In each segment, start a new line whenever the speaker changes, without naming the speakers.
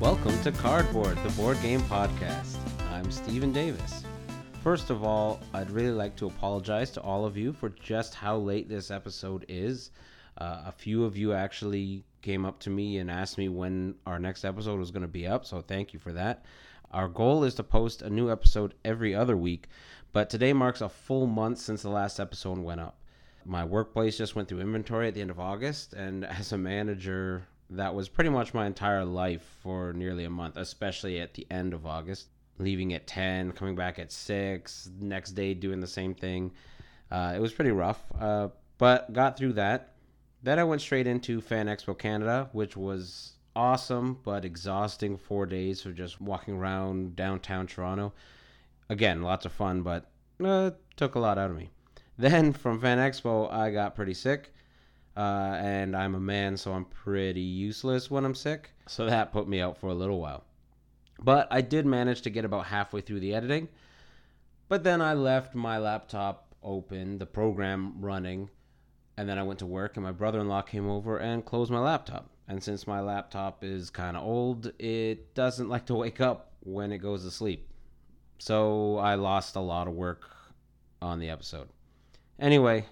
Welcome to Cardboard, the board game podcast. I'm Stephen Davis. First of all, I'd really like to apologize to all of you for just how late this episode is. Uh, a few of you actually came up to me and asked me when our next episode was going to be up, so thank you for that. Our goal is to post a new episode every other week, but today marks a full month since the last episode went up. My workplace just went through inventory at the end of August, and as a manager, that was pretty much my entire life for nearly a month, especially at the end of August, leaving at 10, coming back at 6, next day doing the same thing. Uh, it was pretty rough, uh, but got through that. Then I went straight into Fan Expo Canada, which was awesome but exhausting four days of just walking around downtown Toronto. Again, lots of fun, but uh, took a lot out of me. Then from Fan Expo, I got pretty sick uh, and I'm a man, so I'm pretty useless when I'm sick. So that put me out for a little while. But I did manage to get about halfway through the editing. But then I left my laptop open, the program running, and then I went to work, and my brother in law came over and closed my laptop. And since my laptop is kind of old, it doesn't like to wake up when it goes to sleep. So I lost a lot of work on the episode. Anyway,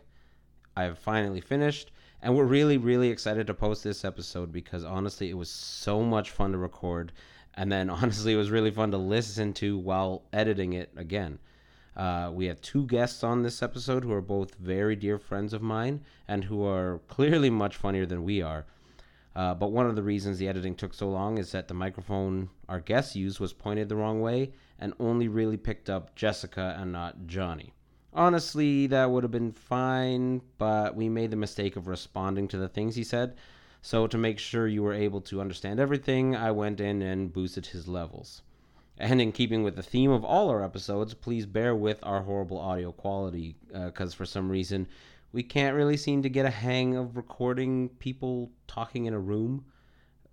I've finally finished. And we're really, really excited to post this episode because honestly, it was so much fun to record. And then honestly, it was really fun to listen to while editing it again. Uh, we have two guests on this episode who are both very dear friends of mine and who are clearly much funnier than we are. Uh, but one of the reasons the editing took so long is that the microphone our guests used was pointed the wrong way and only really picked up Jessica and not Johnny. Honestly, that would have been fine, but we made the mistake of responding to the things he said. So, to make sure you were able to understand everything, I went in and boosted his levels. And in keeping with the theme of all our episodes, please bear with our horrible audio quality, because for some reason, we can't really seem to get a hang of recording people talking in a room.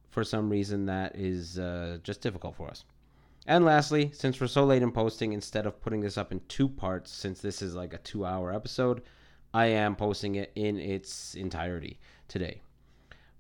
For some reason, that is uh, just difficult for us. And lastly, since we're so late in posting, instead of putting this up in two parts, since this is like a two hour episode, I am posting it in its entirety today.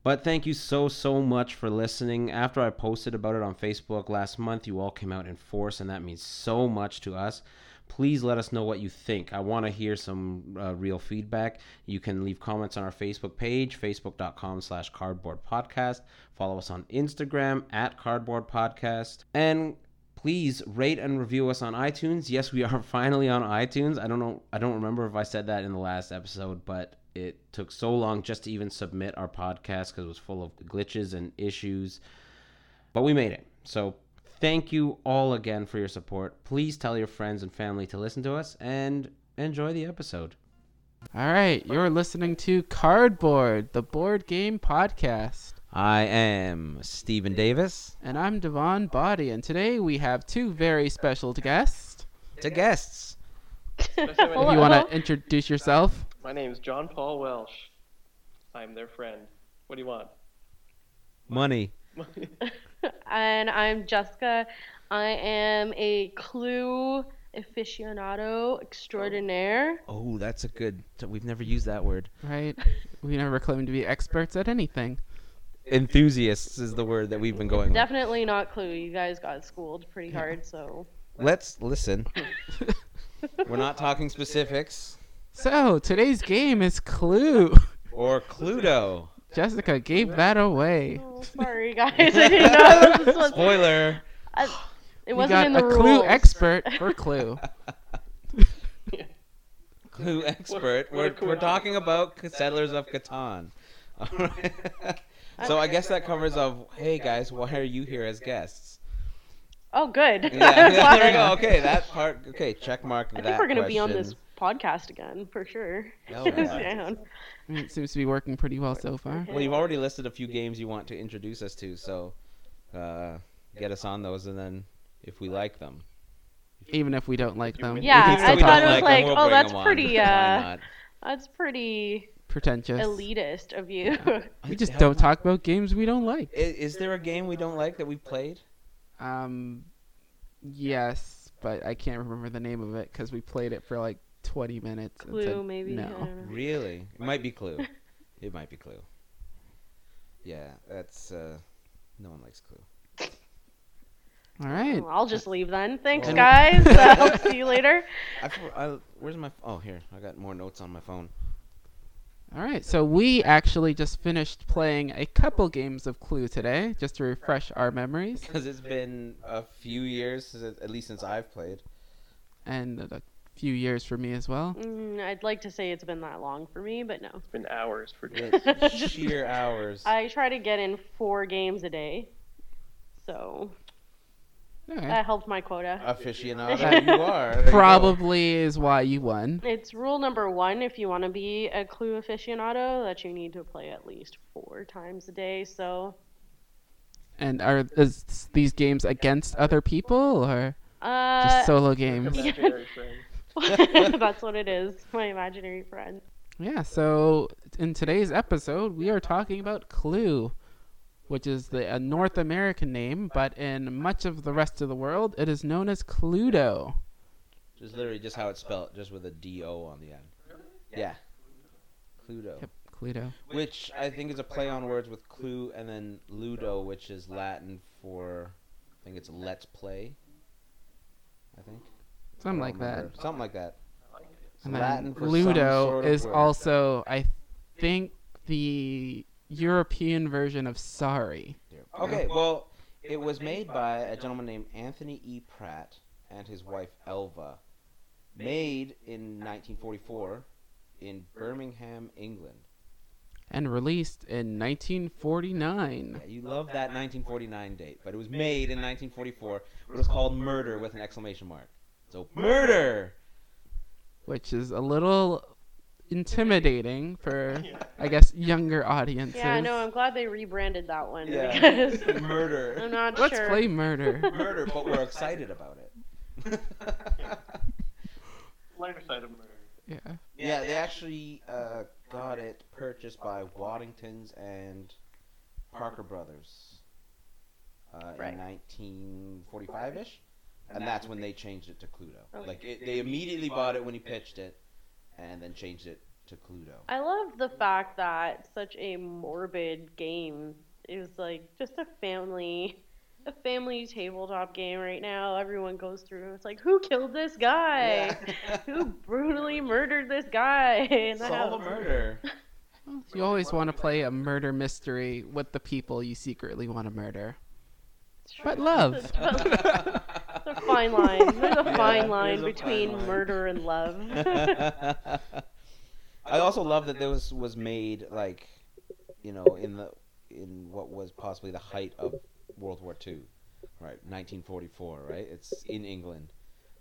But thank you so, so much for listening. After I posted about it on Facebook last month, you all came out in force, and that means so much to us. Please let us know what you think. I want to hear some uh, real feedback. You can leave comments on our Facebook page, facebook.com slash cardboard podcast. Follow us on Instagram at cardboard podcast. And please rate and review us on iTunes. Yes, we are finally on iTunes. I don't know I don't remember if I said that in the last episode, but it took so long just to even submit our podcast cuz it was full of glitches and issues. But we made it. So thank you all again for your support. Please tell your friends and family to listen to us and enjoy the episode.
All right, you're listening to Cardboard, the board game podcast.
I am Stephen Davis.
And I'm Devon Body, and today we have two very special guests.
To guests.
If you want to introduce yourself,
My name is John Paul Welsh. I'm their friend. What do you want?
Money.
and I'm Jessica. I am a clue aficionado extraordinaire.
Oh, that's a good. We've never used that word.
right? We never claim to be experts at anything.
Enthusiasts is the word that we've been going with.
Definitely not clue. You guys got schooled pretty hard, so
Let's listen. We're not talking specifics
So today's game is Clue.
or Cluedo.
Jessica gave that away.
Oh, sorry guys. I didn't know this was
Spoiler.
I- it
We
wasn't
got
in the
a
rules.
Clue expert for Clue.
Clue expert. We're, we're talking about settlers of Catan. Alright. so I guess that covers of hey guys, why are you here as guests?
Oh, good.
Yeah, there we go.
Wow.
Okay, that part. Okay, check mark.
I think we're gonna be on this podcast again for sure.
All right.
Down.
I mean, it seems to be working pretty well so far.
Well, you've already listed a few games you want to introduce us to, so uh, get us on those, and then if we like them,
Even if we don't like them. we can
Yeah,
Even if
still
I
we
talk
thought it
don't
was
them,
about
like,
we'll
oh,
bring
that's
them on.
pretty,
Why
uh,
not?
That's pretty
pretentious.
elitist of you.
We just don't talk about games we don't like.
I- Is there a game we don't like that we've played?
Um, yes, but I can't remember the name of it because we played it for like 20 minutes. and
Clue,
said
maybe. I
No.
don't know.
Really? It might be Clue. It might be Clue. Yeah, that's uh, no one likes Clue.
All right.
Well, I'll just leave then. Thanks,
Well-
guys. Uh, I'll see you later.
I, for- I, where's my? Oh, here. I got more notes on my phone.
All right, so we actually just finished playing a couple games of Clue today, just to refresh our memories.
Because it's been a few years, since- at least since I've played.
and a few years for me as well.
Mm, I'd like to say it's been that long for me, but no.
It's been hours for you.
It's sheer hours.
I try to get in four games a day, so
Okay. Uh,
that helped my quota.
Aficionado, you are. There you go.
Probably is why you won.
It's rule number one if you want to be a clue aficionado that you need to play at least four times a day. So,
And are is these games against other people or just
uh,
solo games?
Imaginary friend.
that's what it is. My imaginary friend.
Yeah, so in today's episode, we are talking about Clue, which is the a North American name, but in much of the rest of the world, it is known as Cluedo.
Just literally just how it's spelled, just with a D O on the end. Yeah. Cluedo.
Yep, Cluedo.
Which I think is a play on words with clue and then ludo, which is Latin for I think it's let's play. I think. I
Something
don't
like that.
remember. Something like that. It's
And then
Latin for some
Ludo
sort of
is
word.
also, I think, the European version of Sorry.
Okay, well, it was made by a gentleman named Anthony E. Pratt and his wife Elva. Made in 1944 in Birmingham, England.
and released in 1949.
Yeah, you love that 1949 date, but it was made in 1944. But it was called Murder with an exclamation mark. So murder.
which is a little intimidating for, I guess, younger audiences.
Yeah, I know. I'm glad they rebranded that one
Yeah.
because
Murder.
I'm not
Let's
sure.
play murder.
Murder, but we're excited about it.
Lighter side of murder.
yeah.
yeah, they actually uh, got it purchased by Waddingtons and Parker Brothers uh,
Right.
in 1945-ish, and that's when they changed it to Cluedo. Like it, they immediately bought it when he pitched it, and then changed it to Cluedo.
I love the fact that such a morbid game is like just a family. A family tabletop game right now. Everyone goes through. It's like, who killed this guy?
Yeah.
who brutally murdered this guy in the
Solve a
house.
murder.
Well, You always want to play a murder mystery with the people you secretly want to murder. But love.
There's a fine line. There's a
Yeah,
fine
there's
line
a fine
between
line.
murder and love.
I also love that this was made like, you know, in the in what was possibly the height of World War II, right? 1944, right? It's in England,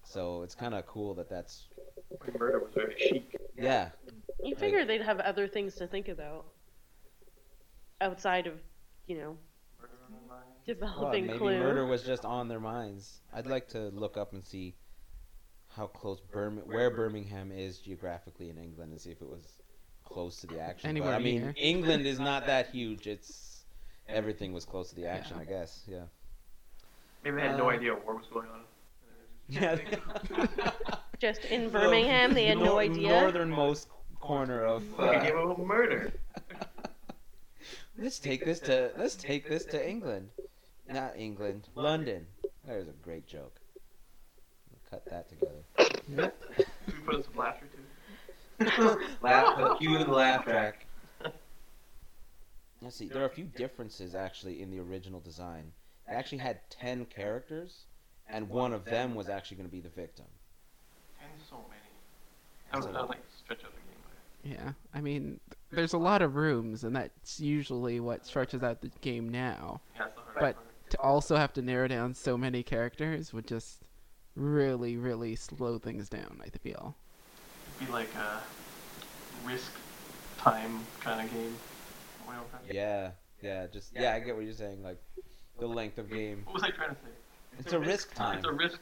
so it's kind of cool that that's
Like, Murder was very chic.
yeah.
you figure they'd have other things to think about outside of, you know,
Murder on the line.
Well,
developing
maybe
clue.
murder was just on their minds. I'd like to look up and see how close Birm- where Birmingham is geographically in England and see if it was close to the action. But,
Anywhere
I mean,
near.
England is not that huge. It's everything was close to the action, I guess. Yeah.
Maybe they had no
Uh,
idea what was going on.
Yeah.
Just in Birmingham, they had no
Nor-
idea.
Northernmost corner of.
Like a
uh,
game of murder.
let's take this to let's take this to England, not England, London. There's a great joke. Cut that together.
Should we put in some laughter too?
laugh, cue the laugh track. Let's see. There are a few differences actually in the original design. It actually had ten characters, and one of them was actually going to be the victim.
And so many. I was, I was like, stretch out the game.
Yeah. I mean, there's a lot of rooms, and that's usually what stretches out the game now.
Yeah, it's the hard
But-
part.
To also have to narrow down so many characters would just really, really slow things down, I feel.
be like a risk time kind of game. What am I trying to-
Yeah, yeah, just yeah, I get what you're saying. Like the length of game.
What was I trying to say?
It's a risk time.
It's a risk.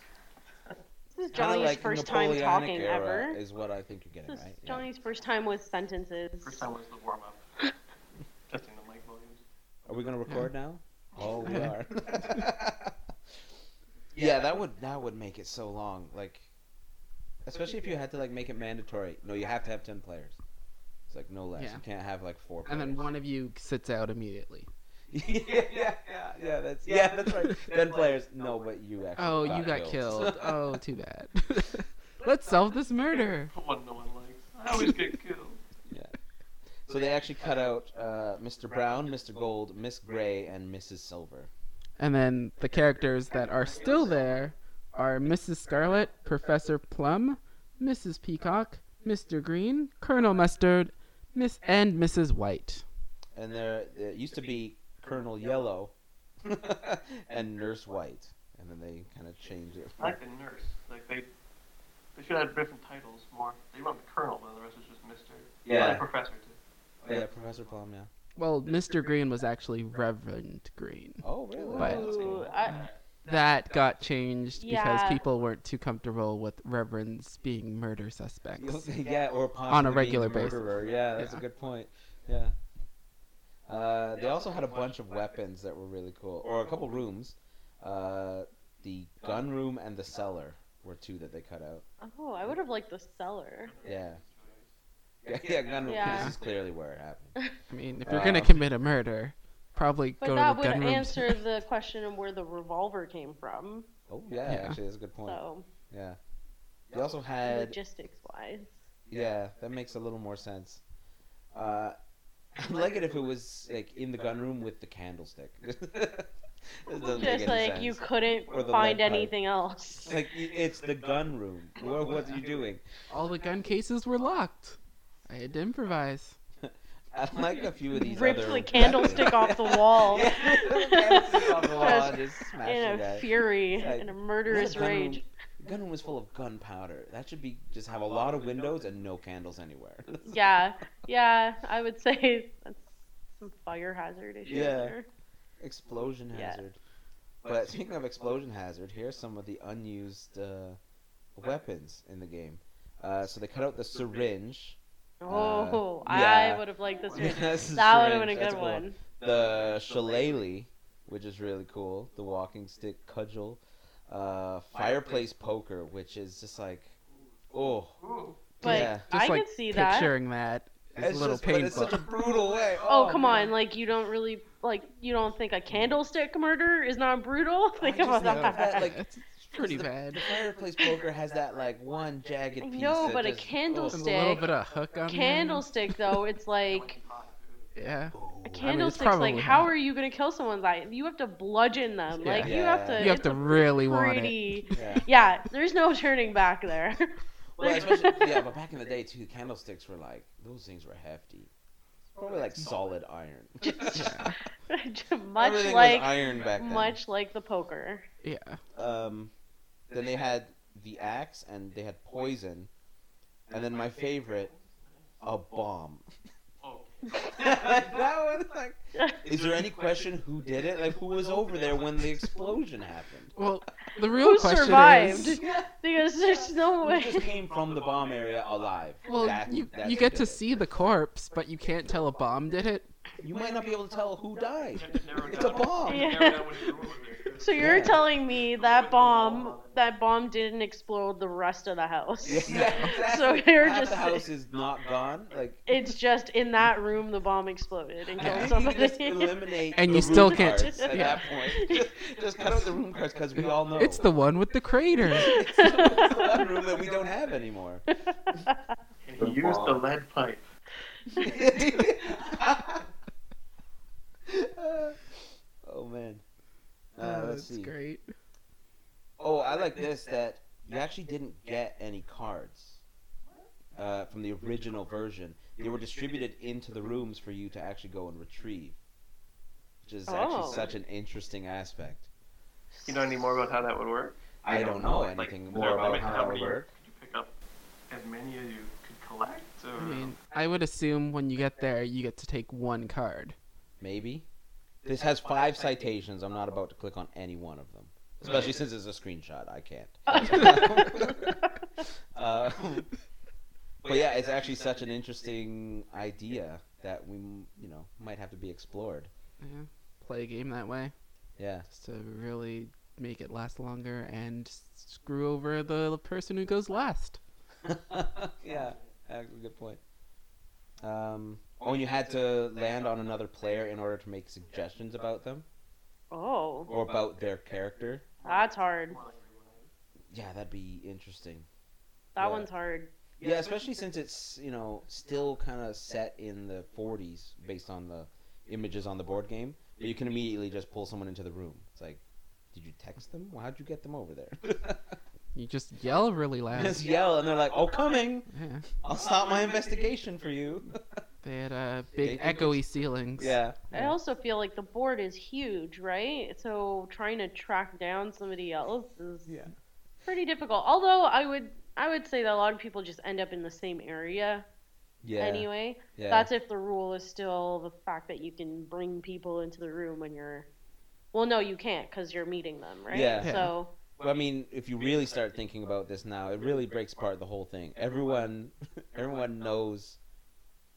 This is
Kinda
Johnny's
like
first time
Napoleonic
talking
era
ever.
is what I think you're
This
getting
is
right. Yeah.
Johnny's first time with sentences.
First time was the warm up. Testing the mic volumes.
Are we gonna record now? Oh, we
Yeah.
are. yeah, that would that would make it so long. Like, especially if you had to like make it mandatory. No, you have to have ten players. It's like no less.
Yeah.
You can't have like four.
And
Players.
then one of you sits out immediately.
yeah, yeah, yeah, yeah. That's yeah, that's right. Ten players. No, but you actually.
Oh, you got killed. Oh, too bad. Let's solve this murder.
One no one likes. I always get killed.
so they actually cut out uh, Mr. Brown, Mr. Gold, Miss Gray, and Mrs. Silver.
And then the characters that are still there are Mrs. Scarlet, Professor Plum, Mrs. Peacock, Mr. Green, Colonel Mustard, Miss and Mrs. White.
And there, it used to be Colonel Yellow and Nurse White, and then they kind of changed it.
I like the nurse. Like they, they should have different titles more. They want the colonel, but the rest is just Mister.
Yeah.
And professor too.
Oh, yeah, Professor Plum. Yeah.
Well, Mr. Green was actually Reverend Green.
Oh, really?
But-
That's
Ooh,
cool.
I,
That got changed
Yeah.
because people weren't too comfortable with reverends being murder suspects.
yeah, or
On a
possibly
regular
being
basis.
murderer. Yeah, that's
Yeah.
a good point. Yeah. Uh, they also had a bunch of weapons that were really cool, or a couple rooms. Uh, the gun room and the cellar were two that they cut out.
oh, I would have liked the cellar.
Yeah. Yeah, yeah gun room. 'cause
Yeah.
This is clearly where it happened.
I mean, if you're gonna
Uh.
commit a murder, probably
But
go to
that
the
would
gun room.
answer the question of where the revolver came from.
Oh yeah,
Yeah.
actually, that's a good point.
So,
Yeah. They also had.
logistics wise.
Yeah, that makes a little more sense. Uh, I'd like it if it was like in the gun room with the candlestick. This doesn't make
Just
any
like you
sense.
couldn't
Or the
find
lead pipe.
anything else.
Like y- it's the gun room. What, what are you doing?
All the gun cases were locked. I had to improvise.
I like a few of these.
Ripped
other
the candlestick off the wall
Yeah, the candlestick off the wall and just
in
smashing
a
that.
fury,
Like,
in a
What
murderous
a gun room-
rage.
Gun room is full of gunpowder. That should be just have a lot of windows and no candles anywhere.
Yeah, yeah, I would say that's some fire hazard issue.
Yeah.
there.
explosion
Yeah.
hazard. But speaking of explosion hazard, here's some of the unused uh, weapons in the game. Uh, so they cut out the syringe.
Oh,
Uh, yeah.
I would have liked this.
Yeah,
one.
that's the
That would have been a
syringe, that's
good
cool.
one.
The shillelagh, which is really cool. The walking stick cudgel. Uh, fireplace poker, which is just like, oh,
Ooh.
But
yeah.
Just
I
like
could see that.
picturing that is
It's
a little
just, but it's
painful.
such a brutal way.
Oh, come
man.
on! Like you don't really like you don't think a candlestick murder is not brutal? Think
just
about
think of
that.
that, like,
Yeah, it's, it's pretty
the-
bad.
The fireplace poker has that like one jagged
I
piece.
know,
that
but a
just- oh.
There's a little
candlestick-
bit of hook on there.
candlestick though, it's like
Yeah.
oh.
a candlestick's
probably
like how
not.
are you gonna kill someone's eye? You have to bludgeon them.
Yeah.
Like you have
Yeah.
to.
You have
it's
to
a
really want it.
pretty.
Yeah.
Yeah, there's no turning back there.
Well, especially, yeah, but back in the day too, candlesticks were like those things were hefty. Probably like solid iron.
Yeah.
much
Everything was
like
iron back then.
much like the poker.
Yeah.
Um, then they had the axe and they had poison, and then my favorite, a bomb.
Oh,
that was like. Is there any question who did it? Like who was over there when the explosion happened?
Well, the real
Who
question
survived?
is.
Because there's no
Who
way.
just came from the bomb area alive?
Well,
That-
you,
that's
you
who
get
did
to
it.
see the corpse, but you can't tell a bomb did it.
You might not be able to tell who died.
You have to narrow
It's a
down-
bomb.
you have to narrow down which room it is.
So you're
Yeah.
telling me that
With the
bomb
wall.
that bomb didn't explode the rest of the house.
Yeah,
So
exactly.
you're
Half
just
the house is not gone. Like
it's just in that room the bomb exploded and
Yeah,
killed
you
somebody.
can just eliminate
And
the
you
room
still can't-
cards at
yeah.
that point. Just, just cut out the room cards because we all know
It's the one with the crater.
It's the one room that we don't have anymore.
And he used the lead pipe.
oh man. Uh,
Oh,
let's
that's
see.
great.
Oh, I like this that you actually didn't get any cards uh, from the original version. They were distributed into the rooms for you to actually go and retrieve, which is
Oh.
actually such an interesting aspect.
You know any more about how that would work?
I don't know
Like,
anything
is there
more about
many-
how that would
many
work.
Could you pick up as many as you select? Or...
I mean, I would assume when you get there, you get to take one card.
Maybe. This has five citations. I'm not about to click on any one of them. Especially since it's a screenshot. I can't. uh, but yeah, it's actually such an interesting idea that we, you know, might have to be explored.
Yeah. Play a game that way,
Yeah.
just to really make it last longer and screw over the person who goes last.
yeah, actually, good point. Um, oh, and you had to land on another player in order to make suggestions about them
Oh,
or about their character.
that's hard.
More like everyone else.
Yeah, that'd be interesting.
That
Yeah.
one's hard.
Yeah, especially since it's you know still kind of set in the 40s based on the images on the board game, but you can immediately just pull someone into the room. It's like, did you text them? Well, how'd you get them over there?
You just yell really loud.
just yell, and they're like, "Oh, coming!
yeah.
I'll stop my investigation for you."
They had uh, big
Gatekeepers?
echoey ceilings.
yeah.
I also feel like the board is huge, right? So trying to track down somebody else is
Yeah.
pretty difficult. Although I would I would say that a lot of people just end up in the same area
Yeah.
anyway.
yeah.
That's if the rule is still the fact that you can bring people into the room when you're Well, no, you can't cuz you're meeting them, right?
Yeah.
Yeah.
So
But I mean, if you really start thinking about this now, it really breaks apart the whole thing. Everyone, everyone knows.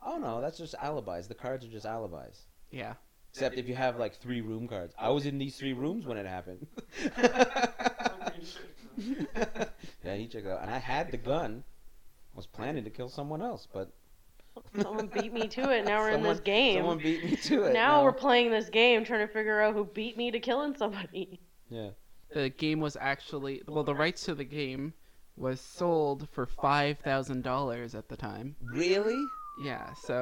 Oh no, that's just alibis. The cards are just alibis.
Yeah.
Except if you have like three room cards. I was in these three rooms when it happened.
Something you should-
yeah, he checked it out, and I had the gun. I was planning to kill someone else, but
someone beat me to it. Now we're in
Someone-
this game.
someone beat me to it.
now
no.
we're playing this game trying to figure out who beat me to killing somebody.
yeah,
The game was actually well, the rights to the game was sold for five thousand dollars at the time.
really?
Yeah. So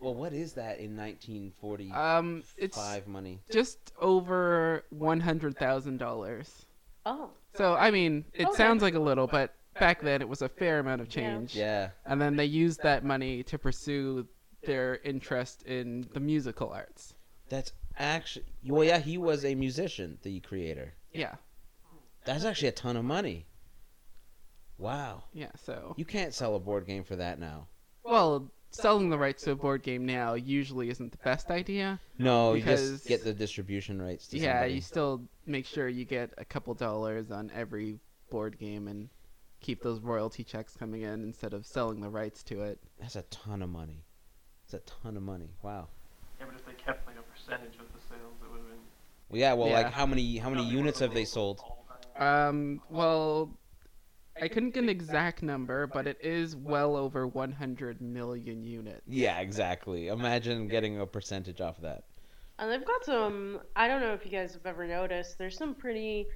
Well, what is that in 1945
um, it's
money?
just over one hundred thousand dollars.
Oh.
So I mean, it
Okay.
sounds like a little, but back then it was a fair amount of
Yeah.
change.
Yeah,
And then they used that money to pursue their interest in the musical arts.
that's actually. Well, yeah, he was a musician, the creator.
Yeah.
That's actually a ton of money. Wow.
Yeah. So
You can't sell a board game for that now.
well, selling the rights to a board game now usually isn't the best idea.
No, you
Because-
just get the distribution rights to
yeah
somebody.
you still make sure you get a couple dollars on every board game and keep those royalty checks coming in instead of selling the rights to it
That's a ton of money. It's a ton of money. Wow.
Yeah, but if they kept like a percentage of the sales, it would have been.
Well, yeah. Well,
Yeah.
like how many how many units have they sold?
um well i couldn't get an exact number but it is well over 100 million units
Yeah, exactly. Imagine getting a percentage off of that.
And they've got some. I don't know if you guys have ever noticed. There's some pretty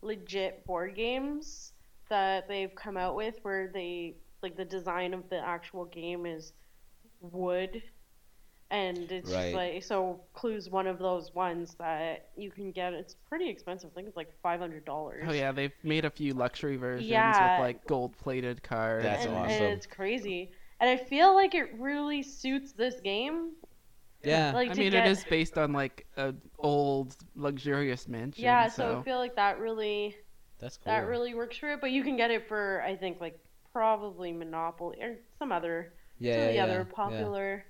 legit board games that they've come out with where they like the design of the actual game is wood, and it's
Right.
just like so. Clue's one of those ones that you can get. It's pretty expensive. I think it's like five hundred dollars.
oh yeah they've made a few luxury versions
Yeah.
with like gold plated cards
That's
and,
and-
awesome.
and it's crazy. And I feel like it really suits this game.
Yeah.
Like
I
to
mean,
get...
it is based on like a old luxurious mansion.
Yeah, so I
so
feel like that really
that's cool.
that really works for it. But you can get it for I think like probably Monopoly or some other
yeah,
some
yeah,
of the
yeah,
other
yeah.
popular.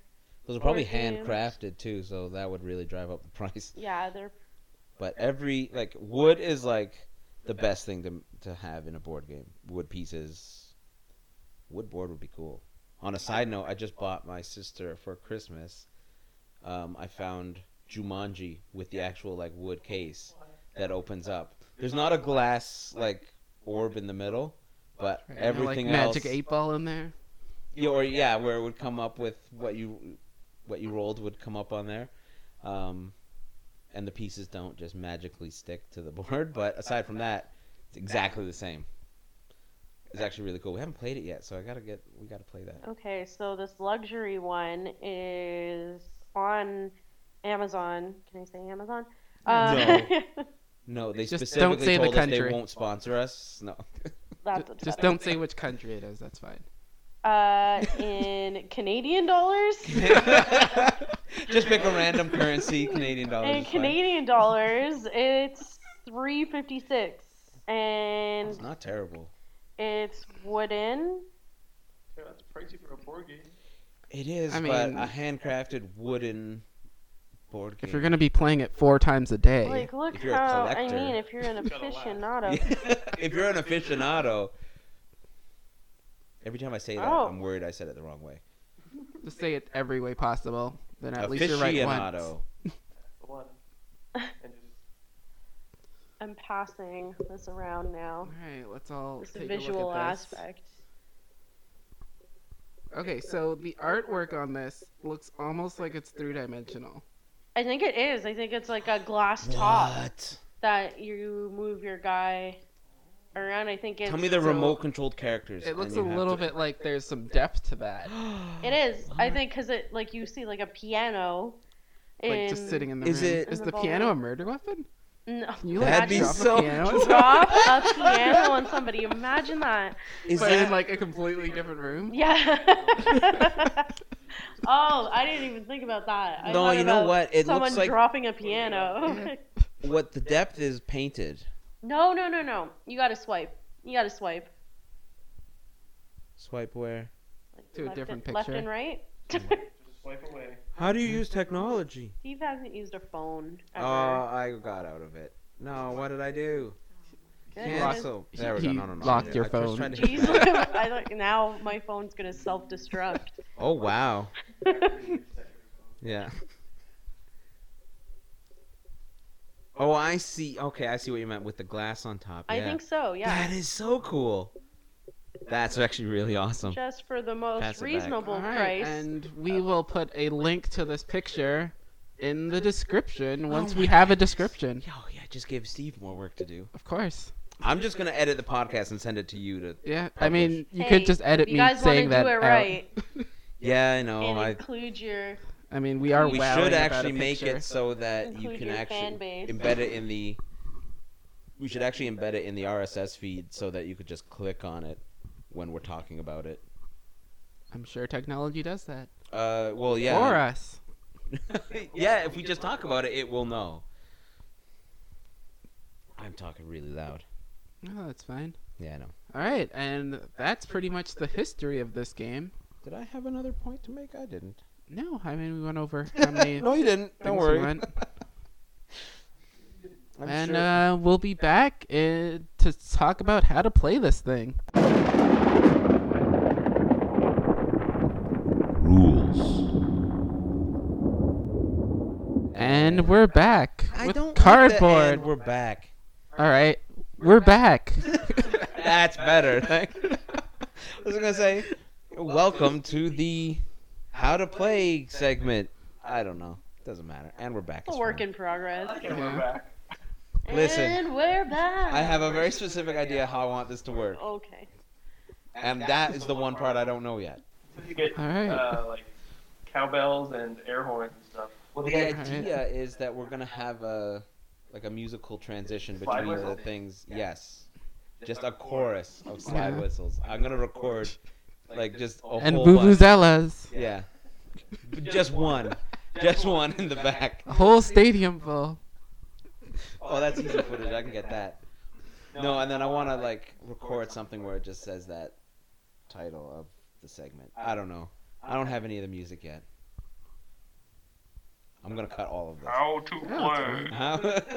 Those are probably
board games.
handcrafted too, so that would really drive up the price.
Yeah, they're
But every like wood is like the best thing to to have in a board game. Wood pieces, wood board would be cool. On a side note, I just bought my sister for Christmas. Um, I found Jumanji with the actual like wood case that opens up. There's not a glass like orb in the middle, but
Right, no,
everything
like
else.
magic eight ball in there.
Yeah, or yeah, where it would come up with what you what you rolled would come up on there, um, and the pieces don't just magically stick to the board. But aside from that, it's exactly the same. It's actually really cool. We haven't played it yet, so I gotta get we gotta play that.
okay. So this luxury one is on Amazon. Can I say Amazon? Uh,
No. No, they
Just don't
specifically
say the
told us they
country.
won't sponsor us. No,
that's
Ju-
a
Just
ton.
don't say which country it is. That's fine.
Uh, in Canadian dollars.
just pick a random currency, Canadian dollars.
in
is fine.
Canadian dollars, it's three fifty six, and
It's not terrible.
It's wooden.
Yeah, that's pricey for a board game.
It is,
I
but
mean-
a handcrafted wooden board game.
If you're gonna be playing it four times a day,
Like, look
if you're a
how I
collector,
mean, if you're an
you gotta laugh.
aficionado,
if you're an aficionado. Every time I say that,
Oh.
I'm worried I said it the wrong way.
just say it every way possible. Then at least you're right once.
Aficionado.
The one. And just
I'm passing this around now.
All right, let's all
It's a
take a
visual
look at this.
aspect.
Okay, so the artwork on this looks almost like it's three dimensional.
I think it is. I think it's like a glass top
What?
that you move your guy around. I think it's.
Tell me the
So-
remote controlled characters.
It
and
looks a
you have
little
to-
bit like there's some depth to that,
It is. I
What?
think because it like you see like a piano.
like just sitting in the
Is
room.
it-
Is
In
the
the
piano a
volume.
murder weapon?
No.
Can you
That'd
like
be
drop
so-
a piano?
Drop a piano on somebody. Imagine that.
Is
but
that
in like a completely different room?
Yeah. oh, I didn't even think about that. I
No,
thought
you know
about
what? It looks
someone
like-
dropping a piano.
what the depth is painted?
no, no, no, no. You gotta swipe. You gotta swipe.
Swipe where?
Like,
To a
left
different
and, Left
picture.
and right.
just swipe away.
How do you use technology?
Steve hasn't used a phone
Oh,
ever.
I got out of it. No, what did I do?
Goodness.
Lock-
Also, there we go.
He
No, no, no.
locked
I
your
was
phone.
trying to-
Jeez, I thought now my phone's gonna self-destruct.
Oh wow. Yeah. Oh, I see. Okay, I see what you meant with the glass on top.
I
yeah.
think so. Yeah.
That is so cool. That's actually really awesome.
just for the most
Pass it back.
reasonable
All right,
price.
and we will put a link to this picture in the
Oh
description once we have a description.
Yo, yeah, just gave Steve more work to do.
Of course.
I'm just gonna edit the podcast and send it to you to.
Yeah. I
Publish.
mean, you could
Hey,
just edit
if you
me
guys wanna
saying that.
do it
out.
right
Yeah, I know.
and
Oh, I
include your
I mean, we are.
we
wowing
should
about a
actually make
picture.
it so that you
Include
can
your fan
actually
base.
embed it in the. We should actually embed it in the RSS feed so that you could just click on it when we're talking about it.
I'm sure technology does that
Uh, well, yeah.
for us.
yeah, if we just talk about it, it will know. I'm talking really loud.
No, that's fine.
Yeah, I know.
All right, and that's pretty much the history of this game.
Did I have another point to make? I didn't.
No, I mean we went over how many.
no, you didn't.
things
Don't
we
worry.
went.
I'm
and
sure-
uh, we'll be back uh, to talk about how to play this thing.
Rules.
And we're back
I
with
don't like the
cardboard.
and We're back.
All right, we're back.
That's better. Thank I was gonna say, welcome to the how to play segment. I don't know. Doesn't matter. And we're back.
a
It's
work
fine.
in progress.
And we're
Yeah.
back.
Listen.
and we're back.
I have a very specific idea how I want this to work,
Okay.
and that is the one part I don't know yet.
So you get
All right.
uh, like cowbells and air horns and stuff.
Well, the idea is that we're gonna have a like a musical transition
Slide
between the
whistle?
things. Yes, just a chorus of slide
Yeah.
whistles. I'm gonna record like just a
and
whole bunch.
vuvuzelas,
Yeah, just one, just one in the back.
a whole stadium full.
Oh, that's easy footage. I can get that. No, and then I want to like record something where it just says that title of the segment. I don't know. I don't have any of the music yet. I'm gonna cut all of this.
How to
fine.
play.
How-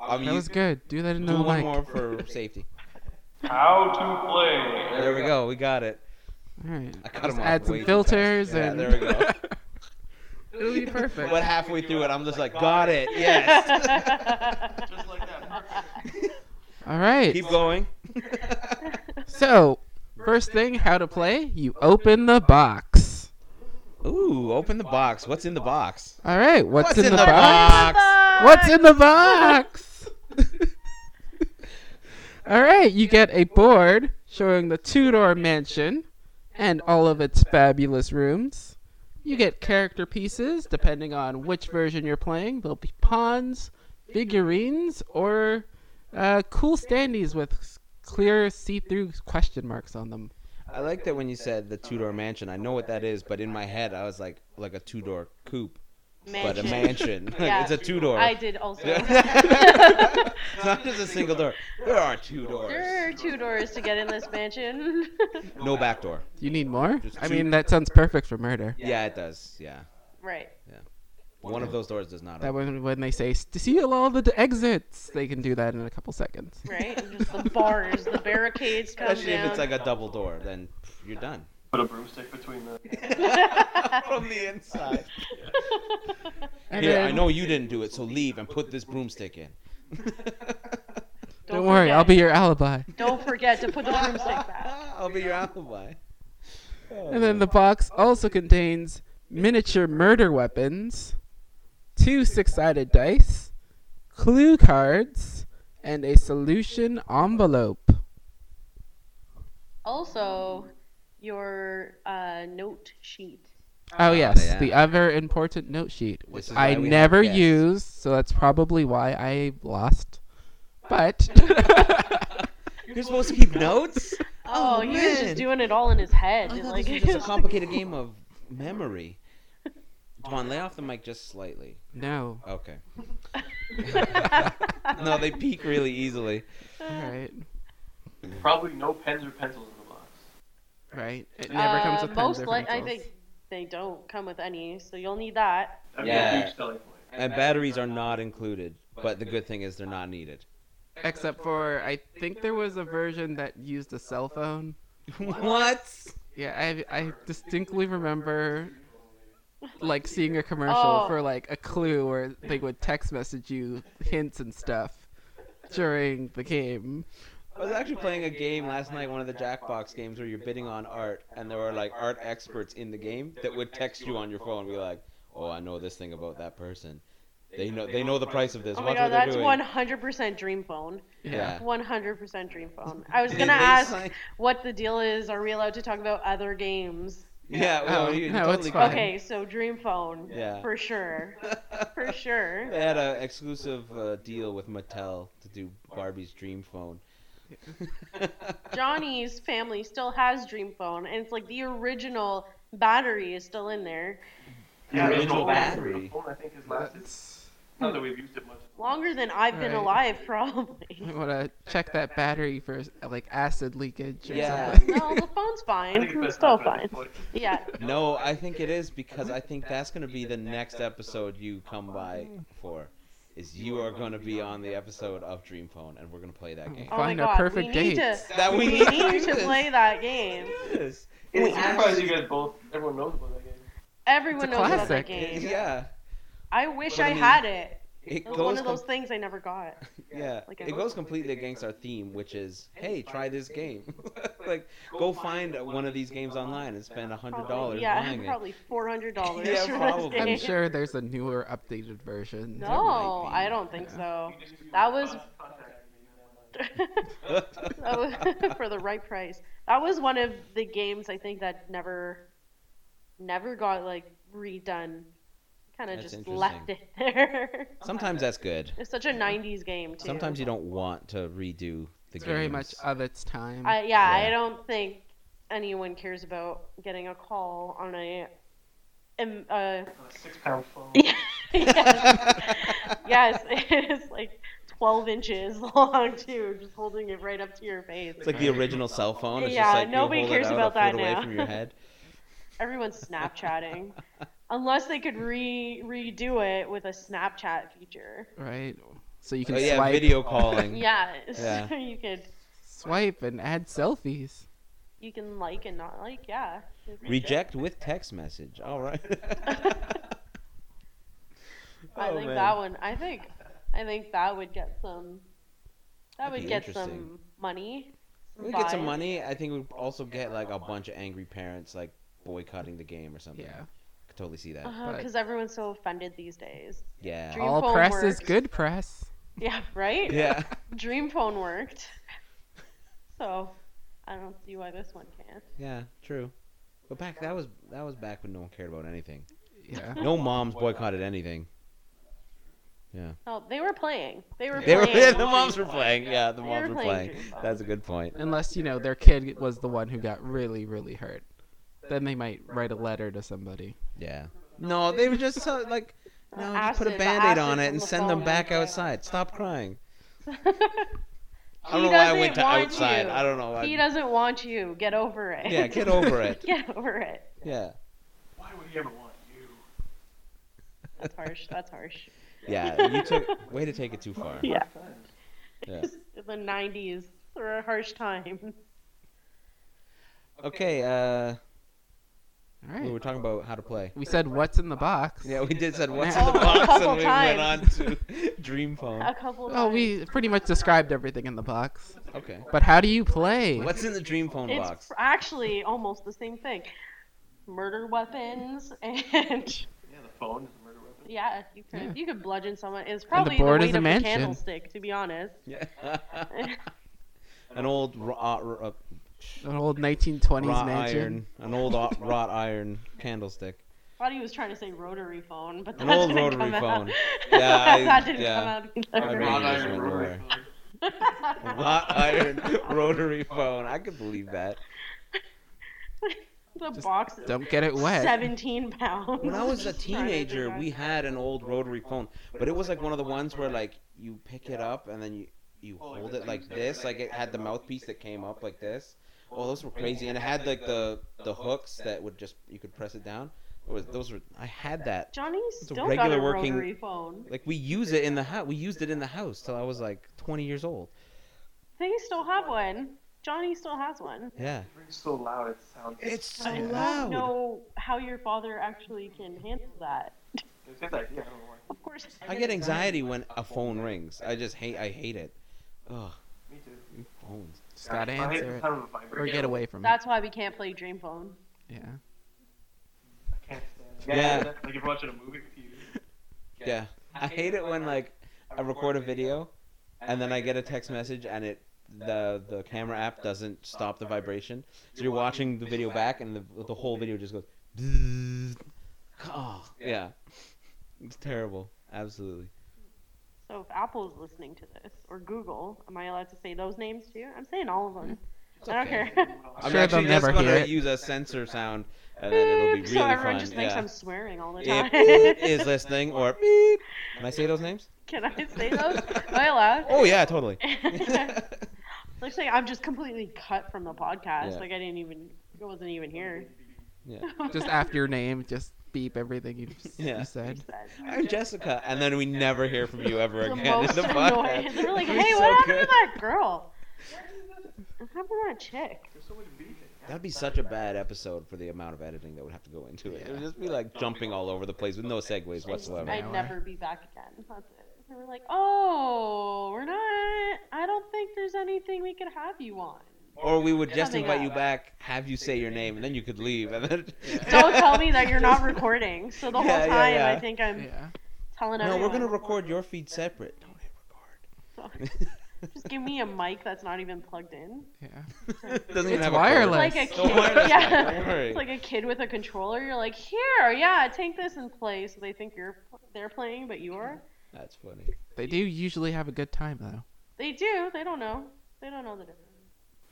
I mean,
That was good. Do that in
do
the
one
mic.
more for safety.
How to play.
There we go. We got it.
All right.
I cut
Just
him off.
add
way
some
too
filters
fast. Yeah,
and
there we go.
it'll be perfect.
But halfway through it, I'm just like, got it. Yes.
Just like that. Perfect.
All right.
Keep going.
So, first thing, how to play? You open the box.
Ooh, open the box. What's in the box?
All right, what's, in, the, box?
box?
What's in the box? all right, you get a board showing the Tudor mansion and all of its fabulous rooms. You get character pieces depending on which version you're playing. There'll be pawns, figurines, or uh, cool standees with s- clear see-through question marks on them.
I like that when you said the two door mansion. I know what that is, but in my head, I was like, like a two door coupe but a
Mansion.
mansion. Like,
Yeah.
It's a two door.
I did also.
Yeah. it's not just a single door. There are two
there are
doors.
two doors to get in this mansion.
No back door.
You need more?
Just
I
two-
mean, that sounds perfect for murder.
Yeah, it does. Yeah.
right.
One of those doors does not
That
open.
when when they say seal all the d- exits, they can do that in a couple seconds.
Right. And just the bars, the barricades come
Especially
down.
if it's like a double door, then pff, you're done.
Put a broomstick between the.
From the inside.
And
Here,
then-
I know you didn't do it, so leave and put this broomstick in.
Don't, worry, I'll be
forget-
your alibi.
Don't forget to put the broomstick back.
I'll be your alibi.
And then the box also contains miniature murder weapons, two six sided dice, clue cards, and a solution envelope.
Also, your uh, note sheet. Ah.
Oh, yes,
yeah.
the other important note sheet, which
This is
I
why we have
never
guests.
use, so that's probably why I lost. But
You're supposed to keep notes?
Oh,
Oh,
he was just
man.
doing it all in his head.
I thought
like,
this was just a complicated game of memory. Come on, lay off the mic just slightly.
no.
Okay. No, they peak really easily.
All right.
Probably no pens or pencils in the box.
Right. It never comes
Uh,
with pens
most
or
li- I
pencils.
think they don't come with any, so you'll need that.
That'd be
Yeah.
a huge selling point.
And batteries are not included, but the good thing is they're not needed.
Except for, I think there was a version that used a cell phone.
what?
Yeah, I, I distinctly remember like seeing a commercial
Oh.
for like a clue where they would text message you hints and stuff during the game.
I was actually playing a game last night, one of the Jackbox games, where you're bidding on art, and there were like art experts in the game that would text you on your phone and be like, "Oh, I know this thing about that person. They know they know the price of this.
Oh my
Watch
god,
what they're
that's
doing."
one hundred percent dream phone.
Yeah.
One hundred percent dream phone. I was
Did
gonna
they
ask
sign-
what the deal is. Are we allowed to talk about other games?
Yeah, well,
Oh,
you
no,
totally
it's fine.
can.
Okay, so dream phone.
Yeah.
For sure. For sure.
They had an exclusive uh, deal with Mattel to do Barbie's dream phone.
Johnny's family still has dream phone, and it's like the original battery is still in there
Yeah,
the
original
phone-
battery.
The phone, I think, has lasted.
That's,
Not that we've used it much.
longer than I've been
Right.
alive, probably.
I want to check that battery for like acid leakage or
Yeah.
something.
no, the phone's
I think it's
fine. It's
best
still
not for
fine.
this point.
Yeah.
No, I think it is because I think that's going to be the next episode you come by for. Is you are going to be on the episode of Dream Phone, and we're going to play that game.
Oh
Find
my
our
god.
perfect
we need
dates.
to.
That
We need to play that game.
Yes.
It's I'm surprised you guys both. Everyone knows about that game.
Everyone
It's a
knows about
classic.
that game.
Yeah.
I wish
But I
I
mean,
had it.
It
It was one
goes
of those
com-
things I never got.
yeah.
like a-
It goes completely against our theme, which is, hey, try this game. like, go find one of these games online and spend a hundred
Probably,
dollars
yeah,
buying it.
probably four hundred dollars
Yeah,
for
probably.
this game.
I'm sure there's a newer updated version.
No,
might be.
I don't think
Oh,
so. That was- That was- for the right price. That was one of the games I think that never, never got like redone. Kind of
That's
just left
interesting.
it there.
Sometimes that's good.
it's such a '90s game too.
Sometimes you don't want to redo the
It's
game.
very much of its time.
I, yeah,
Yeah.
I don't think anyone cares about getting a call on a. Um, uh,
Six pound phone.
yes, yes, it's like 12 inches long, too, just holding it right up to your face.
It's like the original cell phone. It's
Yeah,
just like you
nobody
hold
cares
it out
about
a foot
that
away
now.
from your head.
Everyone's Snapchatting. Unless they could re redo it with a Snapchat feature.
right? So you
Oh
can
yeah,
swipe,
video calling.
Yeah,
Yeah.
so you could
swipe and add selfies.
you can like and not like. Yeah.
Reject with text message. All right.
I
Oh,
think
man.
that one. I think I think that would get some. That
That'd be
would get
interesting.
some money.
we get some
buys.
money. I think we also get like a bunch of angry parents like boycotting the game or something.
Yeah.
Could totally see that.
Uh-huh,
but-
'cause everyone's so offended these days.
Yeah.
Dream
All
phone
press is
works.
good press.
Yeah, right?
Yeah.
Dream phone worked. So, I don't see why this one can't.
Yeah. True. But back that was that was back when no one cared about anything.
Yeah.
No moms boycotted anything.
No, Oh, they were playing. They were
They were
playing.
the moms were playing. Yeah, the
They
moms
were
were
playing
playing.
Dream Phone.
That's a good point.
Unless, you know, their kid was the one who got really, really hurt. Then they might write a letter to somebody.
Yeah. No, they were just so, like
No, just put a
acid, the
band aid
acid
on it
from
and
the
send them
phone.
back outside. Stop crying. I
He
don't know why I
doesn't
went to
want
outside.
you.
I don't know why.
He doesn't want you. Get over it.
Yeah, get over it.
Get over it.
Yeah.
Why would he ever want you?
That's harsh. That's harsh.
Yeah. You took way to take it too far.
Yeah.
Thanks.
Yeah.
the 90s were a harsh time.
Okay, uh
All
we were
right.
talking about how to play.
We said what's in the box.
Yeah, we did said what's in
Oh,
the
a
box
couple
and we went on to Dream Phone.
A couple
Well,
times.
Oh, we pretty much described everything in the box.
Okay.
But how do you play?
What's in the Dream Phone
It's
box?
actually almost the same thing. Murder weapons and
Yeah, the phone is a murder weapon.
yeah, you could
Yeah.
you could bludgeon someone. It's probably
board
weight
is a
of
mansion.
the candlestick, to be honest.
Yeah. An old ro- uh, ro- uh,
An old 1920s
wrought
mansion.
iron, an old uh, wrought iron candlestick.
thought he was trying to say rotary phone, but
An
that
old
didn't
rotary
come out.
phone. Yeah, I-
that didn't
yeah.
come out.
I
either.
mean,
Wrought
it just
iron
went
rotary
nowhere.
phone.
Wrought iron rotary phone. I could believe that.
the box is
Don't get it wet.
17 pounds.
When I was a
Just trying to
teenager,
survive.
we had an old rotary phone, but it was like one of the ones where like you pick it up Oh, and then you you hold it like this, like it had the mouthpiece that came up like this. Oh, those were crazy, and it had like the the hooks that would just you could press it down. It was those were I had that.
Johnny's
It's a
still got
regular
a
working-
rotary phone.
Like we use it in the house. We used it in the house till I was like 20 years old.
They still have one. Johnny still has one.
Yeah,
It rings so loud it sounds.
it's so
I
loud.
don't know how your father actually can handle that.
It's his idea. I don't know why.
Of course,
I get anxiety when a phone rings. I just hate. I hate it. Ugh,
Me too.
phones.
Just gotta
I hate
answer
the
it.
sound of a
Or
vibrator.
get away from it.
That's why we can't play Dream Phone.
Yeah.
I can't stand it.
Yeah.
Like if you're watching a movie with you.
Yeah, I hate it when like I record a video and then I get a text message and it the the camera app doesn't stop the vibration. So you're watching the video back and the the whole video just goes. "Bzzz." Oh, yeah. It's terrible. Absolutely.
So if Apple's listening to this, or Google, am I allowed to say those names too? I'm saying all of them. I don't
okay.
care.
I'm
Sure,
actually
they'll
just
never
gonna
hear it.
use a censor sound and then it'll be
Beep,
really
so everyone
fun.
just thinks
yeah.
I'm swearing all the time.
if beep is listening or beep. Can I say those names?
Can I say those? Am I allowed?
Oh yeah, totally.
Looks like I'm just completely cut from the podcast.
Yeah.
Like I didn't even, I wasn't even here.
yeah.
Just after your name, just beep everything you,
Yeah.
you said.
I'm Jessica, and then we never hear from you ever
the
again
most
in the
annoying.
podcast.
They're like,
It'd be
hey,
so
what happened
good.
to that girl? What happened to that chick?
There's so much beeping.
That'd be such a bad episode for the amount of editing that would have to go into it. It would just be like jumping all over the place with no segues whatsoever.
I'd
hour.
never be back again. That's it. They were like, oh, we're not. I don't think there's anything we could have you on.
Or we would just
Something
invite you
up.
back, have you say your name, and then you could leave. And then
Don't tell me that you're not recording. So the whole
Yeah, yeah,
time,
yeah.
I think I'm
Yeah.
telling
No,
everyone.
we're gonna record your feed separate. Don't hit
Just give me a mic that's not even plugged in.
Yeah.
record. Doesn't even
It's
have
It's
wireless.
like a
Nice.
kid,
Don't worry, it's fine,
yeah.
don't worry.
It's like a kid with a controller. You're like, here, yeah, take this and play. So they think you're they're playing, but you are.
A cord. That's funny.
They do usually have a good time, though.
They do. They don't know. They don't know the difference.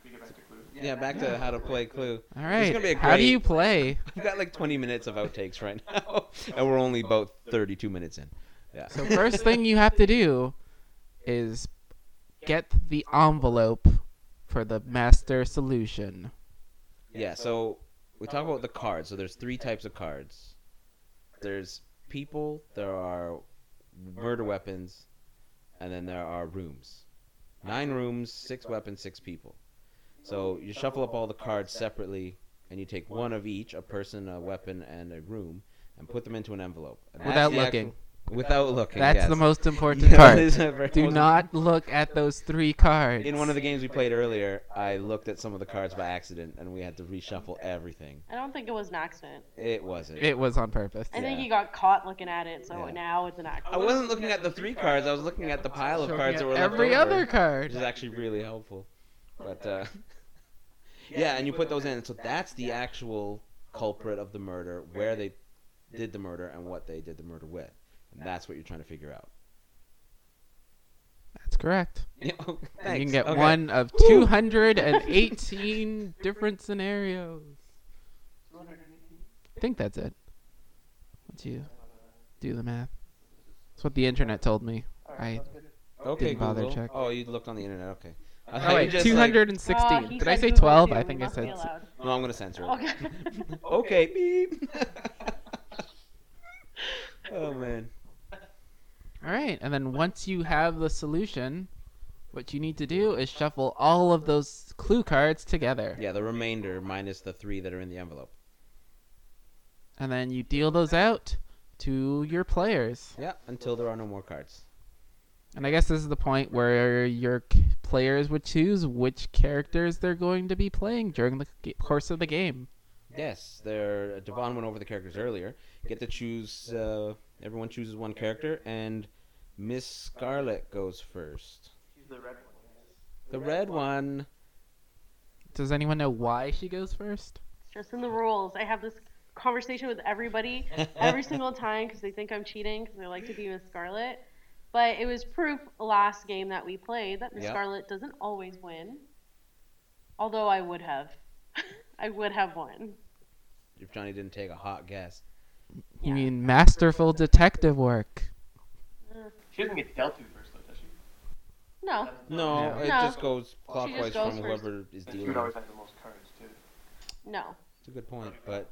We get back to Clue.
Yeah, back to how to play Clue.
All
It's
right.
gonna be a
How do
great-
you play?
We've got like 20 minutes of outtakes right now, and we're only about 32 minutes in. Yeah.
So first thing you have to do is get the envelope for the master solution.
Yeah, so we talk about the cards. So there's three types of cards. There's people, there are murder weapons, and then there are rooms. Nine rooms, six weapons, six people. So you shuffle up all the cards separately, and you take one of each, a person, a weapon, and a room, and put them into an envelope. And that's
Without
the actual-
looking.
without looking.
That's
yes.
the most important
Yeah, that
part.
is a very
Do
most-
not look at those three cards.
In one of the games we played earlier, I looked at some of the cards by accident, and we had to reshuffle everything.
I don't think it was an accident.
It wasn't.
It was on purpose.
I think
Yeah.
he got caught looking at it, so
Yeah.
now it's an accident.
I wasn't looking at the three cards. I was looking at the pile of
Showing
cards that were left
every
over,
other
which
card.
is actually really helpful. But uh, yeah, and you put those in. So that's the actual culprit of the murder, where they did the murder, and what they did the murder with. And that's what you're trying to figure out.
That's correct.
Yeah, oh,
And you can
thanks.
get
Okay.
one of
Woo.
218 different scenarios. I think that's it. Once you do the math. That's what the internet told me. I-
that's good.
Okay,
Didn't bother
Google.
check.
Oh, you looked on the internet. Okay. I thought
Oh
you
wait,
just,
two hundred and
Ah,
sixteen.
he
Did I
said
say
Google
twelve?
too.
I
You
think I
must be
said. s-
allowed.
Like, no, I'm gonna censor it.
Okay.
Okay, beep. oh man.
All right, and then once you have the solution, what you need to do is shuffle all of those clue cards together,
Yeah, the remainder minus the three that are in the envelope.
and then you deal those out to your players.
Yeah, until there are no more cards.
And I guess this is the point where your c- players would choose which characters they're going to be playing during the g- course of the game.
Yes, there. Devon went over the characters earlier. Get to choose. Uh, everyone chooses one character, and Miss Scarlet goes first.
She's the red one. I guess.
The red one.
Does anyone know why she goes first?
Just in the rules. I have this conversation with everybody every single time because they think I'm cheating because I like to be Miss Scarlet. But it was proof last game that we played that Miss
Yep.
Scarlet doesn't always win. Although I would have. I would have won.
if Johnny didn't take a hot guess.
You
Yeah.
mean masterful detective work.
She doesn't get dealt to first, though, does she?
No.
No,
Yeah.
it
No.
just goes clockwise
goes
from
first.
whoever is
And she
dealing.
would
with it.
always have the most cards, too.
No.
It's a good point, but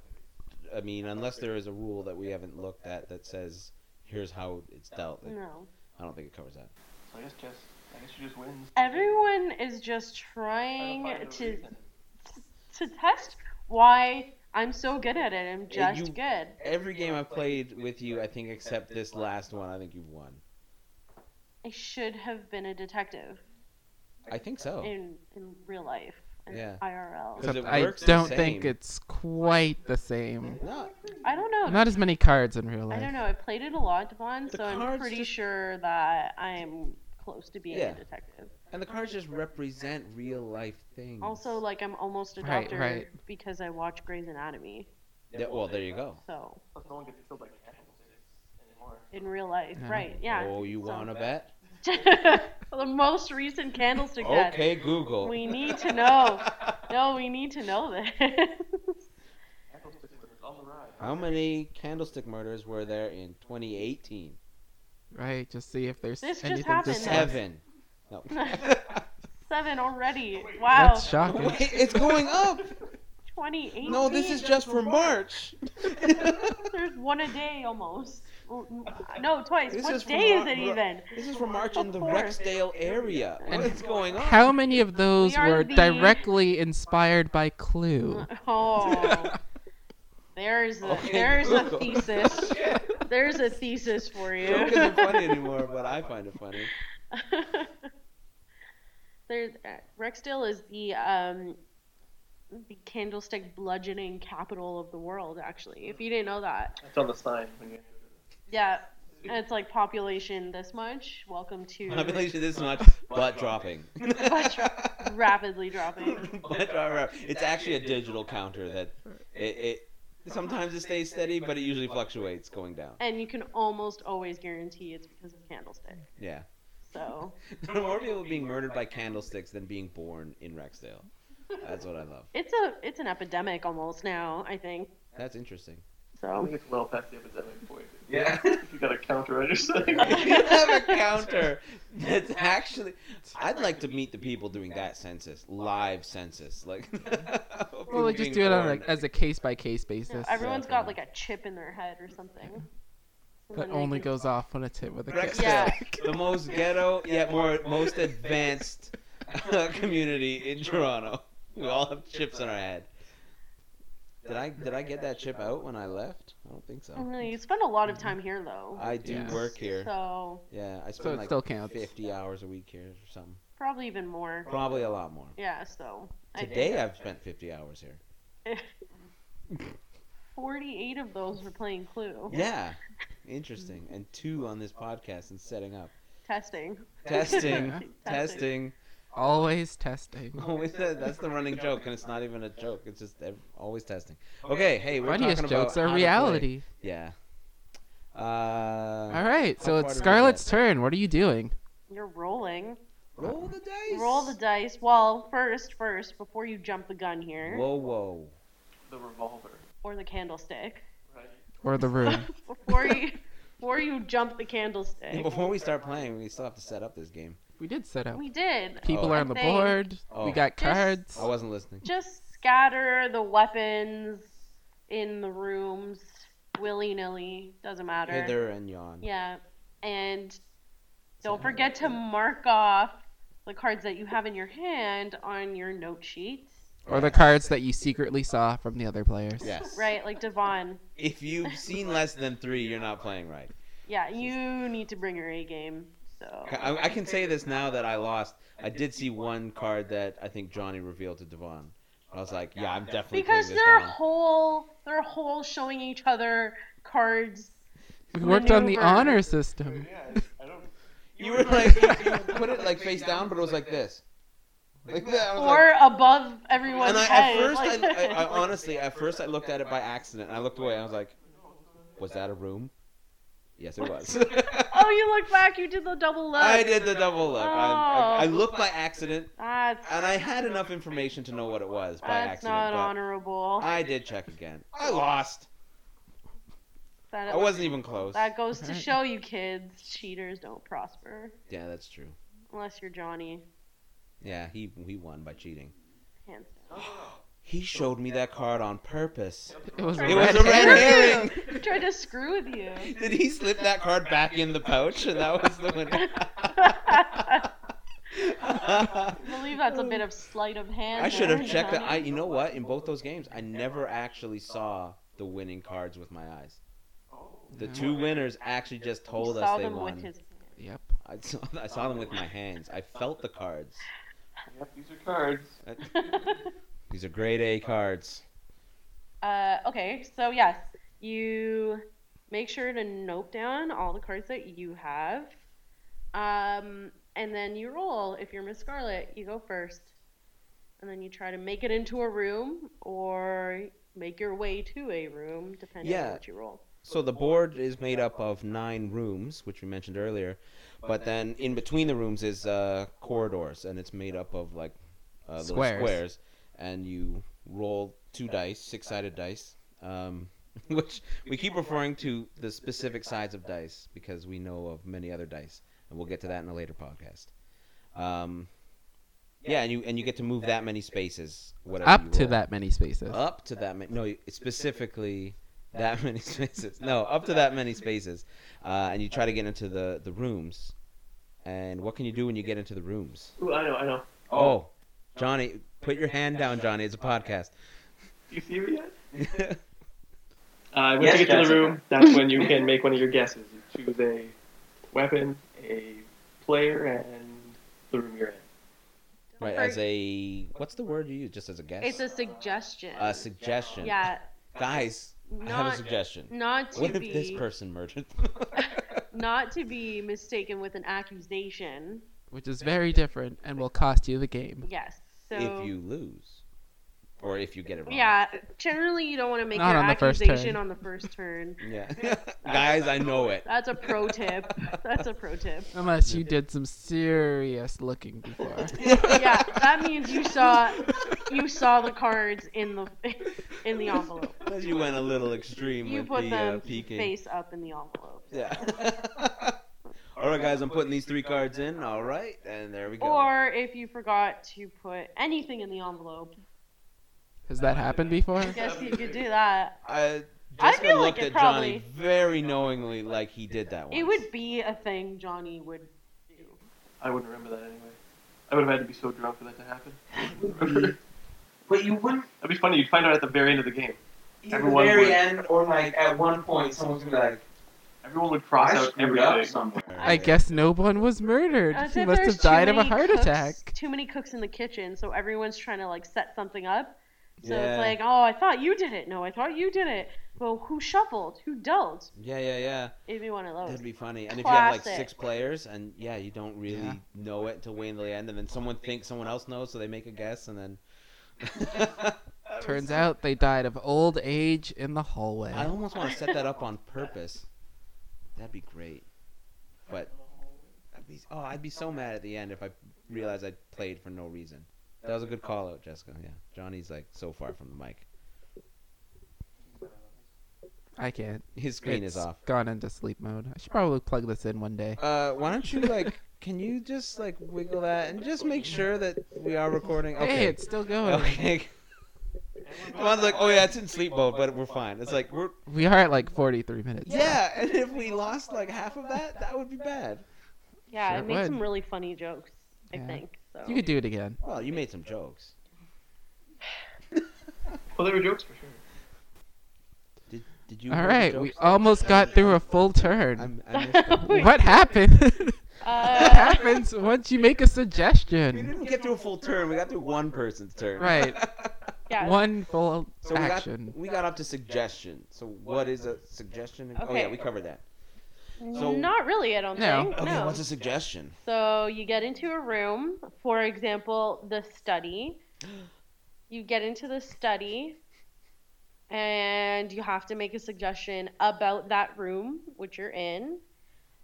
I mean, unless there is a rule that we haven't looked at that says here's how it's dealt, like,
No.
I don't think it covers that.
So I guess just, I guess she just wins.
Everyone is just
Trying to find
trying
a
to
reason.
to test why I'm so good at it. I'm
Yeah,
just
you-
good.
Every game I've played with you, I think, except this last one, I think you've won.
I should have been a detective
I think so.
in in real life. In
Oh. Yeah.
IRL.
'Cause
Except
it
I
works the
don't
same.
think it's quite the same.
No,
I don't know.
Not as many cards in real
I
life.
don't know. I played it a lot, Devon,
The
so I'm
cards
pretty
just-
sure that I'm close to being
Yeah.
a detective.
and the cards just represent real life things.
Also, like I'm almost a
Right,
doctor
right.
because I watch Grey's Anatomy.
Yeah, well, there you go.
So
Plus, no one gets killed by cannibals anymore.
in real life,
Yeah.
right? Yeah.
Oh, you
so-
want to bet?
the most recent candlestick death.
Oh. Okay, Google.
We need to know. No, we need to know this.
Cannibals took it on the ride.
How many candlestick murders were there in 2018?
Right, just see if there's
This just
anything to
happened.
say.
Seven. No.
Seven already. Wow.
That's
Oh
shocking.
Wait, it's going up.
28.
No, this is just for March.
There's one a day almost. No, twice.
This
what
is
day
from
is it
our-
even?
This is for March in the
Of course.
Rexdale area.
And-
What's going on?
How many of those
are
were
the- Uh,
directly inspired by Clue?
Oh. There's a,
Okay,
there's a
Google.
thesis. There's a thesis for
Joke isn't funny
you.
anymore, but I find it funny.
There's uh, Rexdale is the um the candlestick bludgeoning capital of the world actually. If you didn't know that.
It's on the sign. When you...
Yeah, and it's like population this much. Welcome to
Population this much, butt dropping.
Butt rapidly dropping.
Butt drop- It's actually a digital counter that it, it sometimes it stays steady, but it usually fluctuates going down.
And you can almost always guarantee it's because of candlestick.
Yeah.
So
There are more people being murdered by candlesticks than being born in Rexdale. That's what I love.
it's a it's an epidemic almost now. I think
That's interesting.
I
so.
think it's well past the epidemic point.
Yeah.
If you got a counter on your side.
if you have a counter that's actually i'd like to meet the people doing that census live census like
Well, like just do it on like as a case by case
No,
basis.
everyone's
Yeah,
got
fair
like a chip in their head or something.
That only goes off when it's hit with a
Rex
kick.
Yeah.
the most ghetto yet more most advanced uh, community in toronto we all have chips in our head did i did i get that chip out when i left i don't think so
You spend a lot
Mm-hmm.
of time here though.
i do
Yes.
work here
So
yeah i
So
spend
it
like
still counts.
50 hours a week here or something
probably even more.
probably a lot more
Yeah. So I think
today i've spent 50 hours here
forty-eight of those were playing Clue.
Yeah. Interesting. And two on this podcast and setting up.
Testing.
Testing.
Yeah.
testing.
Always testing.
Always that- that's the running joke, and it's not even a joke. It's just ev- always testing. Okay, hey, we're
Funniest
talking about
jokes
how
are
to play.
reality.
Yeah. Uh,
All right, so
How far
it's
did we
Scarlett's
get?
turn. What are you doing?
You're rolling.
Roll the dice.
Roll the dice. Well, first, first, before you jump the gun here,
Whoa, whoa.
The revolver,
or the candlestick,
right?
Or the room?
before you Before you jump the candlestick.
Before we start playing, we still have to set up this game.
We did set up.
We did.
People
Oh.
are on the
They-
board.
Oh.
We got
Just-
cards.
I wasn't listening.
Just scatter the weapons in the rooms willy nilly. Doesn't matter.
Hither and yon.
Yeah. And
So-
don't forget to mark off the cards that you have in your hand on your note sheets.
Or the cards that you secretly saw from the other players.
Yes.
Right? Like Devon.
If you've seen less than three, you're not playing right.
Yeah, you need to bring your A game. So
I, I can say this now that I lost. I did see one card that I think Johnny revealed to Devon. I was like, yeah, I'm definitely
because
putting this
they're
down.
whole they're whole showing each other cards.
We worked on the
Maneuver.
honor system.
Yeah, I don't.
You were like, you put it like face down, but it was like this. Like that. I was like,
Or above everyone's
and I, at
head.
first,
like-
I, I, I honestly, at first, I looked at it by accident. and I looked away. and I was like, was that a room? Yes, it was.
oh, you look back. You did the double look.
I did the double look. I, I, I
Oh.
looked by accident,
That's,
and I had enough information to know what it was by
that's
accident.
not
but
honorable.
I did check again. I lost.
that,
I wasn't even close.
That goes to
Alright.
show you kids, cheaters don't prosper
Yeah, that's true.
unless you're Johnny.
Yeah, he he won by cheating.
Hands down.
He showed me that card on purpose.
It was a
It
red
was a red
herring.
herring.
He tried to screw with you.
Did he slip that card back in the pouch? And that was the winner.
I believe that's a bit of sleight of hand.
I should
there,
have checked that.
Johnny.
I, you know what? In both those games, I never actually saw the winning cards with my eyes.
Oh.
The
No.
two winners actually just
He
told
saw
us they
them with
won.
his hand.
Yep.
I saw, I saw them with my hands. I felt the cards.
Yep, these are cards.
These are grade A cards.
uh, okay, so yes, you make sure to note down all the cards that you have, um, and then you roll. If you're Miss Scarlet, you go first, and then you try to make it into a room or make your way to a room, depending
Yeah.
on what you roll.
So the board is made up of nine rooms, which we mentioned earlier, but then in between the rooms is uh, corridors, and it's made up of like uh, little
Squares.
squares, and you roll two dice, six-sided dice, um, which we keep referring to the specific sides of dice because we know of many other dice, and we'll get to that in a later podcast. Um, yeah, and you and you get to move that many spaces, whatever you
Up to
roll
that many spaces.
up to that many. No, you- specifically that many spaces. No, up to that many spaces, uh, and you try to get into the the rooms. And what can you do when you get into the rooms?
Ooh, I know, I know.
Oh, Johnny, put your hand down, Johnny. It's a podcast.
Do you see me yet?
yeah,
Uh, once
Yes,
you get to the
Jessica.
room, that's when you can make one of your guesses. You choose a weapon, a player, and the room you're in.
right. As a what's the word you use? Just as a guess.
It's a suggestion.
A suggestion.
yeah,
Guys, I have a
not
suggestion.
not to
What if
be
this person murdered?
not to be mistaken with an accusation.
Which is very different and will cost you the game.
Yes. So
if you lose, or if you get it wrong.
Yeah, generally you don't want to make
Not
your
on the first
accusation
turn.
on the first turn.
Yeah. Guys, I know it.
That's a pro tip. That's a pro tip.
Unless you did some serious looking before.
Yeah, that means you saw you saw the cards in the in the envelope.
Because you went a little extreme
You
with
put
the uh,
them
peeking.
face up in the envelope.
Yeah. All right, guys, I'm putting these three cards in. All right, and there we go.
Or if you forgot to put anything in the envelope,
Has that happened before?
I guess you could do that.
I,
I
Jessica
feel like
looked
it
at Johnny
probably-
very knowingly, like he did that once.
It would be a thing Johnny would do.
I wouldn't remember that anyway. I would have had to be so drunk for that to happen.
But you wouldn't
That'd be funny. You'd find out at the very end of the game.
at the
Everyone
very
would.
end or like at one point someone's gonna be like,
Everyone would cross
I
out
screwed up
everything.
somewhere.
I guess no one was murdered.
As
He
if
must
there's
have died
too
of a
many
heart
cooks-
attack.
Too many cooks in the kitchen, so everyone's trying to like set something up. So
yeah.
it's like, oh, I thought you did it. No, I thought you did it. Well, who shuffled? Who dealt?
yeah, yeah, yeah.
It'd be one of those.
That'd be funny. And if you have like
Classic.
six players, and yeah, you don't really
Yeah.
know it till way in the end, and then someone thinks someone else knows, so they make a guess, and then.
Turns out they died of old age in the hallway.
I almost want to set that up on purpose. That'd be great. But I'd be, oh, I'd be so mad at the end if I realized I played for no reason. That was a good call out, Jessica. Yeah, Johnny's like so far from the mic.
I can't.
His screen
It's
is off.
Gone into sleep mode. I should probably plug this in one day.
Uh, why don't you like? Can you just like wiggle that and just make sure that we are recording? Okay.
Hey, it's still going.
okay. One's like, oh yeah, it's in sleep mode, but we're fine. It's like we're
We are at like 43 minutes.
yeah, and if we lost like half of that, that would be bad.
Yeah,
Sure
it made some
would.
really funny jokes. I
Yeah.
think so.
You could do it again.
Well, you made some jokes.
Well, there were jokes for sure.
Did did you?
All
hear the
right, we
jokes?
almost got through a full turn.
I'm, I missed them.
What happened? what
Uh,
happens once you make a
We
suggestion?
didn't get through a full turn. We got through one person's turn.
Right.
yeah.
One full
So we got,
action.
we got up to suggestion. So what is a suggestion? Oh
Okay.
yeah, we covered that. so-
So, not really, I don't
No.
think.
Okay,
no.
what's a suggestion?
So you get into a room, for example, the study. You get into the study and you have to make a suggestion about that room which you're in.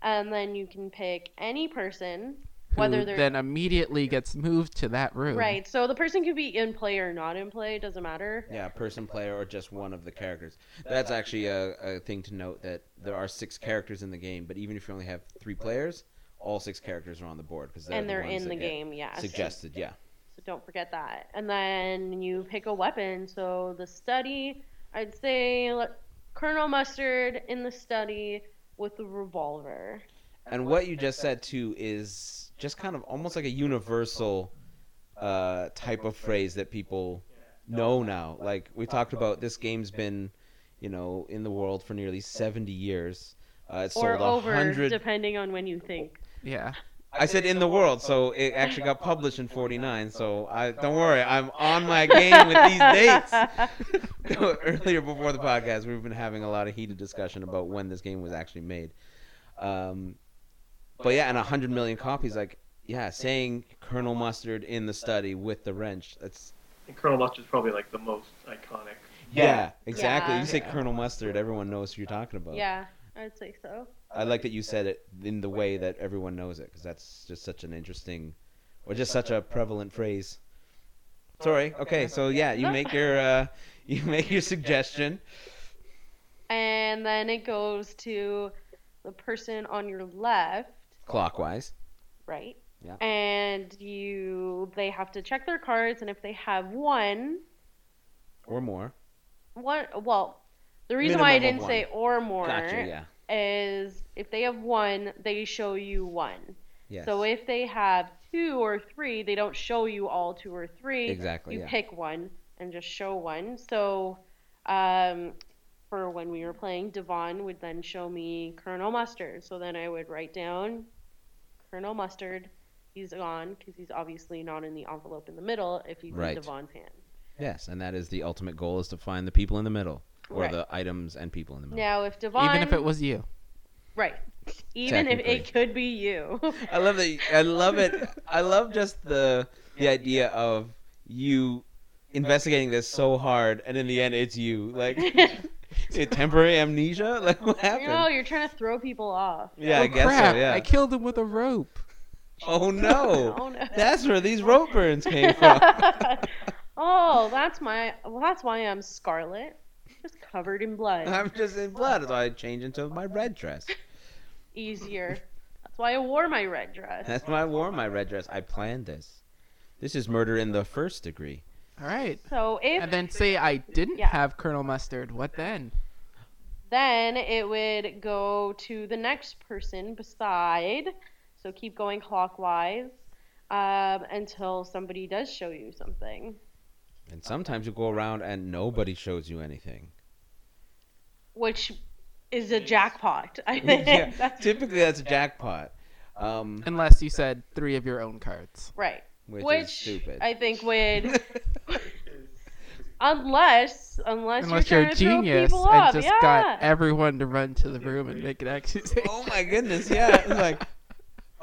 And then you can pick any person, whether
who
they're
then immediately gets moved to that room.
right. So the person could be in play or not in play, doesn't matter.
Yeah, person, player, or just one of the characters. That's actually a, a thing to note that there are six characters in the game, but even if you only have three players, all six characters are on the board because
and they're in the game, yeah. so-
Suggested, yeah.
So don't forget that. And then you pick a weapon. So the study, I'd say let- Colonel Mustard in the study with the revolver.
And what you just said too is just kind of almost like a universal uh, type of phrase that people know now. Like we talked about, this game's been, you know, in the world for nearly 70 years. Uh, it's
Or
sold a
over,
hundred.
depending on when you think.
Yeah.
I said in the world, so it actually got published in 49. So I don't worry, I'm on my game with these dates. earlier before the podcast, we've been having a lot of heated discussion about when this game was actually made. Um, but yeah, and 100 million copies, like, yeah, saying Colonel Mustard in the study with the wrench. That's,
And Colonel Mustard's probably like the most iconic.
yeah, exactly.
Yeah.
You say Colonel Mustard, everyone knows who you're talking about.
Yeah, I'd say so.
I like that you said it in the way that everyone knows it, because that's just such an interesting, or just such a prevalent phrase. Sorry. Okay, so yeah, you make your uh, you make your suggestion.
And then it goes to the person on your left,
Clockwise.
right?
Yeah.
And you, they have to check their cards, and if they have one,
Or more.
one, well, the reason why I
Minimum
didn't
of
say or more
Gotcha, yeah.
is if they have one, they show you one.
Yes.
So if they have two or three, they don't show you all two or three.
Exactly,
You
yeah.
pick one and just show one. So um, for when we were playing, Devon would then show me Colonel Mustard. So then I would write down Colonel Mustard. He's gone because he's obviously not in the envelope in the middle if he's
Right.
in Devon's hand.
Yes, and that is the ultimate goal is to find the people in the middle or
Right.
the items and people in the middle.
Now if Devon,
Even if it was you.
right, even if
Technically.
it could be you.
I love that. I love it. I love just the the idea of you investigating this so hard and in the end it's you. Like is it temporary amnesia? Like what
No,
happened?
you're trying to throw people off.
Yeah, I
oh,
guess
crap.
so, yeah.
I killed him with a rope.
Oh no.
Oh, no.
That's where these rope burns came from.
oh, that's my. Well, that's why I'm Scarlet, just covered in blood.
I'm just in blood, so I change into my red dress.
Easier. That's why I wore my red dress.
That's why I wore my red dress. I planned this. This is murder in the first degree.
All right.
So if
And then say I didn't
Yeah.
have Colonel Mustard. What then?
then it would go to the next person beside. So keep going clockwise um, until somebody does show you something.
And sometimes you go around and nobody shows you anything.
Which is a jackpot. I think
yeah,
that's
typically that's a jackpot. Um,
Unless you said three of your own cards.
right.
which, is stupid.
I think would unless unless,
Unless
you're,
you're,
trying
a
to throw
genius
people
and
off,
just
yeah.
got everyone to run to the room and make an accusation.
oh my goodness, yeah. It's like,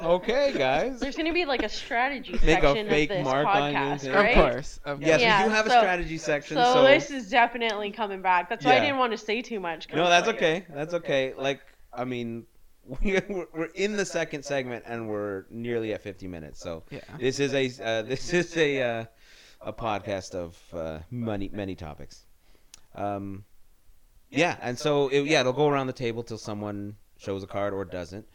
okay, guys.
There's gonna be like a strategy
Make a
section
fake
of this
mark on
podcast,
your thing.
right?
Of course. Of
Yes,
course.
Yeah,
we do have a
so-
strategy section.
So,
So,
this is definitely coming back. That's why
Yeah.
I didn't want to say too much. 'cause
no,
it's
that's
like-
okay. That's okay. Like, I mean, we're, we're in the second segment and we're nearly at 50 minutes. So
Yeah.
this is a uh, this is a uh, a podcast of uh, many many topics. Um, Yeah, and so it, yeah, it'll go around the table till someone shows a card or doesn't.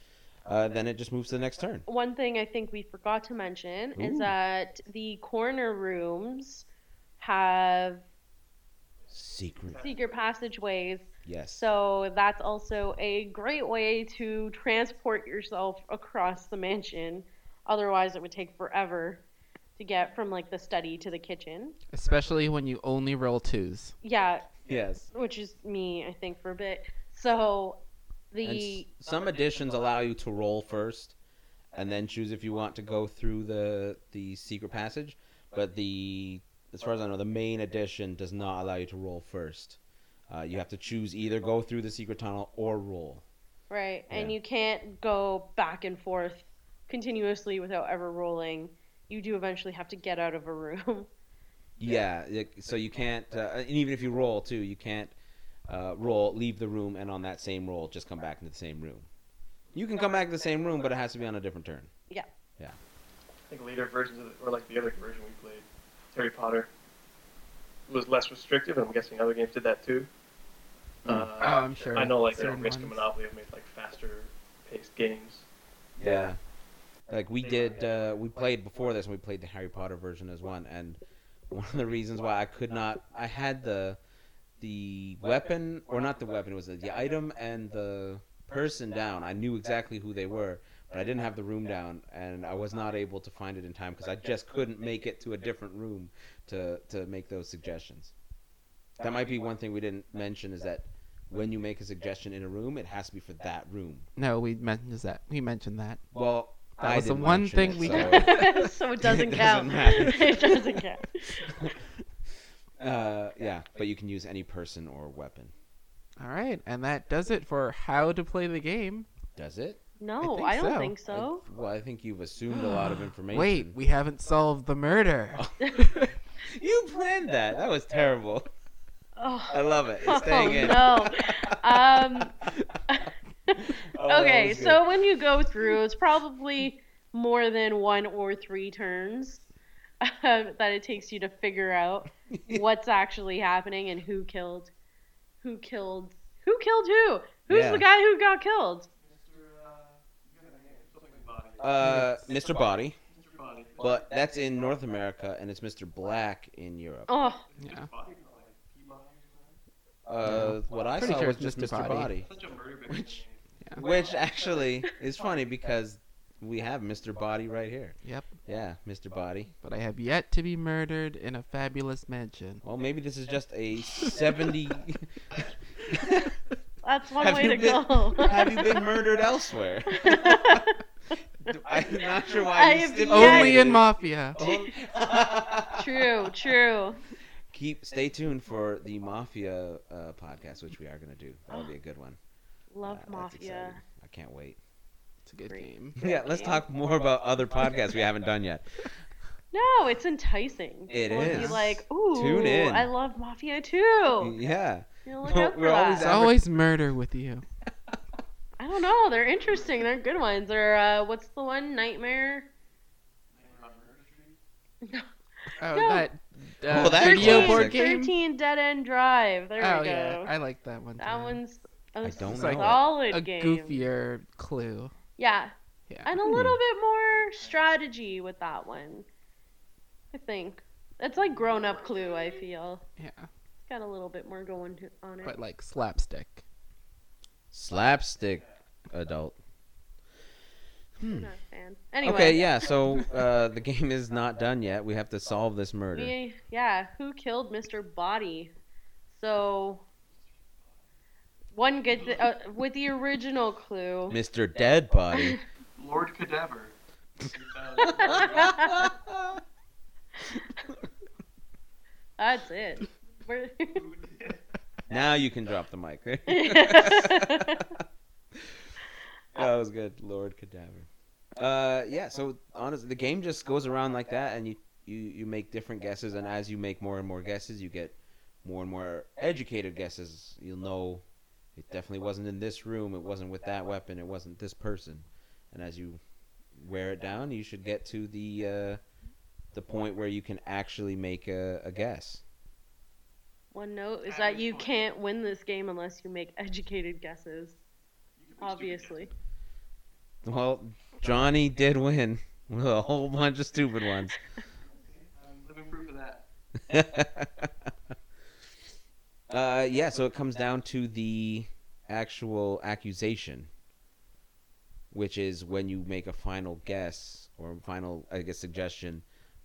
Uh, then it just moves to the next turn.
One thing I think we forgot to mention
Ooh.
is that the corner rooms have
Secret.
secret passageways.
Yes.
So that's also a great way to transport yourself across the mansion. Otherwise, it would take forever to get from like the study to the kitchen.
Especially when you only roll twos.
Yeah,
yes.
which is me, I think, for a bit. So
And
the
s- some editions allow you to roll first, and then choose if you want to go through the the secret passage. But the as far as I know, the main edition does not allow you to roll first. Uh, you have to choose either go through the secret tunnel or roll.
Right, and
Yeah.
you can't go back and forth continuously without ever rolling. You do eventually have to get out of a room.
Yeah. it- so you can't, uh, and even if you roll too, you can't uh, roll, leave the room, and on that same roll, just come back into the same room. You can come back to the same room, but it has to be on a different turn.
I think later versions of it, or like the other version we played, Harry Potter, was less restrictive, and I'm guessing other games did that too.
Oh,
Uh,
I'm sure.
I know like the
certain
Risk and
ones.
Monopoly have made like faster paced games.
Yeah. Like we did, uh, we played before this, and we played the Harry Potter version as one. And one of the reasons why I could not, I had the the weapon, or not the weapon, it was the item and the person down. I knew exactly who they were, but I didn't have the room down, and I was not able to find it in time because I just couldn't make it to a different room to to make those suggestions. That might be one thing we didn't mention is that when you make a suggestion in a room, it has to be for that room.
No, we mentioned that. We mentioned that.
Well,
That
I
was the
didn't
one
mention
thing
it,
we
so-
so it
Oh. It doesn't
doesn't count.
matter.
it doesn't count.
Uh, yeah, but you can use any person or weapon.
All right, and that does it for how to play the game.
Does it?
No,
think
I, don't
so.
think so.
I- well, I think you've assumed a lot of information.
Wait, we haven't solved the murder.
you planned that. That was terrible.
Oh,
I love it.
Oh,
It's staying in.
no. Um,
Oh, that
okay,
was good.
so when you go through, it's probably more than one or three turns um, that it takes you to figure out what's actually happening and who killed, who killed, who killed who. Who's
Yeah.
the guy who got killed?
Uh, Mr. Body,
Mr. Body.
but that's in North America, and it's Mr. Black in Europe.
Oh,
yeah.
Body,
Uh, what I
Pretty
saw
sure
was
it's
just
Mr.
Mr. Body,
Body.
Such a murder
Which-
which actually is funny because we have Mr. Body right here.
Yep.
Yeah, Mr. Body.
But I have yet to be murdered in a fabulous mansion.
Well, maybe this is just a 70.
that's one
Have
way
you
to
been-
go.
Have you been murdered elsewhere? I'm not sure why
I
you
have
stipulated
Only in
it.
Mafia.
Oh.
true, true.
Keep stay tuned for the Mafia uh, podcast, which we are going to do. That'll be a good one.
Love
Uh, that's
Mafia.
exciting. I can't wait.
It's a good
Great.
game.
Yeah, let's talk more about other podcasts we haven't done yet.
No, it's enticing.
It
People will Be
is.
like, ooh,
Tune in."
I love Mafia too.
Yeah,
You know, look out for
We're always
that.
It's
Aver-
always murder with you.
I don't know. They're interesting. They're good ones. Or uh, what's the one? Nightmare.
Oh,
No.
that, uh,
Well, that
video
classic.
board game.
13 Dead End Drive. There
oh
we go.
yeah, I like that one.
that
too.
one's a
I don't
know it.
solid
a
game.
goofier clue.
Yeah,
Yeah.
and a
Hmm.
little bit more strategy with that one. I think it's like grown up Clue. I feel
Yeah,
it's got a little bit more going to, on it.
but like slapstick.
slapstick adult. Hmm.
I'm not a fan. Anyway.
Okay, yeah. So uh, the game is not done yet. We have to solve this murder.
We, yeah, who killed Mr. Body? So one good th- uh, with the original clue.
Mr. Dead Body.
Lord Cadaver.
That's it. We're-
now you can drop the mic. that was good, Lord Cadaver. Uh, yeah. So honestly, the game just goes around like that, and you you you make different guesses, and as you make more and more guesses, you get more and more educated guesses. You'll know it definitely wasn't in this room. It wasn't with that weapon. It wasn't this person. And as you wear it down, you should get to the uh, the point where you can actually make a, a guess.
One note is that you can't win this game unless you make educated guesses. Obviously.
Well, Johnny did win with a whole bunch of stupid ones.
I'm living proof of that.
uh, yeah, so it comes down to the actual accusation, which is when you make a final guess or final, I guess, suggestion,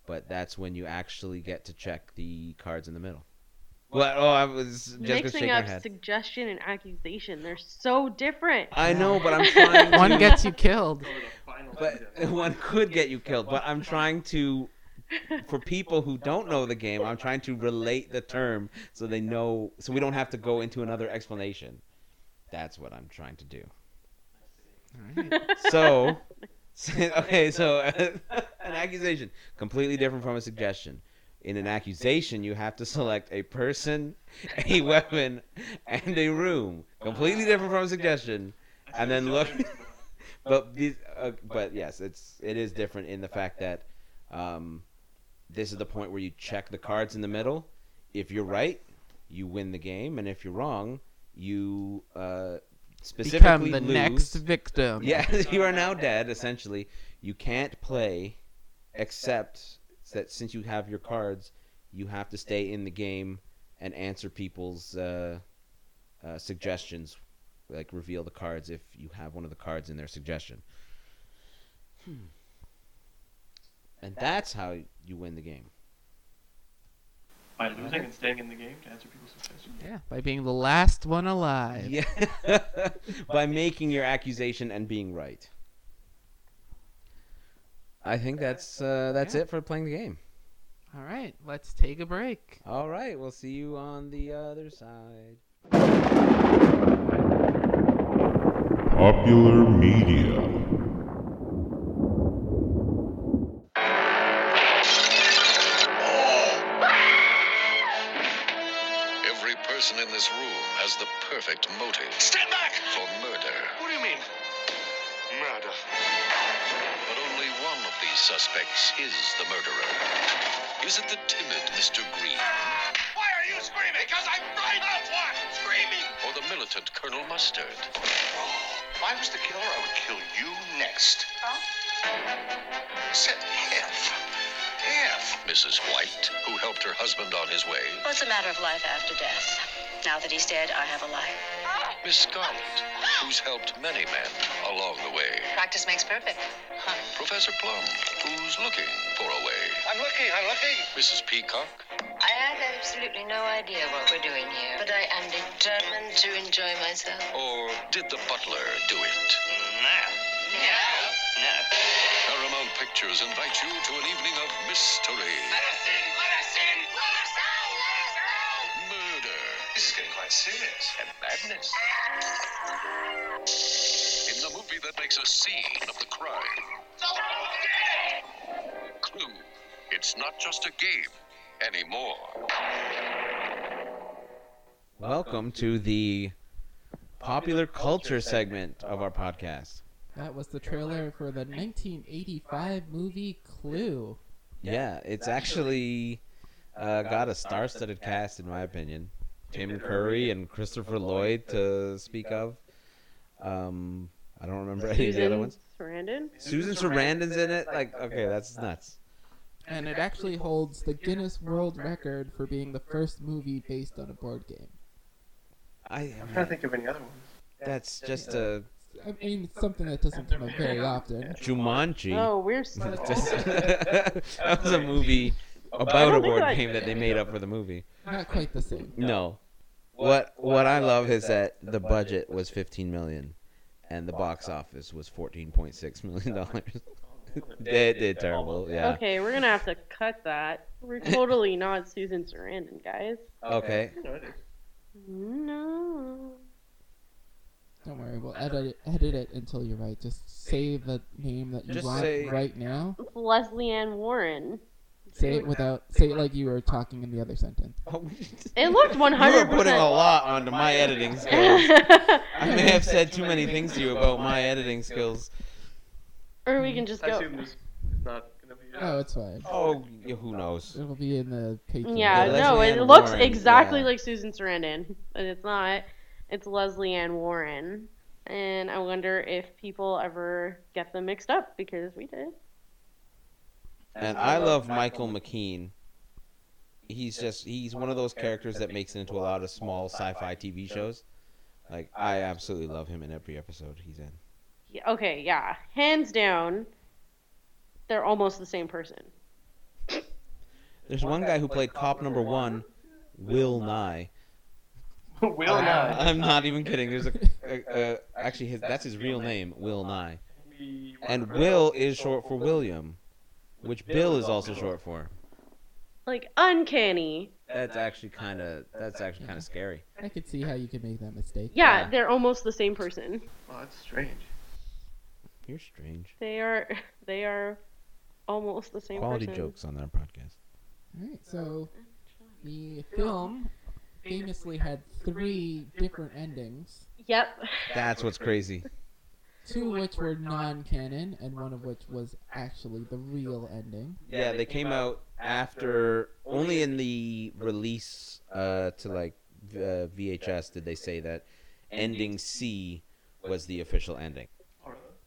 but that's when you actually get to check the cards in the middle. Well, oh, I was just
Mixing
shaking her
up
head.
suggestion and accusation, they're so different.
I know, but I'm trying. to-
One gets you killed.
Go to the final
but
video.
one could get you killed. But I'm trying to, for people who don't know the game, I'm trying to relate the term so they know, so we don't have to go into another explanation. That's what I'm trying to do. So, okay, so uh, an accusation completely different from a suggestion. In an accusation, you have to select a person, a weapon, and a room. Completely different from a suggestion. And then look, but these, uh, but yes, it's it is different in the fact that um, this is the point where you check the cards in the middle. If you're right, you win the game, and if you're wrong, you uh,
Become
specifically
the
lose.
next victim.
Yeah, you are now dead. Essentially, you can't play, except that since you have your cards, you have to stay in the game and answer people's uh, uh, suggestions, like reveal the cards if you have one of the cards in their suggestion. Hmm. And that's how you win the game.
By losing and staying in the game to answer people's suggestions.
Yeah, by being the last one alive.
Yeah, by making your accusation and being right. I think that's uh, that's
Yeah.
it for playing the game.
All right, let's take a break.
All right, we'll see you on the other side.
Popular media.
Every person in this room has the perfect motive. Stand back! For murder. What do you mean? Murder. But only one of these suspects is the murderer. Is it the timid Mr. Green? Why are you screaming? Because I'm right out what? Screaming! Or the militant Colonel Mustard?
If I was the killer, I would kill you next. Huh? Said if. If.
Mrs. White, who helped her husband on his way.
Well, it's a matter of life after death. Now that he's dead, I have a life.
Miss Scarlet, who's helped many men along the way.
Practice makes perfect.
Professor Plum, who's looking for a way.
I'm looking, I'm looking.
Mrs. Peacock,
I have absolutely no idea what we're doing here, but I am determined to enjoy myself.
or did the butler do it?
Yeah.
Paramount Pictures invites you to an evening of mystery,
us in, let us in. Let us out, let us out.
murder,
This is getting quite serious. And madness.
in the movie that makes a scene of the crime. Clue. It's not just a game anymore.
Welcome to the popular culture segment of our podcast.
That was the trailer for the 1985 movie Clue.
Yeah, it's actually uh, got a star-studded cast, in my opinion. Tim Curry and Christopher Lloyd to speak of. Um, I don't remember any of the other
Susan
ones.
Sarandon?
Susan Sarandon's in it. Like, okay, that's nuts.
And it actually holds the Guinness World Record for being the first movie based on a board game.
I
I'm trying to think of any other ones.
that's just a
I mean, it's something that doesn't come up very often.
Jumanji.
Oh, we're so
Just- that was a movie about a board game that they made up for the movie.
Not quite the same.
No. What what I love is that the budget was 15 million and the box office was 14.6 million dollars. They did terrible. Yeah.
Okay, we're gonna have to cut that. We're totally not Susan Sarandon, guys.
Okay.
You know, it is.
No.
Don't worry, we'll edit it, edit it until you're right. Just say the name that you
Just
want
say-
right now.
It's Leslie Ann Warren.
Say it without say it like you were talking in the other sentence.
It looked one
Oh, You are
hundred
putting a
percent.
lot onto my editing skills. I may have said too many things to you about my editing skills.
Or we can just
I
go.
assume this is not going gonna be.
Oh, it's fine.
Oh, yeah, who knows?
It'll be in the Patreon.
Yeah,
Leslie
no, it
Ann
looks
Warren,
exactly
yeah.
like Susan Sarandon, and it's not. It's Leslie Ann Warren, and I wonder if people ever get them mixed up because we did.
And I love Michael McKean. He's just he's one of those characters that makes it into a lot of small sci-fi TV shows. Like I absolutely love him in every episode he's in.
Yeah, okay, yeah, hands down, they're almost the same person.
There's one guy who played cop number 1, Will Nye. Oh.
Will
Uh,
not.
I'm not even kidding. There's a, a, a actually his that's his real name, Will Nye.
We were
And
for-
Will is short for William, which Bill is also short for.
Like uncanny.
That's actually kind of that's actually kind of scary.
I could see how you could make that mistake.
Yeah,
Yeah.
they're almost the same person.
Oh, that's strange.
You're strange.
They are. They are almost the same
Quality
person.
jokes on our podcast.
All right, so the film famously had three different endings,
Yep.
That's what's crazy.
two of which were non-canon, and one of which was actually the real ending.
Yeah, they came out after only in the release uh, to like v- uh, VHS did they say that ending C was the official ending.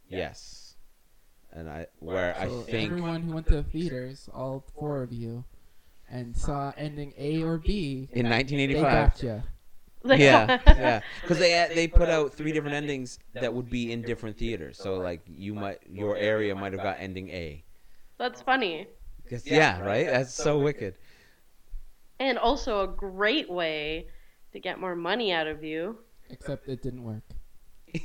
Yes, and I where I
So
think
everyone who went to the theaters, all four of you, and saw ending A or B,
in
they
1985.
got you.
Yeah, yeah, because they had- they put out three different endings that would be in different theaters. So like you might your area might have got ending A.
That's funny.
'Cause- Yeah, right. That's so wicked.
And also a great way to get more money out of you.
Except it didn't work.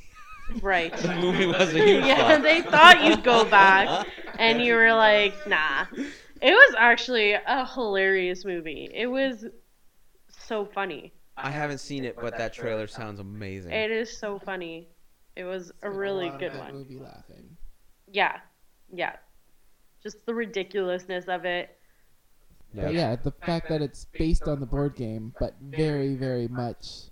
Right.
The movie was a huge
yeah,
flop.
they thought you'd go back, and you were like, nah. It was actually a hilarious movie. It was so funny.
I haven't seen it, but that trailer sounds amazing.
It is so funny. It was a really
lot of
good
that
one.
Movie laughing.
Yeah. Yeah. Just the ridiculousness of it.
But yeah, the fact that it's based on the board game, but very, very much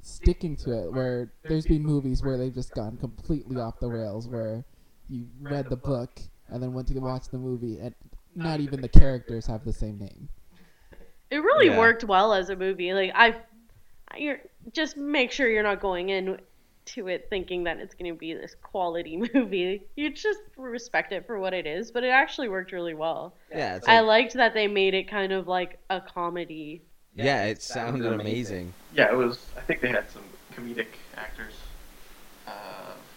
sticking to it. Where there's been movies where they've just gone completely off the rails, where you read the book and then went to watch the movie, and not even the characters have the same name.
It really
Yeah.
worked well as a movie. Like I, I- you're just make sure you're not going in to it thinking that it's going to be this quality movie. You just respect it for what it is, but it actually worked really well.
Yeah, it's
I
like-
liked that they made it kind of like a comedy.
yeah, it sounded amazing.
Yeah, it was. I think they had some comedic actors. Uh,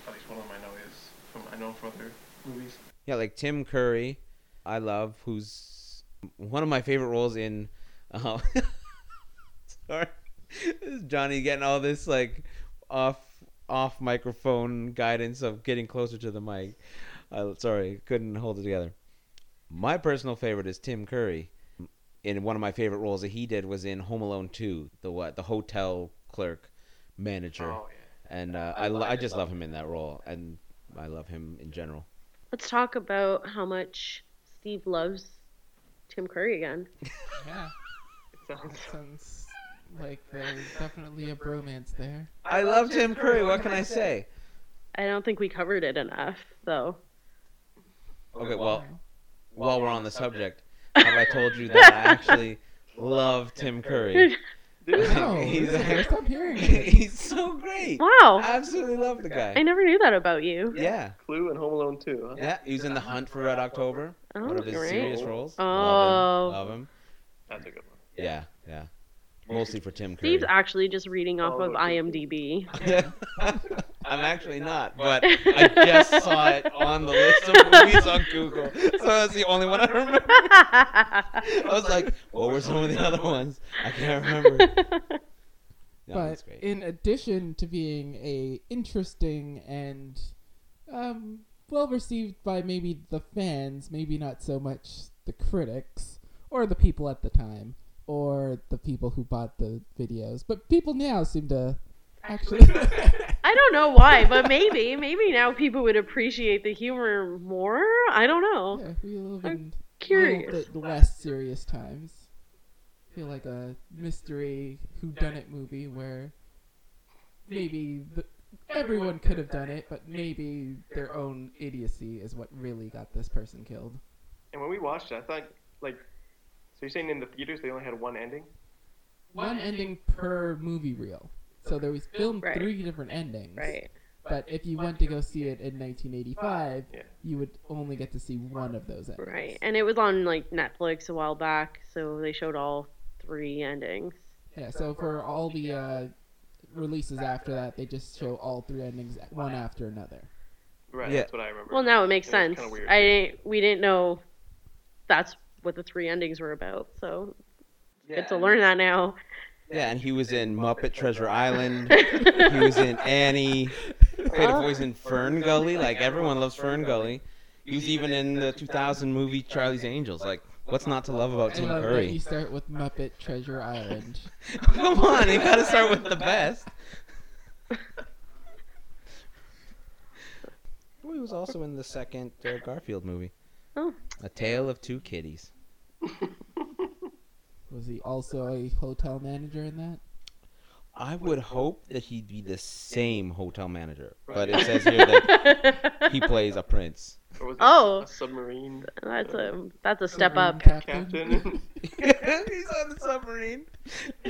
at least one of them I know is from. I know from other movies.
Yeah, like Tim Curry, I love, who's one of my favorite roles in. Uh, sorry, This is Johnny getting all this like off off microphone guidance of getting closer to the mic. Uh, sorry, couldn't hold it together. My personal favorite is Tim Curry. And one of my favorite roles that he did was in Home Alone 2, the what the hotel clerk manager.
Oh yeah.
and uh, I, lo- I just love him in that role, and I love him in general.
Let's talk about how much Steve loves Tim Curry again.
Yeah, sounds like there's definitely a bromance there.
I love Tim Curry. What can I say?
I don't think we covered it enough, though.
Okay, well, while we're on the subject, have I told you that I actually love Tim Curry?
No,
He's-
this is the first I'm hearing it.
He's so great.
Wow,
I absolutely love the
I
guy.
never knew that about you.
Yeah,
Clue and Home Alone 2, huh?
yeah. He was in The Hunt for Red October,
Oh,
one of his
great.
serious roles.
Oh.
Love him. Love him.
That's a good one.
Yeah, yeah. Mostly for Tim Curry.
Steve's actually just reading off
Oh,
of
okay.
IMDb.
I'm actually not, but I just saw it on the list of movies on Google, so that's the only one I remember. I was like, what were some of the other ones? I can't remember. No,
but
that's great.
in addition to being a interesting and um, well received by maybe the fans, maybe not so much the critics or the people at the time or the people who bought the videos, but people now seem to actually.
I don't know why, but maybe, maybe now people would appreciate the humor more. I don't know.
yeah, we live in a
Curious.
little bit less serious times. feel like a mystery whodunit movie where maybe the, everyone could have done it, but maybe their own idiocy is what really got this person killed.
And when we watched it, I thought like, so you're saying in the theaters they only had one ending?
One ending per movie reel. So there was filmed
Right.
three different endings.
Right.
But if you went to go see it in 1985,
Yeah.
you would only get to see one of those endings.
Right. And it was on like Netflix a while back, so they showed all three endings.
Yeah, so for all the uh, releases after that, they just show all three endings one after another.
Right.
Yeah.
That's what I remember.
Well, now it makes
Yeah, it's
sense.
kinda weird.
I didn't. We didn't know that's what the three endings were about, so
Yeah.
good to learn that now.
Yeah, and he was in Muppet Treasure Island. he was in Annie. Creative
Oh.
voice in Fern Gully. Like everyone loves Fern Gully. He was even in the 2000 movie Charlie's Angels. Like, what's not to love about
I
Tim
love that uh, you
Curry?
start with Muppet Treasure Island.
Come on, you gotta start with the best. Well, he was also in the second uh, Garfield movie.
Oh.
A Tale of Two Kitties.
Was he also a hotel manager in that?
I would hope that he'd be the same hotel manager, but it says here that he plays a prince.
Or was it
Oh.
a submarine
that's a that's a step up.
Submarine
captain?
He's on the submarine.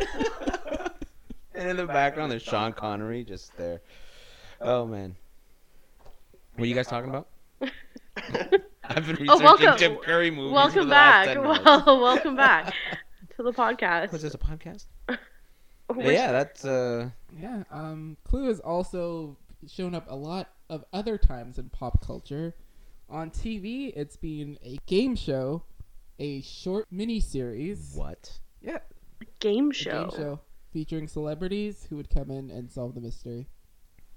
and in the background, there's Sean Connery just there. Oh man, what are you guys talking about? I've been researching
Oh, welcome-
Tim Curry movies. for
welcome
the last
back.
10
Well,
minutes.
welcome back to the podcast. Oh,
Was this a podcast?
We're-
Yeah, that's uh.
Yeah, um, Clue has also shown up a lot of other times in pop culture. On TV, it's been a game show, a short miniseries,
What?
yeah,
game
a
show.
game show featuring celebrities who would come in and solve the mystery.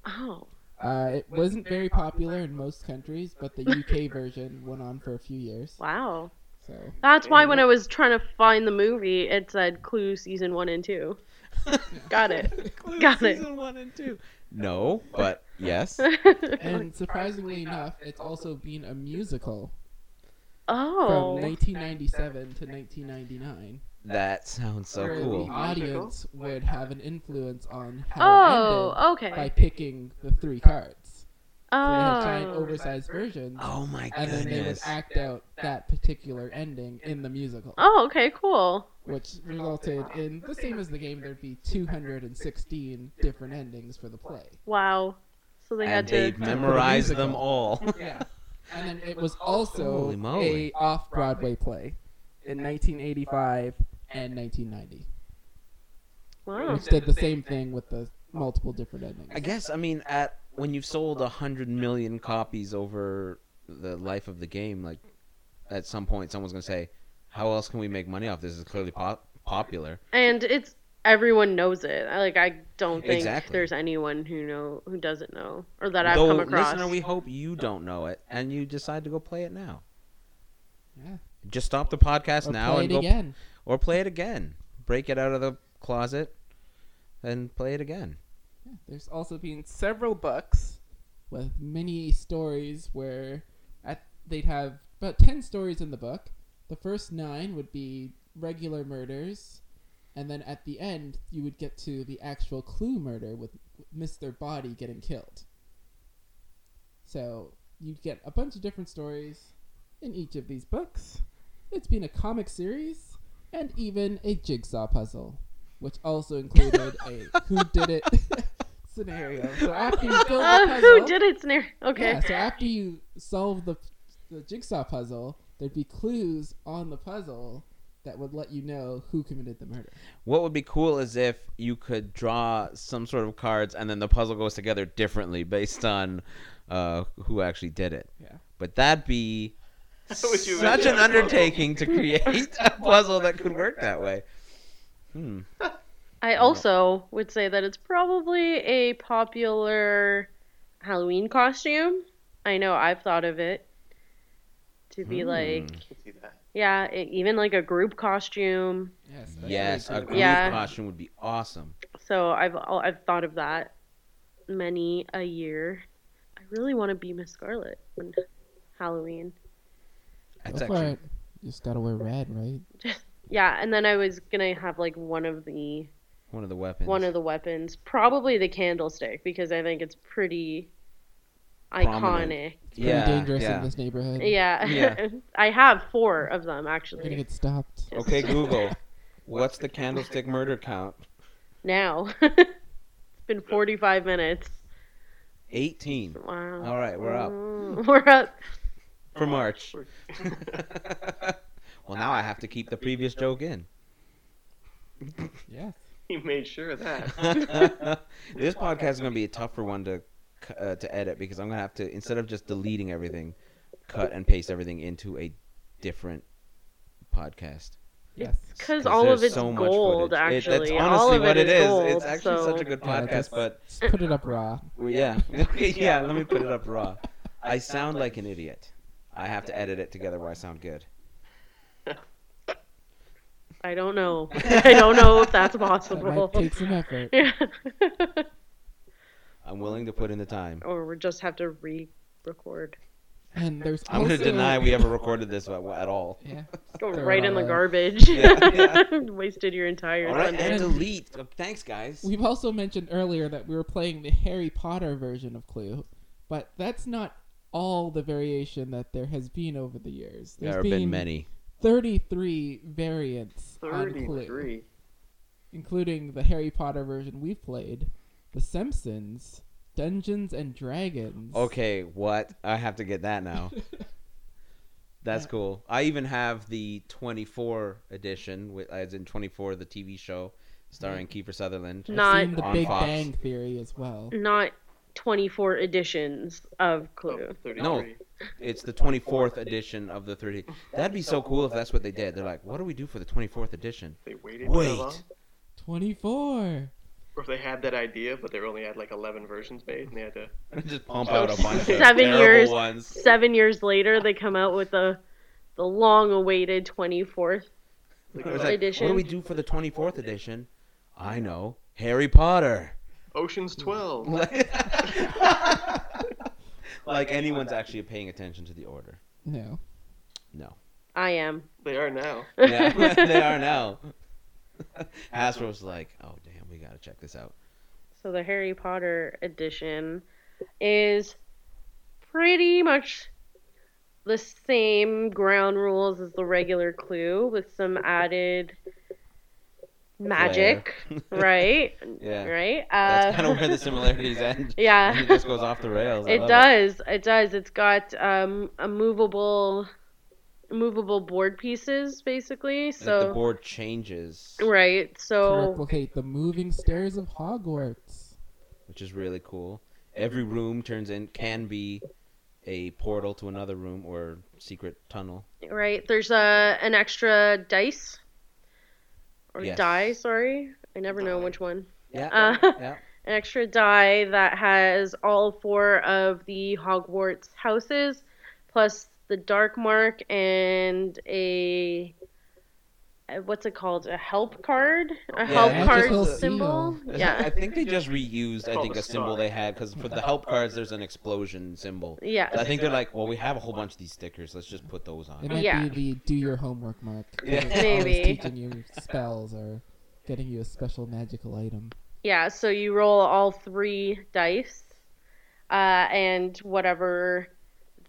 Oh,
Uh, it wasn't very popular in most countries, but the UK version went on for a few years.
wow.
So
That's why when I was trying to find the movie, it said Clue season one and two. Got it. Got it.
Season one and two. No, but yes.
And surprisingly enough, it's also been a musical
oh,
from 1997 to 1999,
That sounds so
where
cool.
the audience would have an influence on how
oh,
it ended by
okay.
picking the three cards. So they had giant
Oh,
oversized versions,
Oh my
and then they would
goodness.
act out that particular ending in the musical,
oh, okay, cool.
which resulted in the same as the game. There'd be 216 different endings for the play.
Wow. So they
And
had
they
to.
memorized
musical.
them all.
yeah. And then it was also
Holy moly.
a off Broadway play in 1985 and 1990,
wow.
which did the same thing with the multiple different endings.
I guess I mean at when you've sold a hundred million copies over the life of the game, like at some point someone's gonna say, "How else can we make money off this? It's clearly pop- popular."
And it's everyone knows it. I Like I don't think
Exactly.
there's anyone who know who doesn't know or that I've
Though,
come across.
listener, we hope you don't know it and you decide to go play it now.
Yeah.
Just stop the podcast
Or
now
play
and
it
go
again.
or play it again. Break it out of the closet and play it again.
There's also been several books with many stories where at, they'd have about 10 stories in the book. The first nine would be regular murders, and then at the end, you would get to the actual clue murder with Mr. Body getting killed. So you'd get a bunch of different stories in each of these books. It's been a comic series and even a jigsaw puzzle, which also included a who did it scenario. So after you build the
Uh,
puzzle,
who did it? Snare. Okay.
yeah, so after you solve the, the jigsaw puzzle, there'd be clues on the puzzle that would let you know who committed the murder.
What would be cool is if you could draw some sort of cards and then the puzzle goes together differently based on uh, who actually did it.
Yeah.
But that'd be
would you
such
imagine
an
a puzzle?
undertaking to create a puzzle that could work that way. Hmm.
I also would say that it's probably a popular Halloween costume. I know I've thought of it to be
Hmm.
like,
I can see that.
yeah, e- even like a group costume.
Yes.
Yes, a group
Yeah.
costume would be awesome.
So I've I've thought of that many a year. I really want to be Miss Scarlet on Halloween.
That's
Go for
actually
it. You just gotta wear red, right?
Yeah, and then I was gonna have like one of the
one of the weapons.
one of the weapons, probably the candlestick, because I think it's pretty Iconic.
Prominent.
Pretty dangerous in this neighborhood.
Yeah.
Yeah.
I have four of them
You're gonna
actually.
get stopped.
Okay, Google. What's the candlestick murder count?
Now. it's been 45 minutes.
18
Wow.
All right, we're up.
Mm, We're up.
for March. well, now I have to keep the previous joke in.
Yeah.
He made sure of that.
this podcast is going to be a tougher one to cu- uh, to edit because I'm going to have to instead of just deleting everything, cut and paste everything into a different podcast.
Yes.
Because all of
there's
it's
so much
gold,
footage. It-
actually.
that's honestly
all of
what it is.
Gold,
it's actually
so-
such a good
Yeah,
podcast,
that's-
but
just put it up raw.
yeah, yeah. Let me put it up raw. I sound like an idiot. I have to edit it together where I sound good.
I don't know. I don't know if that's
That might
possible.
take some effort.
Yeah.
I'm willing to put in the time.
or we just have to re-record.
And there's
I'm going to
also-
deny we ever recorded this at at all.
Yeah.
Go
Throw it
right in
all
the
out.
garbage.
Yeah, yeah.
Wasted your entire
All right,
Sunday.
and
Sunday.
delete. Uh, Thanks, guys.
We've also mentioned earlier that we were playing the Harry Potter version of Clue, but that's not all the variation that there has been over the years. There's
There have been many.
33 variants on Clue,
33.
including the Harry Potter version we've played, The Simpsons, Dungeons and Dragons.
Okay, what? I have to get that now. That's cool. I even have the 24 edition, wi- as in 24, the TV show starring Kiefer Sutherland.
I've
Not-
seen the
On
Big
Fox.
Bang Theory as well.
Not 24 editions of Clue.
Oh, 33.
It's the 24th edition of the 30. That'd be so cool if that's what they did. They're like, what do we do for the 24th edition?
They waited for that
Wait.
long?
24.
Or if they had that idea, but they only had like 11 versions made and they had to.
Just pump out a bunch of
Seven
terrible
years.
ones.
Seven years later, they come out with the the long-awaited 24th.
It was
Like, uh,
like, what do
Edition.
we do for the 24th edition? I know. Harry Potter.
Ocean's 12.
like anyone's actually paying attention to the order.
No.
No.
I am.
They are now.
Yeah, they are now. Hasbro's like, oh damn, we gotta check this out.
So the Harry Potter edition is pretty much the same ground rules as the regular Clue with some added magic, right?
Yeah.
Right?
That's kind
Uh,
of where the similarities end.
yeah.
And it just goes off the rails. I
It
love
does. It. does. It's got um, a movable, movable board pieces basically.
Like, the
So
board changes,
right.
To
So
replicate the moving stairs of Hogwarts.
which is really cool. Every room turns in can be a portal to another room or secret tunnel.
right. There's a an extra dice or
Yes.
die. Sorry, I never know
Die.
which one.
Yeah.
Uh,
yeah.
An extra die that has all four of the Hogwarts houses, plus the Dark Mark and a. uh, What's it called? A help card? A
Yeah,
help
it's
card
just a-
symbol?
I
Yeah.
think they just reused. I
called
think
a
a symbol
star.
they had because for the help cards, there's an explosion symbol.
Yeah.
I think they're like, well, we have a whole bunch of these stickers. Let's just put those
It
on.
might be
Yeah.
the do your homework mark.
Yeah.
It's always
Maybe.
teaching you spells or getting you a special magical item.
Yeah, so you roll all three dice, uh, and whatever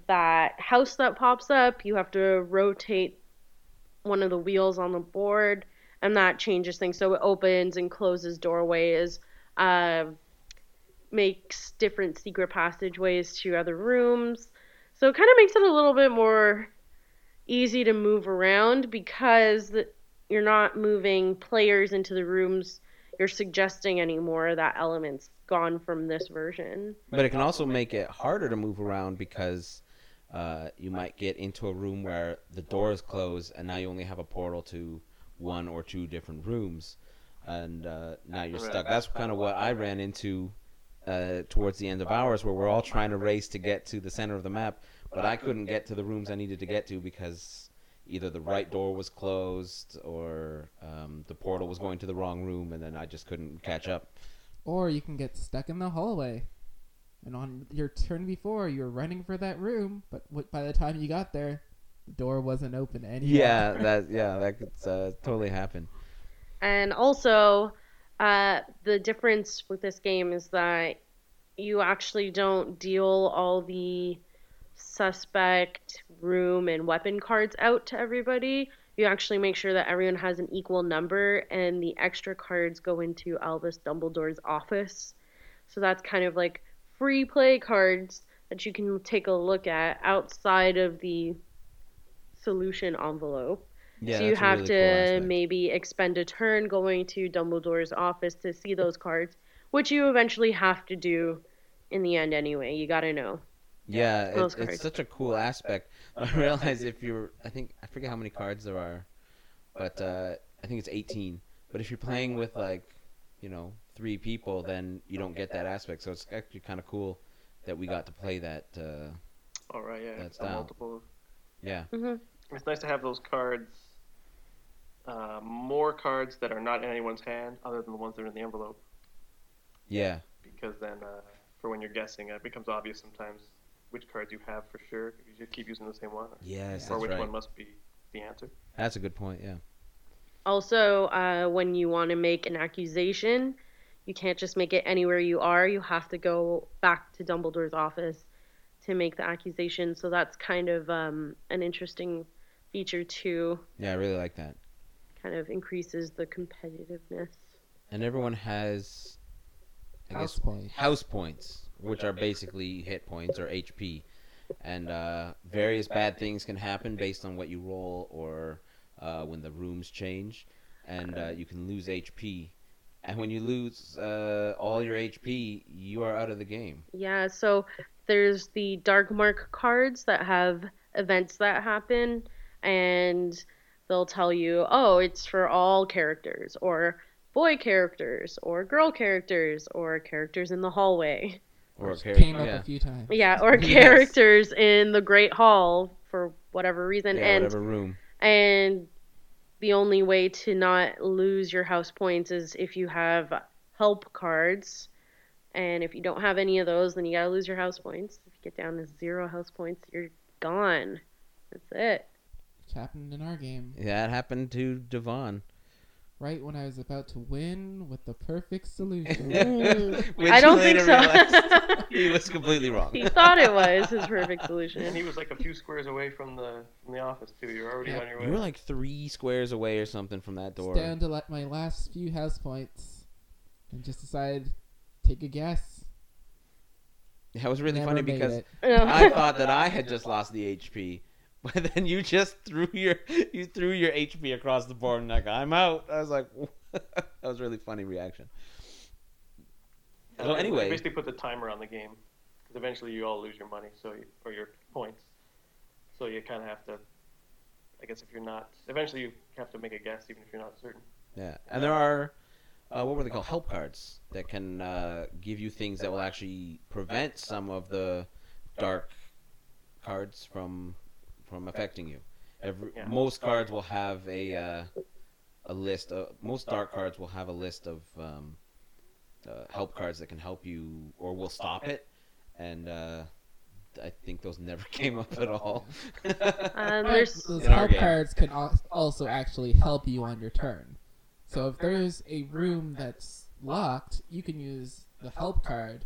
that house that pops up, you have to rotate one of the wheels on the board, and that changes things. So it opens and closes doorways, uh, makes different secret passageways to other rooms. So it kind of makes it a little bit more easy to move around because th- you're not moving players into the rooms you're suggesting anymore that element's gone from this version.
But it can also make it harder to move around because uh, you might get into a room where the doors close and now you only have a portal to one or two different rooms, and uh, now you're stuck. That's kind of what I ran into uh, towards the end of ours, where we're all trying to race to get to the center of the map, but I couldn't get to the rooms I needed to get to because either the right door was closed or um, the portal was going to the wrong room, and then I just couldn't catch up.
Or you can get stuck in the hallway. And on your turn before, you were running for that room, but what, by the time you got there, the door wasn't open anymore.
Yeah, that yeah, that could uh, totally happen.
And also, uh, the difference with this game is that you actually don't deal all the suspect room and weapon cards out to everybody you actually make sure that everyone has an equal number and the extra cards go into albus dumbledore's office so that's kind of like free play cards that you can take a look at outside of the solution envelope
Yeah,
so you
that's a
have
really cool
to
aspect.
maybe expend a turn going to Dumbledore's office to see those cards, which you eventually have to do in the end anyway. You gotta know.
Yeah,
Those
it's, it's
cards.
such a cool aspect. I realize if you're, I think I forget how many cards there are, but uh, I think it's 18. But if you're playing with like, you know, three people, then you don't get that aspect. So it's actually kind of cool that we got to play that. Uh,
All right, yeah,
That's
a
down.
multiple.
yeah,
hmm
It's nice to have those cards. Uh, more cards that are not in anyone's hand, other than the ones that are in the envelope,
yeah,
because then uh, for when you're guessing, uh, it becomes obvious sometimes which cards you have for sure. If you just keep using the same one, or,
yes,
or
that's
which
right.
one must be the answer.
That's a good point. Yeah,
Also, uh, when you want to make an accusation, you can't just make it anywhere you are. You have to go back to Dumbledore's office to make the accusation. So that's kind of um, an interesting feature too.
yeah, I really like that.
Kind of increases the competitiveness.
And everyone has, I
House
guess,
point.
house points, which are basically hit points or HP, and uh, various bad things can happen based on what you roll or uh, when the rooms change, and uh, you can lose HP. And when you lose uh, all your HP, you are out of the game.
Yeah, so there's the dark mark cards that have events that happen and they'll tell you, "Oh, it's for all characters or boy characters or girl characters or characters in the hallway."
Or a character-
Came up
yeah,
a few times.
Yeah, or
Yes.
characters in the Great Hall for whatever reason
yeah,
and
whatever room.
and the only way to not lose your house points is if you have help cards. And if you don't have any of those, then you gotta lose your house points. If you get down to zero house points, you're gone. That's it.
Which happened in our game.
That happened to Devon.
Right when I was about to win with the perfect solution.
Mm.
Which
I don't
he
think
later
so.
realized he was completely wrong.
he thought it was his perfect
And
solution.
he was like a few squares away from the from the office too. You're already
Yeah,
on your way.
You were like three squares away or something from that
It's
door.
down to like my last few house points, and just decided take a guess.
That was really
Never
funny
made
because
it.
I thought that I had just lost the HP, but then you just threw your you threw your HP across the board and like I'm out. I was like, that was a really funny reaction.
Yeah,
So
they- they
Uh, anyway-
basically put the timer on the game because eventually you all lose your money, so you, or your points. So you kind of have to. I guess if you're not, eventually you have to make a guess, even if you're not certain.
Yeah, and there are uh, what were they called? Help cards that can uh, give you things that will actually prevent some of the dark cards from from affecting you. Every,
Yeah.
Most cards will have a uh, a list of most dark cards will have a list of um, uh, help cards that can help you or will stop it. And uh, I think those never came up at all.
um, there's
Those
In our
help
game.
cards can al- also actually help you on your turn. So if there's a room that's locked, you can use the help card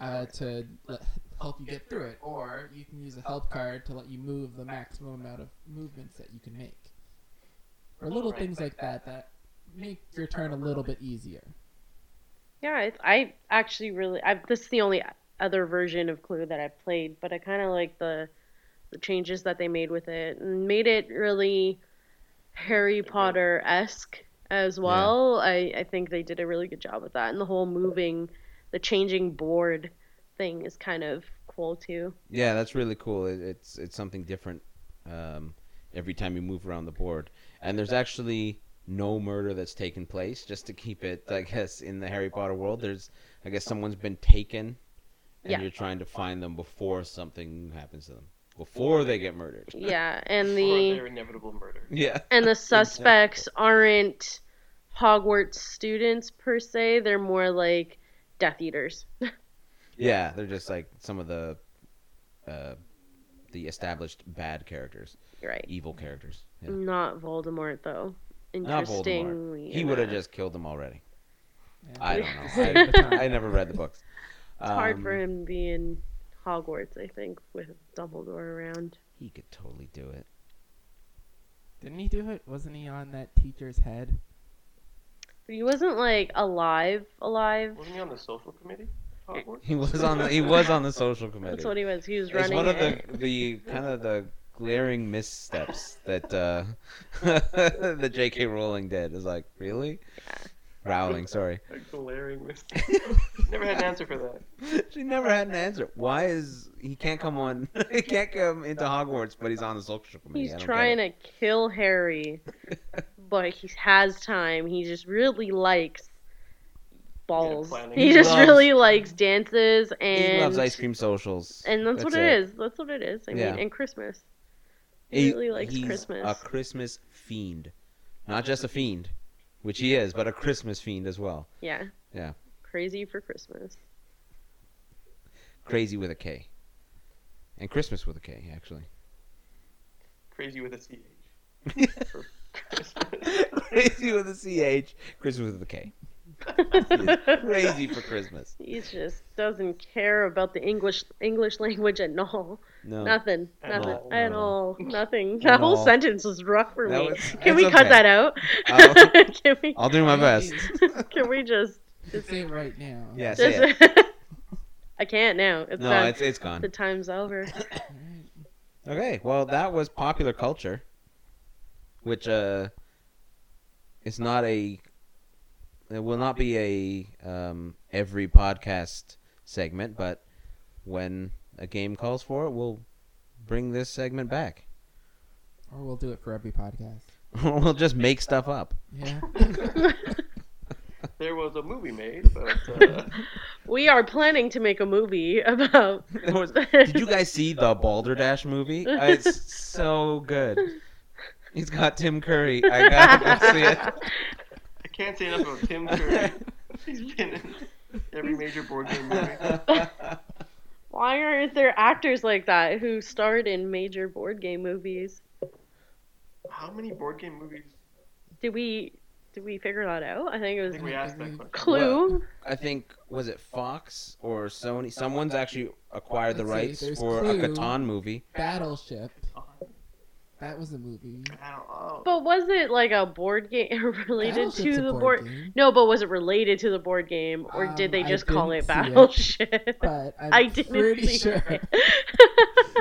uh, to let, help you get through it, or you can use a help card to let you move the maximum amount of movements that you can make, or little things like that that make your turn a little bit easier.
Yeah, it's, I actually really. I've, this is the only other version of Clue that I played, but I kind of like the the changes that they made with it and made it really Harry Potter esque as well. I I think they did a really good job with that, and the whole moving, the changing board thing is kind of cool too.
Yeah, that's really cool. It, it's it's something different um, every time you move around the board. And there's actually no murder that's taken place. Just to keep it, I guess, in the Harry Potter world, there's I guess someone's been taken, and
Yeah.
you're trying to find them before something happens to them, before they get murdered.
Yeah, and
Or
the
their inevitable murder.
Yeah.
and the suspects aren't Hogwarts students per se. They're more like Death Eaters.
Yeah, they're just like some of the uh, the established bad characters,
Right.
evil characters. Yeah.
Not Voldemort, though.
Not
Interestingly,
Voldemort. He would have just killed them already.
Yeah.
I
Yeah.
don't know. I, I never read the books. Um,
It's hard for him being Hogwarts, I think, with Dumbledore around.
He could totally do it.
Didn't he do it? Wasn't he on that teacher's head?
But he wasn't like alive, alive.
Wasn't he on the social committee? Hogwarts?
He was on. The, he was on the social committee.
That's what he was. He was
it's
running.
one of the
it.
the kind of the glaring missteps that uh, the J.K. Rowling did. Is like really, Rowling. Sorry,
A glaring mistake. Never had an answer for that.
she never had an answer. Why is he can't come on? he can't come into Hogwarts, but he's on the social committee.
He's trying to kill Harry, but he has time. He just really likes balls.
planning.
he
He
just
loves-
really likes dances
He
and
loves ice cream socials.
and that's, what
That's
it is. That's what it is. I
Yeah.
mean, and Christmas.
He-
really likes
he's
Christmas.
A Christmas fiend, not just a fiend, which he is, but a Christmas fiend as well.
Yeah.
Yeah.
Crazy for Christmas.
Crazy with a K, and Christmas with a K actually.
Crazy with a CH. For
Crazy with a CH, Christmas with a K. Crazy for Christmas.
He just doesn't care about the English English language at all.
No.
Nothing.
At
nothing.
all.
At
No.
all. Nothing.
At
That whole
all.
sentence was rough for
That
me.
was-
Can
it's
we cut
okay.
that out?
I'll-
Can we?
I'll do my best.
Can we just?
It's it right now.
Yeah, say it.
just I can't now. It's
No,
done.
it's it's gone.
The time's over.
Alright.
Okay, well that was popular culture, which uh, is not a, it will not be a um every podcast segment, but when a game calls for it, we'll bring this segment back.
Or we'll do it for every podcast.
we'll just make stuff up.
Yeah.
There was a movie made, but uh,
we are planning to make a movie about.
There was- Did you guys see the Balderdash movie? Uh, It's so good. He's got Tim Curry. I gotta go see it.
I can't say enough about Tim Curry. He's been in every major board game movie.
Why aren't there actors like that who starred in major board game movies?
How many board game movies?
Did we? Did we figure that out? I think it
I
was
think we asked that question.
Clue.
I think was it Fox or Sony? Someone's actually acquired the
Let's see,
rights
there's
for a
Clue.
Catan movie.
Battleship. That was a movie.
I don't know.
But was it like a board game related
Battleship's
to
a
the board?
board game.
No, but was it related to the board game, or
Um,
did they
I
just call
didn't see
it
it.
Battleship?
But I'm
I didn't
pretty
see
sure
it.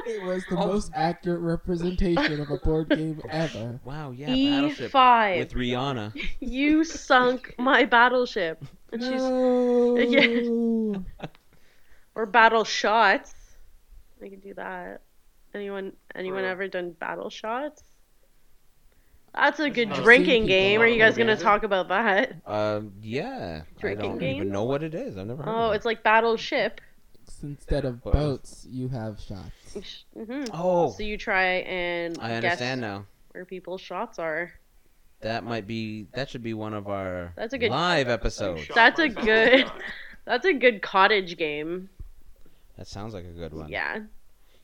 it was the
Oh.
most accurate representation of a board game ever.
Wow, yeah,
E
Battleship
five.
with Rihanna.
You sunk my battleship. And she's
No.
or battle shots. I can do that. Anyone anyone
Bro.
ever done battle shots? That's a good
not-
Seen
drinking
people
game. Are you guys gonna
Is it?
talk about that?
Um, yeah, I
Drinking
don't
game?
even know what it is. I've never heard.
Oh,
of it.
it's like battleship.
Instead of
Wow.
boats, you have shots.
hmm
oh,
So you try and
I
guess
understand now.
where people's shots are.
That might be that should be one of our
That's a good-
live episodes.
Shot
That's a
myself.
good- That's a good cottage game.
That sounds like a good one.
Yeah.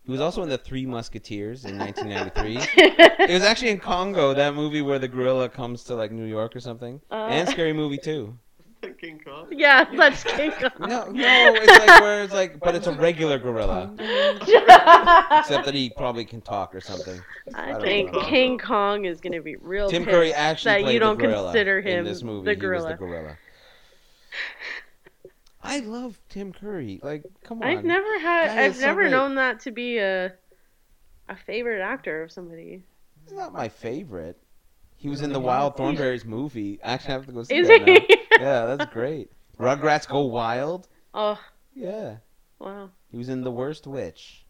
He was also in the Three Musketeers in 1993. it was actually in Congo, that movie where the gorilla comes to like New York or something, and
Uh,
Scary Movie too.
King Kong.
yeah, that's King Kong.
No, no, it's like where it's like, but it's a regular gorilla, except that he probably can talk or something.
I
don't
think
know.
King Kong is gonna be real.
Tim
pissed
Curry actually
that
played
you don't
the gorilla
consider him
in this movie.
the
He was
gorilla.
the gorilla. I love Tim Curry. Like, come on.
I've never had.
That
I've
is so
never
great.
known that to be a a favorite actor of somebody.
He's not my favorite. He was in the Wild Thornberries movie. Actually, I have to go see
Is
that now.
he?
Yeah, that's great. Rugrats Go Wild.
oh
Yeah.
wow.
He was in The Worst Witch.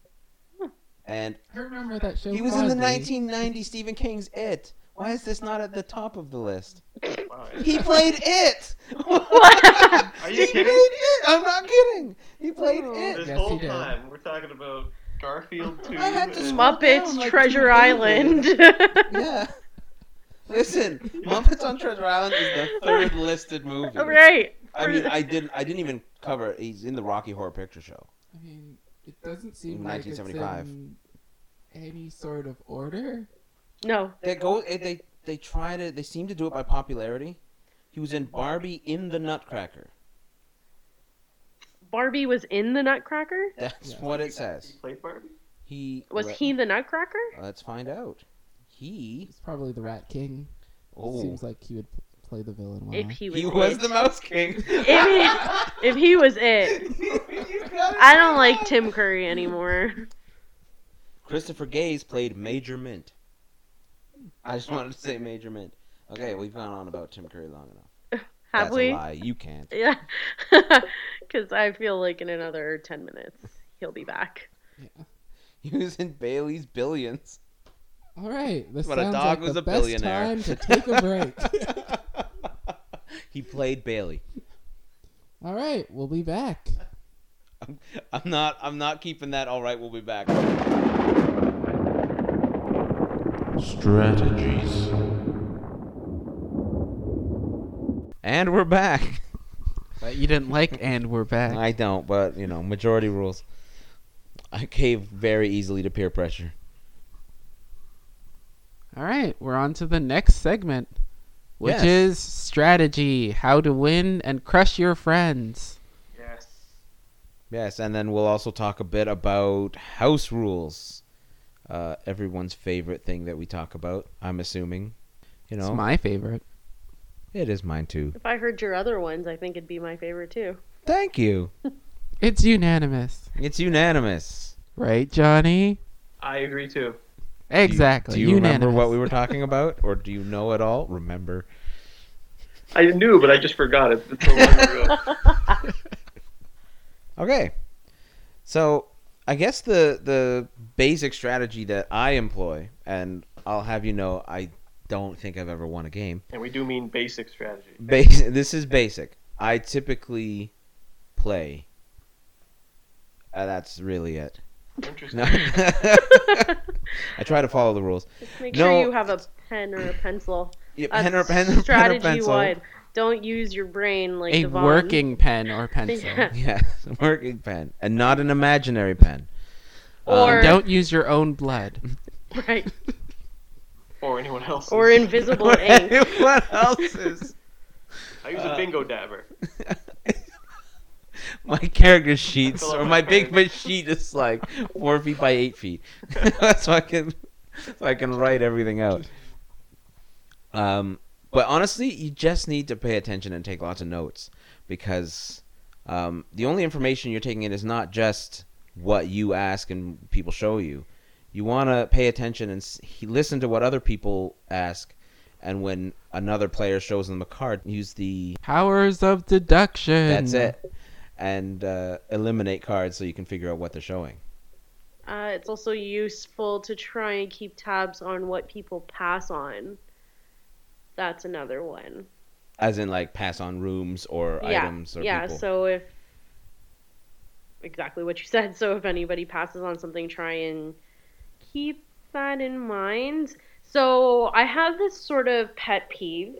And
I remember that show.
he was in the
fondly.
1990 Stephen King's It. Why is this not at the top of the list?
Wow.
He played It!
Are
he
you
played
kidding?
It! I'm not kidding! He played It!
This
Yes,
whole
he did.
time we're talking about Garfield too.
I had to
and-
Well,
Muppets
now, like,
Treasure
Tim
Island.
Curry. Yeah. Listen, Muppets on Treasure Island is the third listed movie.
All Oh, right.
I mean, I didn't, I didn't even cover. it. He's in the Rocky Horror Picture Show.
I mean, it doesn't seem like it's
1975.
in any sort of order.
No.
They go. eh, They they try to. They seem to do it by popularity. He was in Barbie in the Nutcracker.
Barbie was in the Nutcracker?
That's what it
He
says.
played Barbie.
He
Was
re-
he the Nutcracker?
Let's find out. He
It's probably the Rat King.
oh
Seems like he would p- play the villain well.
If he was,
he was
it.
the Mouse King.
if, he, if he was it, I don't like Tim Curry anymore.
Christopher Gaze played Major Mint. I just wanted to say Major Mint. Okay, we've gone on about Tim Curry long enough.
Have
That's
we?
a lie. You can't.
Yeah, because I feel like in another ten minutes he'll be back.
He was in Bailey's Billions.
All right, this
When a
sounds
dog
like
was
the
a
best
billionaire.
time to take a break.
he played Bailey.
All right, we'll be back.
I'm not. I'm not keeping that. All right, we'll be back.
Strategies.
And we're back.
But you didn't like, and we're back.
I don't, but you know, majority rules. I cave very easily to peer pressure.
All right, we're on to the next segment, which
Yes.
is strategy: how to win and crush your friends.
Yes.
Yes, and then we'll also talk a bit about house rules. Uh, everyone's favorite thing that we talk about. I'm assuming. You know,
It's my favorite.
it is mine too.
If I heard your other ones, I think it'd be my favorite too.
Thank you.
It's unanimous,
It's unanimous.
right, Johnny?
I agree too.
Do you-
Exactly.
Do you, remember
unanimous.
what we were talking about, or do you know at all? Remember?
I knew, but I just forgot it. It's so long ago.
Okay. So I guess the the basic strategy that I employ, and I'll have you know, I don't think I've ever won a game.
And we do mean basic strategy.
Bas- this is basic. I typically play. Uh, that's really it.
Interesting.
No. I try to follow the rules.
Make
No,
sure you have a pen or a pencil.
Yeah,
A
pen or pen, pen or
strategy
pencil.
one. Don't use your brain like
A
Devon.
working pen or pencil.
Yeah.
Yes, a working pen, and not an imaginary pen.
Or
um,
Don't use your own blood.
right.
Or anyone else.
Or invisible ink.
what else is?
I use a bingo dabber.
my character sheets
Fill out
or
my
my big
card.
sheet is like four feet by eight feet. That's so I can so I can write everything out. Um, but honestly, you just need to pay attention and take lots of notes because um, the only information you're taking in is not just what you ask and people show you. You want to pay attention and s- he- listen to what other people ask, and when another player shows them a card, use the
Powers of deduction.
that's it. And uh, eliminate cards so you can figure out what they're showing.
Uh, it's also useful to try and keep tabs on what people pass on. That's another one.
As in, like, pass on rooms or
yeah.
items or
yeah.
people.
So if exactly what you said. So if anybody passes on something, try and keep that in mind. So I have this sort of pet peeve.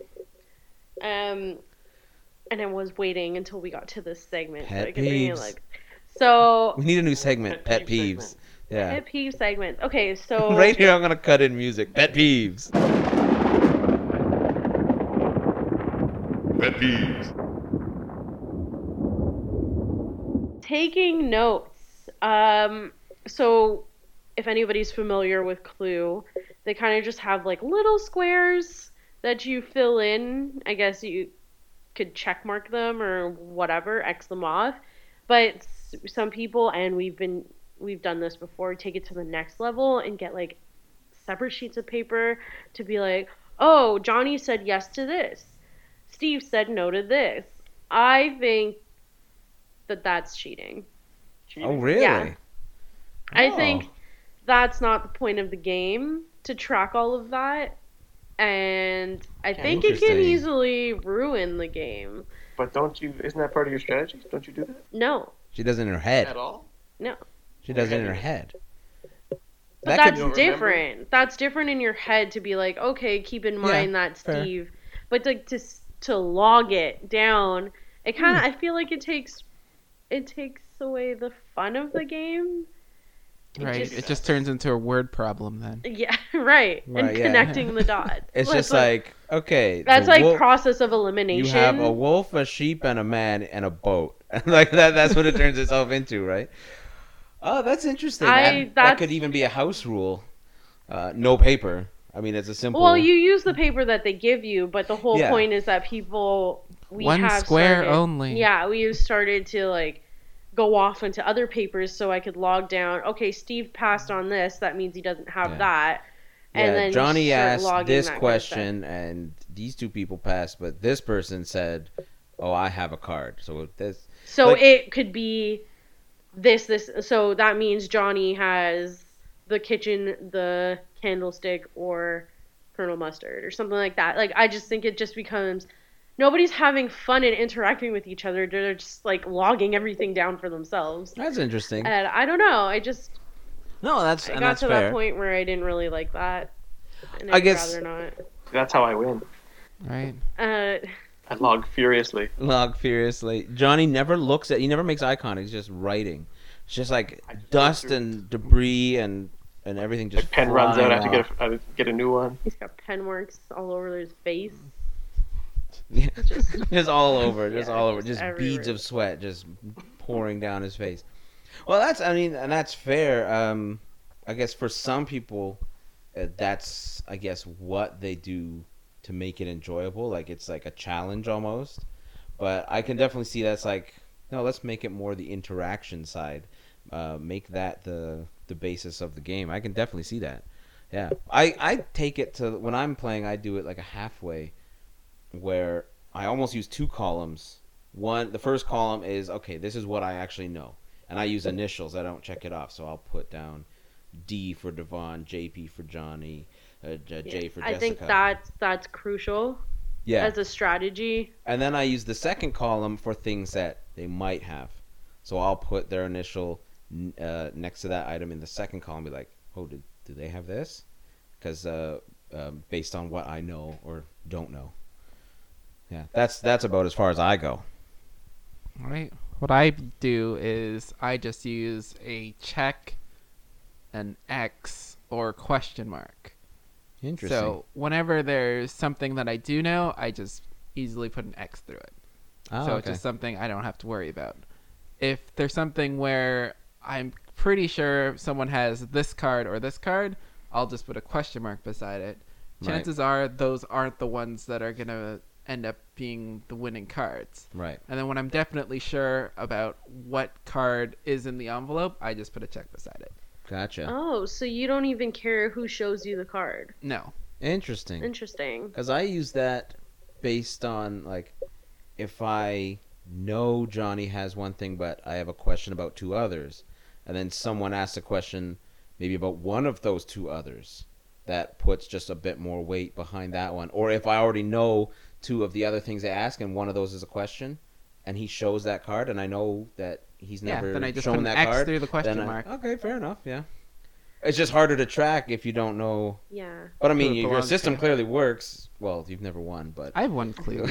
Um, and I was waiting until we got to this segment. so
Pet
I could bring it
peeves.
like. So
we need a new segment, Pet,
peeve
Peeves.
segment.
Yeah.
pet peeve segment. Okay, so
right here, I'm going to cut in music. Pet Peeves.
Pet peeves.
taking notes. Um, so if anybody's familiar with Clue, they kind of just have like little squares that you fill in. I guess you could check mark them or whatever, X them off. But s- some people, and we've been we've done this before, take it to the next level and get like separate sheets of paper to be like, oh, Johnny said yes to this, Steve said no to this. I think that that's cheating.
Oh, really?
Yeah. I
Oh.
think that's not the point of the game to track all of that. And I think it can
Interesting.
easily ruin the game.
But don't you? Isn't that part of your strategy? Don't you do that
No.
She does it in her head.
at all?
She does it in her head.
But
That
that's
could-
You don't remember?
different. That's different in your head to be like, okay, keep in mind that
fair.
Steve. But to, to s- to log it down, it kind
Hmm.
of I feel like it takes it takes away the fun of the game.
Right.
just-
It just turns into a word problem then.
Yeah, right.
Right,
and
yeah.
connecting the dots.
It's
Well,
just like, okay.
that's
the
like
wolf-
process of
You
elimination.
have a wolf, a sheep, and a man and a boat. like that, that's what it turns itself into, right? Oh, that's interesting.
I-
that, that
that's-
could even be a house rule. Uh, no paper. I mean, it's a simple.
Well, you use the paper that they give you, but the whole
Yeah.
point is that people we
One
have
square
started-
only.
Yeah, we have started to like go off into other papers so I could log down. Okay, Steve passed on this. That means he doesn't have
Yeah.
that.
yeah,
and then you
Johnny
start
asked
logging
this
that kind of
question, and these two people passed, but this person said, "Oh, I have a card." So this.
So
Like-
it could be this this. So that means Johnny has the kitchen, the candlestick, or Colonel Mustard, or something like that. Like I just think it just becomes nobody's having fun and interacting with each other. They're just like logging everything down for themselves.
That's interesting.
And I don't know. I just
No, that's
Uh, I
and
got
that's
to
fair.
that point where I didn't really like that. And
I
I'd
guess-
rather not.
That's how I win.
Right.
Uh,
I log furiously.
Log furiously. Johnny never looks at. He never makes eye contact. He's just writing. It's just like
I just
dust
threw-
and debris and and everything
My
just.
pen runs out. I
flying
have to
off.
get a, I get a new one.
he's got pen marks all over his face.
Yeah.
Just
just all over, just
Yeah,
all over,
just
just beads
everywhere.
of sweat just pouring down his face. Well, that's I mean, and that's fair. Um, I guess for some people, uh, that's I guess what they do to make it enjoyable. Like it's like a challenge almost. But I can definitely see that's like no, let's make it more the interaction side. Uh, make that the the basis of the game. I can definitely see that. Yeah, I I take it to when I'm playing, I do it like a halfway, where I almost use two columns. One, the first column is okay. This is what I actually know, and I use initials. I don't check it off, so I'll put down D for Devon, JP for Johnny, uh, J, J for Jessica.
I think that's that's crucial
yeah,
as a strategy.
and then I use the second column for things that they might have. So I'll put their initial n- uh, next to that item in the second column. Be like, oh, did, do they have this? Because uh, um, based on what I know or don't know. Yeah, that's that's about as far as I go.
All right. What I do is I just use a check, an X, or question mark.
Interesting.
So whenever there's something that I do know, I just easily put an X through it.
oh,
so it's
okay.
just something I don't have to worry about. If there's something where I'm pretty sure someone has this card or this card, I'll just put a question mark beside it.
Right.
Chances are those aren't the ones that are gonna end up being the winning cards.
right.
And then when I'm definitely sure about what card is in the envelope, I just put a check beside it.
Gotcha.
Oh, so you don't even care who shows you the card.
No.
Interesting.
Interesting.
Because I use that based on like if I know Johnny has one thing, but I have a question about two others, and then someone asks a question maybe about one of those two others, that puts just a bit more weight behind that one. Or if I already know two of the other things they ask, and one of those is a question, and he shows that card, and I know that he's never
yeah. Then I just put
shown
an
that
X
card.
through the question
then I-
mark.
okay, fair enough. Yeah, it's just harder to track if you don't know
Yeah.
but I
Who
mean,
it
your- your
belongs
system
to.
clearly works. Well, you've never won, but
I have one clue.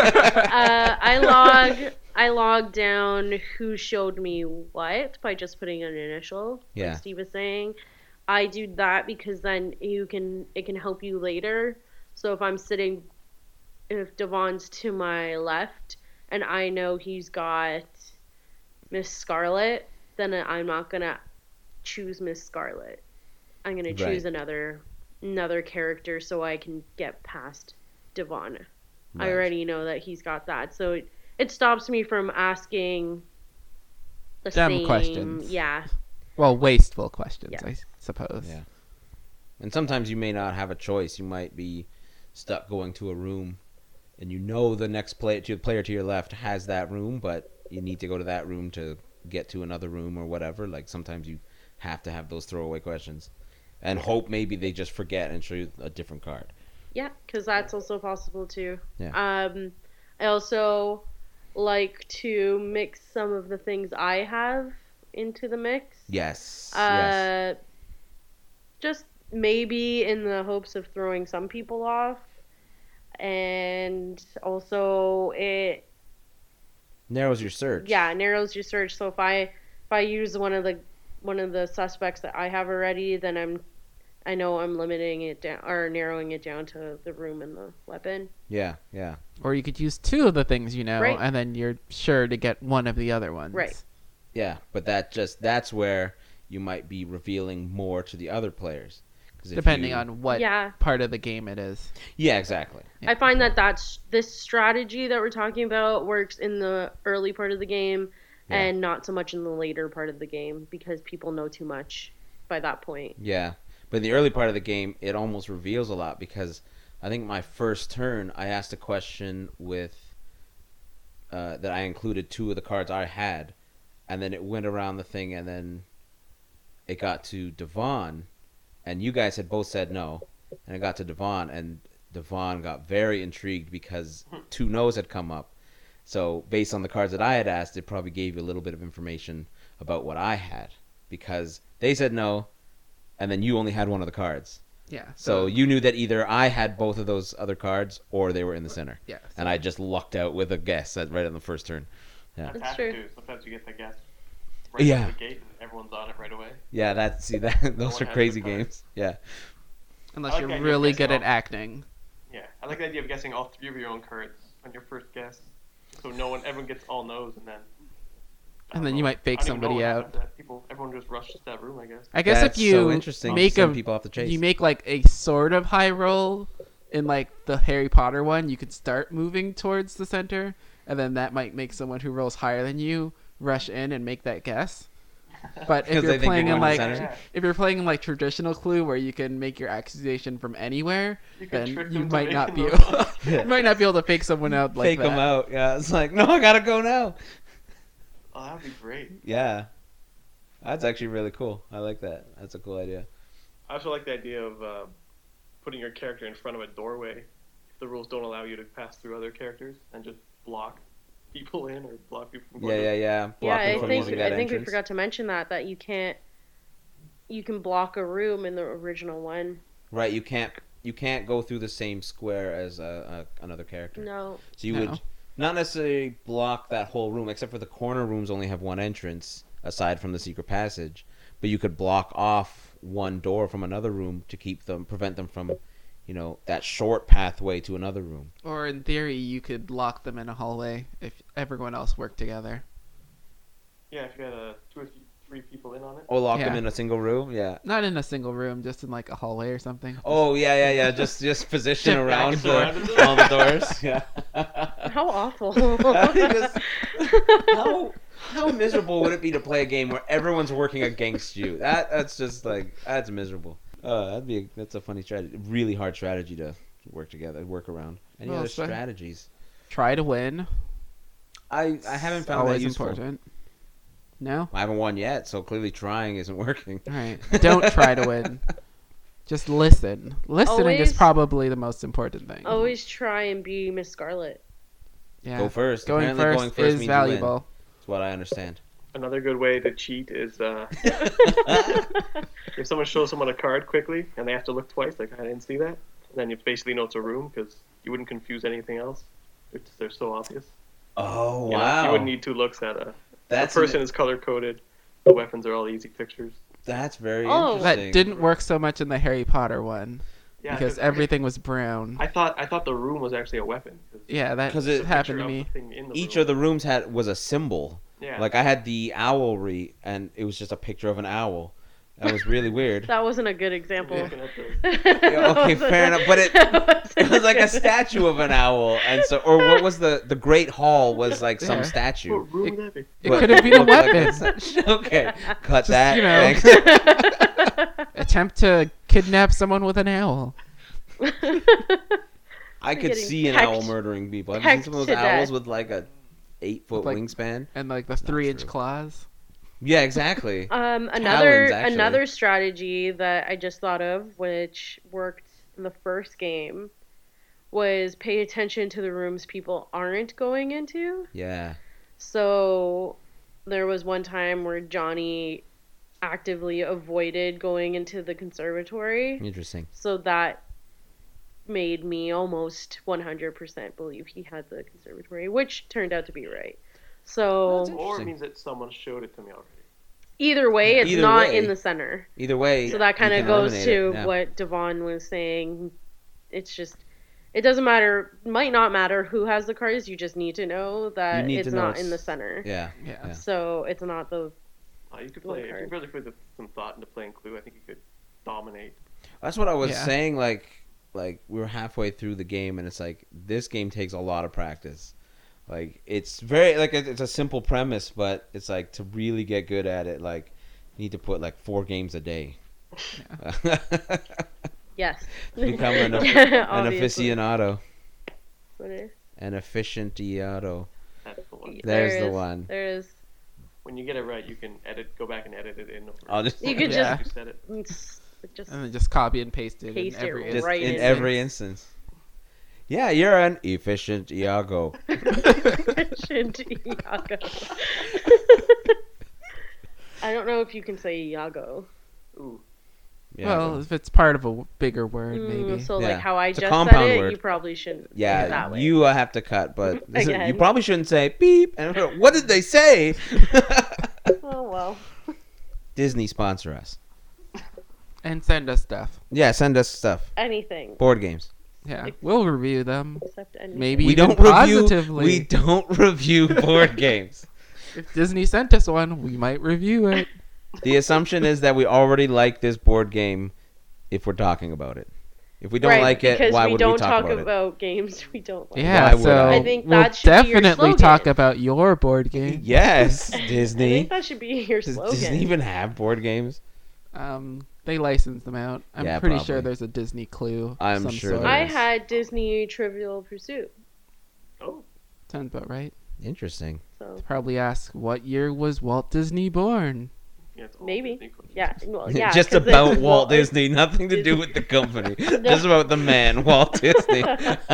Uh, I log I log down who showed me what by just putting an initial.
Yeah.
Like Steve was saying. I do that because then you can it can help you later. So if I'm sitting if Devon's to my left and I know he's got Miss Scarlet, then I'm not gonna choose Miss Scarlet. I'm gonna choose
Right.
another another character so I can get past Devon. I
Right.
already know that he's got that, so it, it stops me from asking the
Dumb
same
questions.
Yeah,
well, wasteful questions,
Yeah.
I s- suppose.
Yeah. and sometimes you may not have a choice. You might be stuck going to a room, and you know the next play to player to your left has that room, but you need to go to that room to get to another room or whatever. Like sometimes you have to have those throwaway questions, and hope maybe they just forget and show you a different card.
yeah, because that's also possible too.
Yeah.
Um, I also like to mix some of the things I have into the mix.
Yes. yes.
Uh, just maybe in the hopes of throwing some people off, and also it
Narrows your search.
yeah narrows your search. So if I if I use one of the one of the suspects that I have already, then I'm I know I'm limiting it down or narrowing it down to the room and the weapon.
Yeah, yeah.
Or you could use two of the things you know,
Right.
and then you're sure to get one of the other ones.
Right.
Yeah, but that just that's where you might be revealing more to the other players. 'Cause if
Depending
you-
on what
Yeah.
part of the game it is.
Yeah, exactly.
I find that that's this strategy that we're talking about works in the early part of the game
Yeah.
and not so much in the later part of the game because people know too much by that point.
Yeah. But in the early part of the game, it almost reveals a lot because I think my first turn, I asked a question with uh, that I included two of the cards I had, and then it went around the thing, and then it got to Devon, and you guys had both said no, and it got to Devon, and Devon got very intrigued because two no's had come up. So based on the cards that I had asked, it probably gave you a little bit of information about what I had because they said no, and then you only had one of the cards.
Yeah.
So you knew that either I had both of those other cards or they were in the center.
yeah.
And I just lucked out with a guess at, right on the first turn.
That's
half
true.
to do. Sometimes you get the guess right
Yeah.
out of the gate and everyone's on it right away.
Yeah, that see that
one
those
has
are
the
crazy
card.
games. Yeah.
Unless
I like the
you're
idea of
really
guessing
good at
all-
acting.
Yeah, I like the idea of guessing all three of your own cards on your first guess, so no one, everyone gets all no's, and then. I
And
don't
then you
know.
might fake
I don't even know
somebody
what
out.
happened to that. People, everyone just rushes to that room, I guess.
I guess
That's
if you
so interesting.
make
Send
a
people off the chase.
you make like a sort of high roll in like the Harry Potter one, you could start moving towards the center, and then that might make someone who rolls higher than you rush in and make that guess. But
Because
if
they
you're
think you're
playing in
going
like
to
center? Yeah.
if you're playing in like traditional Clue where you can make your accusation from anywhere,
You can
then
trick
you
them to
might not be
making
able,
the-
you might not be able to fake someone out like
Take
that.
them out. Yeah, it's like no, I gotta go now.
Oh, that'd be great.
Yeah, that's actually really cool. I like that. That's a cool idea.
I also like the idea of uh, putting your character in front of a doorway if the rules don't allow you to pass through other characters and just block people in or block people from
Yeah, yeah, yeah.
Yeah,
Block them
I
from
think
using
I
that
think we
entrance.
forgot to mention that that you can't you can block a room in the original one.
Right, you can't you can't go through the same square as uh uh another character.
No.
So you
No.
would not necessarily block that whole room, except for the corner rooms only have one entrance aside from the secret passage. But you could block off one door from another room to keep them, prevent them from, you know, that short pathway to another room.
Or in theory, you could lock them in a hallway if everyone else worked together.
Yeah, if you had uh, two or th- three people in on it.
Or lock them
Yeah.
in a single room. Yeah.
Not in a single room, just in like a hallway or something.
Oh yeah, yeah, yeah. Just just position
Shift back
around
and
the, all the doors. Yeah.
How awful.
Just- how how miserable would it be to play a game where everyone's working against you? That that's just like that's miserable. Uh, that'd be a, that's a funny strategy. Really hard strategy to work together, work around. Any
Well,
other
so-
strategies?
Try to win.
I I haven't found that
always
useful.
important. No.
I haven't won yet, so clearly trying isn't working.
All right. Don't try to win. Just listen. Listening is
Always-
probably the most important thing.
Always try and be Miss Scarlet.
yeah.
Go first.
Going
Apparently
first,
going first means
is
you win.
valuable.
That's what I understand.
Another good way to cheat is uh, if someone shows someone a card quickly and they have to look twice, like I didn't see that, then you basically know it's a room because you wouldn't confuse anything else. They're, just, they're so obvious.
Oh
You know,
wow,
you wouldn't need two looks at a, a
that's
person is color coded. The weapons are all easy pictures.
that's very
Oh.
That
interesting.
didn't work so much in the Harry Potter one
Yeah,
because
'cause
everything was brown.
I thought I thought the room was actually a weapon. 'cause
yeah, that
'Cause it-
happened to
picture of
me.
the thing in the
Each
room.
of the rooms had was a symbol.
yeah.
Like I had the owlry, and it was just a picture of an owl. That was really weird.
That wasn't a good example.
Looking at the-
That
okay,
wasn't
fair
a-
enough, but it-
that wasn't
it was like a
good-
statue of an owl, and so or what was the the Great Hall was like some
Yeah.
statue.
What room would that be?
It
But
could have been a
looked like
weapon.
sta- okay, cut
Just,
that.
you know.
Thanks.
Attempt to kidnap someone with an owl.
I could
Getting
see an
pecked-
owl murdering people. Have you seen
pecked
some of
to
those owls
death.
with like a eight foot
With, like-
wingspan?
And like the three inch
true.
claws.
Yeah, exactly.
Um, another
Talons, actually.
another strategy that I just thought of, which worked in the first game, was pay attention to the rooms people aren't going into.
Yeah,
So there was one time where Johnny actively avoided going into the conservatory.
interesting.
So that made me almost 100% believe he had the conservatory, which turned out to be right. So
That's
Or
Interesting.
it means that someone showed it to me already.
Either way, it's
Either
not
way.
in the center.
Either way,
So that kind
you
of
can
goes
eliminate
to
it. Yeah.
what Devon was saying. It's just, it doesn't matter. Might not matter who has the cards. You just need to know
You
that
need
it's
to know
not
it's-
in the center.
Yeah.
Yeah.
So it's not the.
Oh, you could
One
play. If you
card.
really put the, some thought into playing Clue, I think you could dominate.
That's what I was
Yeah.
saying. Like, like we were halfway through the game, and it's like this game takes a lot of practice. Like, it's very like it- it's a simple premise, but it's like to really get good at it, like you need to put like four games a day.
Yes.
Become an,
Yeah,
an
obviously.
aficionado,
What is-
an aficionado.
That's the one.
y-
There's
there
the
is-
one.
There is.
When you get it right, you can edit. Go back and edit it in. Over.
I'll just
You could
Yeah.
You said it.
just. Just
And then just copy and paste it
Paste
in
it
every
right
just
Right
in
in.
every instance. Yeah, you're an efficient Iago.
mentioned Iago. I don't know if you can say Iago.
Ooh,
Yeah,
well, if it's part of a w- bigger word, maybe.
Mm, so
Yeah.
like how I
It's a
just said
compound
it,
word.
you probably shouldn't. say it that
Yeah,
way.
you uh, have to cut, but this is- you
Again.
probably shouldn't say beep. And what did they say?
Oh well.
Disney sponsor us.
and send us stuff.
Yeah, send us stuff,
Anything
board games.
Yeah, we'll review them.
except anything.
Maybe
we
even
don't review.
positively.
We don't review board games.
If Disney sent us one, we might review it.
The assumption is that we already like this board game if we're talking about it. If we don't
Right,
like it,
because
why
we
would
don't
we talk, about, it?
games we don't like.
Yeah,
Why would
so
I?
I think
we'll
that should be your
definitely
slogan.
talk about your board game.
Yes,
I
Disney.
think that should be your
Does
slogan.
Disney even have board games?
Um, they license them out. I'm
Yeah,
pretty
probably.
sure there's a Disney clue. of
I'm
some
sure
sort.
there
I
is.
had Disney Trivial Pursuit,
Sounds about right.
Interesting.
so
Probably ask what year was Walt Disney born?
yeah, it's all
Maybe.
Disney questions.
yeah, well, yeah,
just
'cause it's
about Walt
Disney.
Disney, nothing to do with the company. Just about the man, Walt Disney.
Just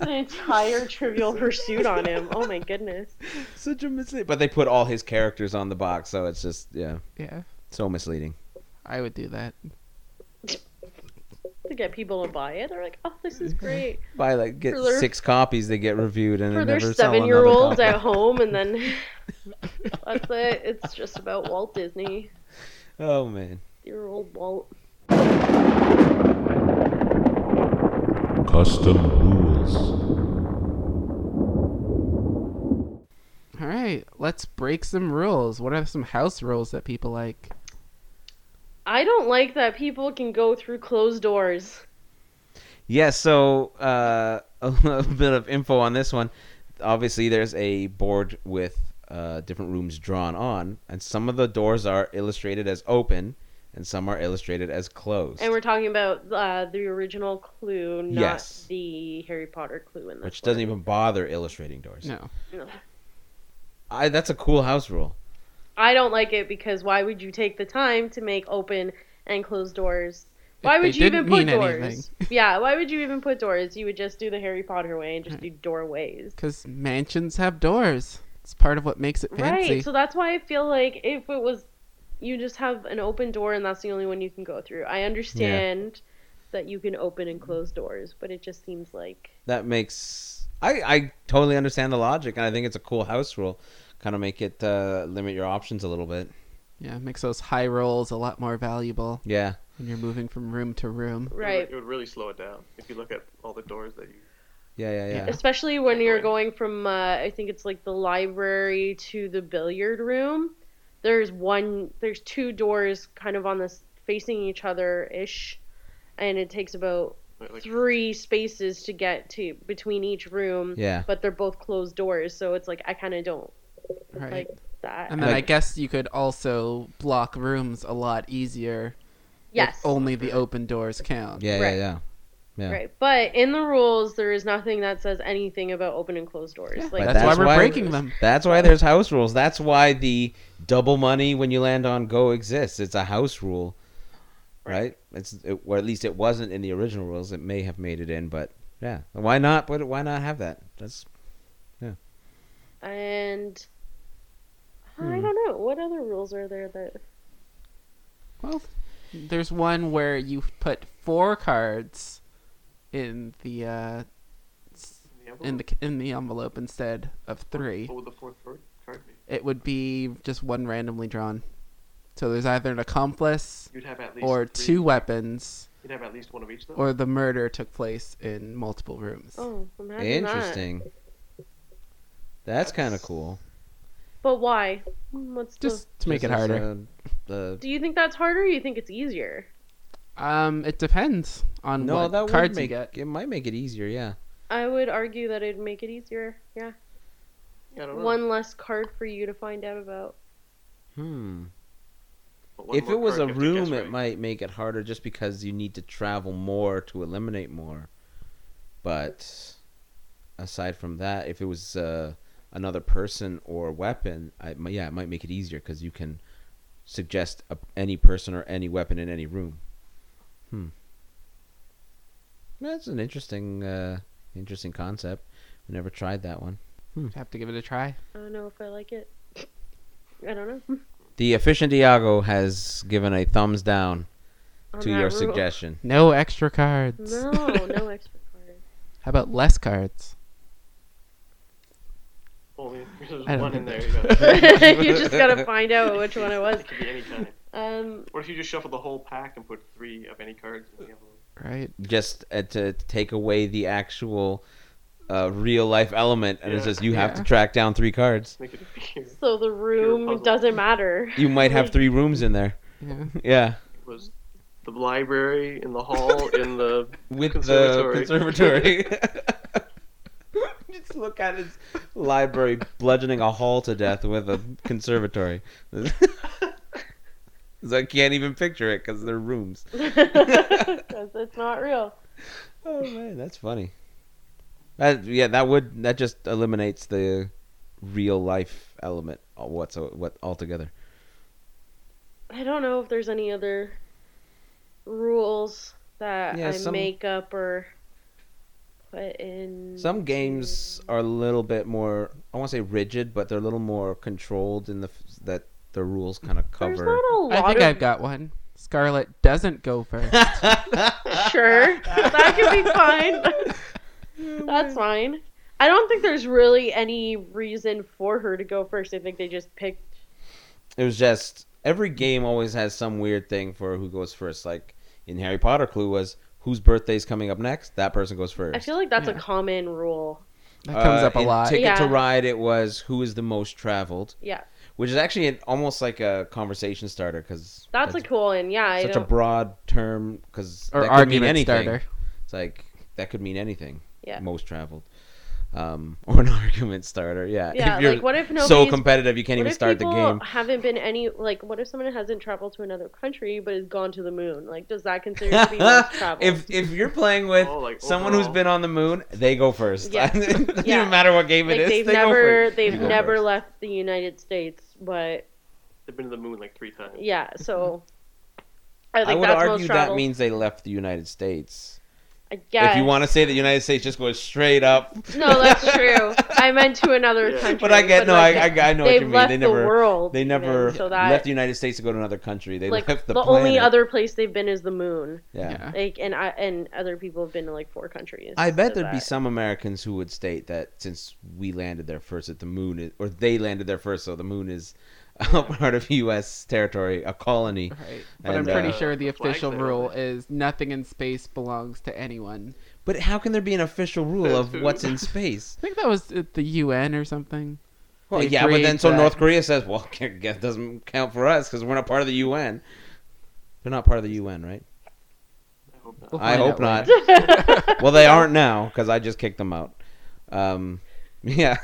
an entire Trivial Pursuit on him. Oh my goodness.
Such a misleading. But they put all his characters on the box, so it's just yeah,
Yeah,
so misleading.
I would do that.
To get people to buy it, they're like, "Oh, this is great."
By like get
For their-
six copies, they get reviewed and
For
it
their
never sell another
seven-year-olds
copy.
at home, and then that's it. It's just about Walt Disney,
Oh man,
dear old Walt.
All right, let's break some rules. What are some house rules that people like?
I don't like that people can go through closed doors.
yeah. So uh, a little bit of info on this one. Obviously, there's a board with uh, different rooms drawn on, and some of the doors are illustrated as open, and some are illustrated as closed.
And we're talking about uh, the original Clue, not
Yes.
the Harry Potter Clue in this.
which doesn't
one.
even bother illustrating doors.
No,
I, that's a cool house rule.
I don't like it because why would you take the time to make open and closed doors? Why
they
would you even
didn't
put
mean
doors?
anything.
yeah, why would you even put doors? You would just do the Harry Potter way and just do doorways.
because mansions have doors. It's part of what makes it fancy.
Right. So that's why I feel like if it was you just have an open door and that's the only one you can go through. I understand that you can open and close doors, but it just seems like
that makes I, I totally understand the logic and i think it's a cool house rule kind of make it uh, limit your options a little bit
yeah, it makes those high rolls a lot more valuable
yeah
when you're moving from room to room.
It would-
right.
It would really slow it down if you look at all the doors that you.
yeah yeah yeah,
especially when you're going from uh, i think it's like the library to the billiard room there's one there's two doors kind of on this facing each other ish and it takes about
Like,
three spaces to get to between each room
Yeah.
but they're both closed doors so it's like i kind of don't
Right.
like that
and then I
Like-
guess you could also block rooms a lot easier. if
yes
only the open doors count.
yeah yeah
Right.
yeah yeah.
right but in the rules there is nothing that says anything about open and closed doors like
But
that's,
that's
why we're
why-
breaking them.
that's why there's house rules that's why the double money when you land on go exists it's a house rule right it's it, or at least it wasn't in the original rules it may have made it in but yeah why not but why not have that that's
and i don't know what other rules are there that
Well, there's one where you put four cards in the uh,
yeah, what
in
would-
the in the envelope instead of three.
What would the fourth card- card be?
It would be just one randomly drawn. So there's either an accomplice
You'd have at least
or
three-
two weapons,
You'd have at least one of each, though.
or the murder took place in multiple rooms.
Oh, imagine That.
Interesting. That's kind of cool.
But why? What's
Just
the...
to make it
This is,
harder.
uh, uh,
Do you think that's harder? or You think it's easier?
Um, it depends on
no,
what
that would
cards
make
you get.
it might make it easier. Yeah.
I would argue that it'd make it easier. Yeah,
I don't know.
one less card for you to find out about.
Hmm.
But one
if
more
it was a
card, you have to guess
room, it
right.
might make it harder just because you need to travel more to eliminate more. But aside from that, if it was uh, another person or weapon, I, mi- yeah, it might make it easier because you can suggest a, any person or any weapon in any room. Hmm. That's an interesting, uh, interesting concept. We never tried that one.
Have to give it a try.
I don't know if I like it. I don't know.
The efficient Diago has given a thumbs down
On
to
that
your
rule.
suggestion.
No extra cards.
No, no extra card.
How about less cards?
Only if there's
I don't
one in
think
there.
that-
You gotta,
you just gotta find out which one it was.
it could be any kind.
Um,
What if you just shuffle the whole pack and put three of any cards in the envelope?
Right?
just uh, to, to take away the actual uh, real life element, and it's
Yeah.
just you have to
Yeah.
track down three cards.
Make it appear it
so the room
puzzle.
doesn't matter.
You might have three rooms in there.
Yeah.
Yeah,
was the library in the hall in the
with
Conservatory.
the conservatory. just look at his library bludgeoning a hall to death with a conservatory. 'Cause I can't even picture it because they're rooms.
'Cause it's not real.
Oh man, that's funny. That yeah, that would that just eliminates the real life element al- what's what altogether.
I don't know if there's any other rules that
Yeah,
I
some-
make up or put in.
Some games are a little bit more I won't say rigid, but they're a little more controlled in the f- that the rules kind of
There's
cover.
not a lot
I think
of
I've got one. Scarlet doesn't go first.
Sure. That could be fine. That's fine. I don't think there's really any reason for her to go first. I think they just picked.
It was just every game always has some weird thing for who goes first. Like in Harry Potter, clue was whose birthday's coming up next. That person goes first.
I feel like that's a
Yeah.
common rule.
That comes
Uh,
up a
in
lot.
Ticket to
Yeah.
Ride, it was who is the most traveled.
Yeah.
which is actually an, almost like a conversation starter because
That's, a cool one. Yeah, I
such a
don't.
broad term because
or argument starter.
It's like that could mean anything.
Yeah.
most traveled, um, or an argument starter. Yeah,
yeah,
if you're
like what if nobody's
so competitive you can't
what
even
if
start the
people
game.
haven't been any like what if someone hasn't traveled to another country but has gone to the moon? Like, does that consider to be most traveled?
if if you're playing with
Oh, like
someone who's
overall.
been on the moon, they go first.
Yeah.
it doesn't
Yeah.
even matter what game
like
it is.
they've
they go
never
first. You
they've
go
never
first.
left the United States, but
They've been to the moon like three times.
yeah, so I
I
think
would
that's most
argue that
traveled.
means they left the United States.
I guess.
If you want to say the United States just goes straight up,
No, that's true. I meant to another
Yeah.
country.
but I get no.
like,
I, I I know what
they've
you mean.
left
They never
the world.
They
even,
never
so that,
left the United States to go to another country. They
like
left the,
the only
planet.
other place they've been is the moon.
Yeah.
Yeah.
Like and I and other people have been to like four countries.
I bet
so
there'd be
that-
some Americans who would state that since we landed there first, that the moon is, or they landed there first, so the moon is a part of U.S. territory, a colony.
Right. But
And,
I'm pretty
uh,
sure the
the flags
official
there.
rule is nothing in space belongs to anyone.
But how can there be an official rule of
That's-
what's in space?
I think that was at the UN or something.
Well,
They
yeah, but then
agreed
so
that-
North Korea says, well, that doesn't count for us because we're not part of the UN. They're not part of the UN, right?
I hope not.
We'll
I
find
hope
out
not.
later.
well, they aren't now because I just kicked them out. Um, yeah.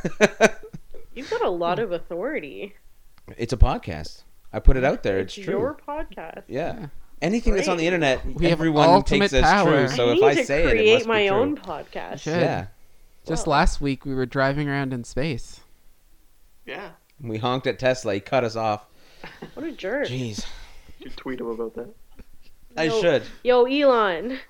You've got a lot
Hmm.
of authority.
It's a podcast. I put it out there. It's, true.
your podcast.
Yeah.
Yeah.
Anything that's on the internet,
We have
everyone
ultimate
takes as
power.
true. So
I
if
need
I
to
say it,
create
it must
my
be true.
own podcast.
Sure.
Yeah.
Just
Wow.
last week we were driving around in space.
Yeah.
We honked at Tesla. He cut us off.
What a jerk.
Jeez.
You should tweet him about that.
I
No.
should.
Yo, Elon,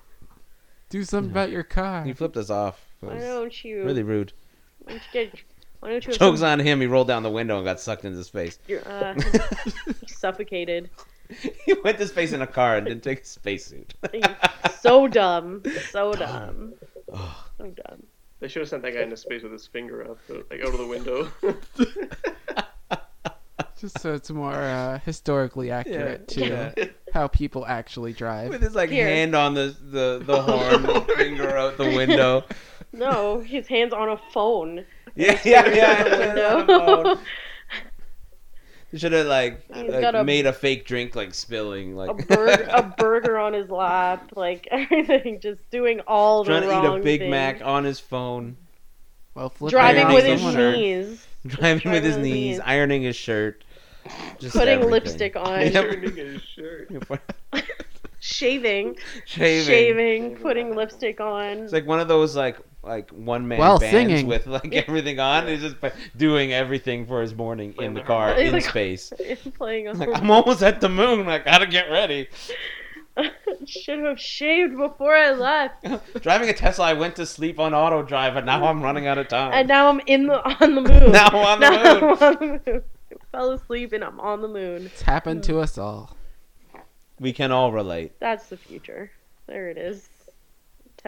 Do something about your car.
He flipped us off. It
why
was
don't you
really rude.
why don't you get why don't you have
Joke's on
some-
him. He rolled down the window and got sucked into space.
uh, suffocated.
he went to space in a car and didn't take a spacesuit.
so dumb. So dumb.
Ugh.
So dumb.
They should have sent that guy into space with his finger up, uh, like out of the window.
Just so it's more uh, historically accurate to how people actually drive.
With his like
Here.
hand on the the, the horn, finger out the window.
No, his hands on a phone.
Yeah, yeah, yeah.
window.
They should have like,
He's
like,
got a-
made a fake drink like spilling like
a burger, a burger on his lap, like everything, just doing all
trying
the
to eat
wrong
a Big
things.
Mac on his phone,
Well, flipping
Ironing
driving
off
with
his
someone
his
shirt.
or-
knees,
driving with his
Driving with
knees,
knees.
ironing his shirt, just
putting
everything.
lipstick on,
Yep.
Turning his shirt.
shaving,
shaving.
shaving, putting lipstick on.
It's like one of those like like one man
While
bands
singing.
with like everything on. He's just doing everything for his morning in the car
He's
in
like-
space.
playing a
Like, I'm almost at the moon. I gotta get ready.
Should have shaved before I left,
Driving a Tesla, I went to sleep on auto drive, and now I'm running out of time.
and now I'm in the on the moon.
Now I'm on the
Now
moon.
I'm on the moon. Fell asleep and I'm on the moon.
It's happened
Mm.
to us all.
we can all relate.
That's the future. There it is.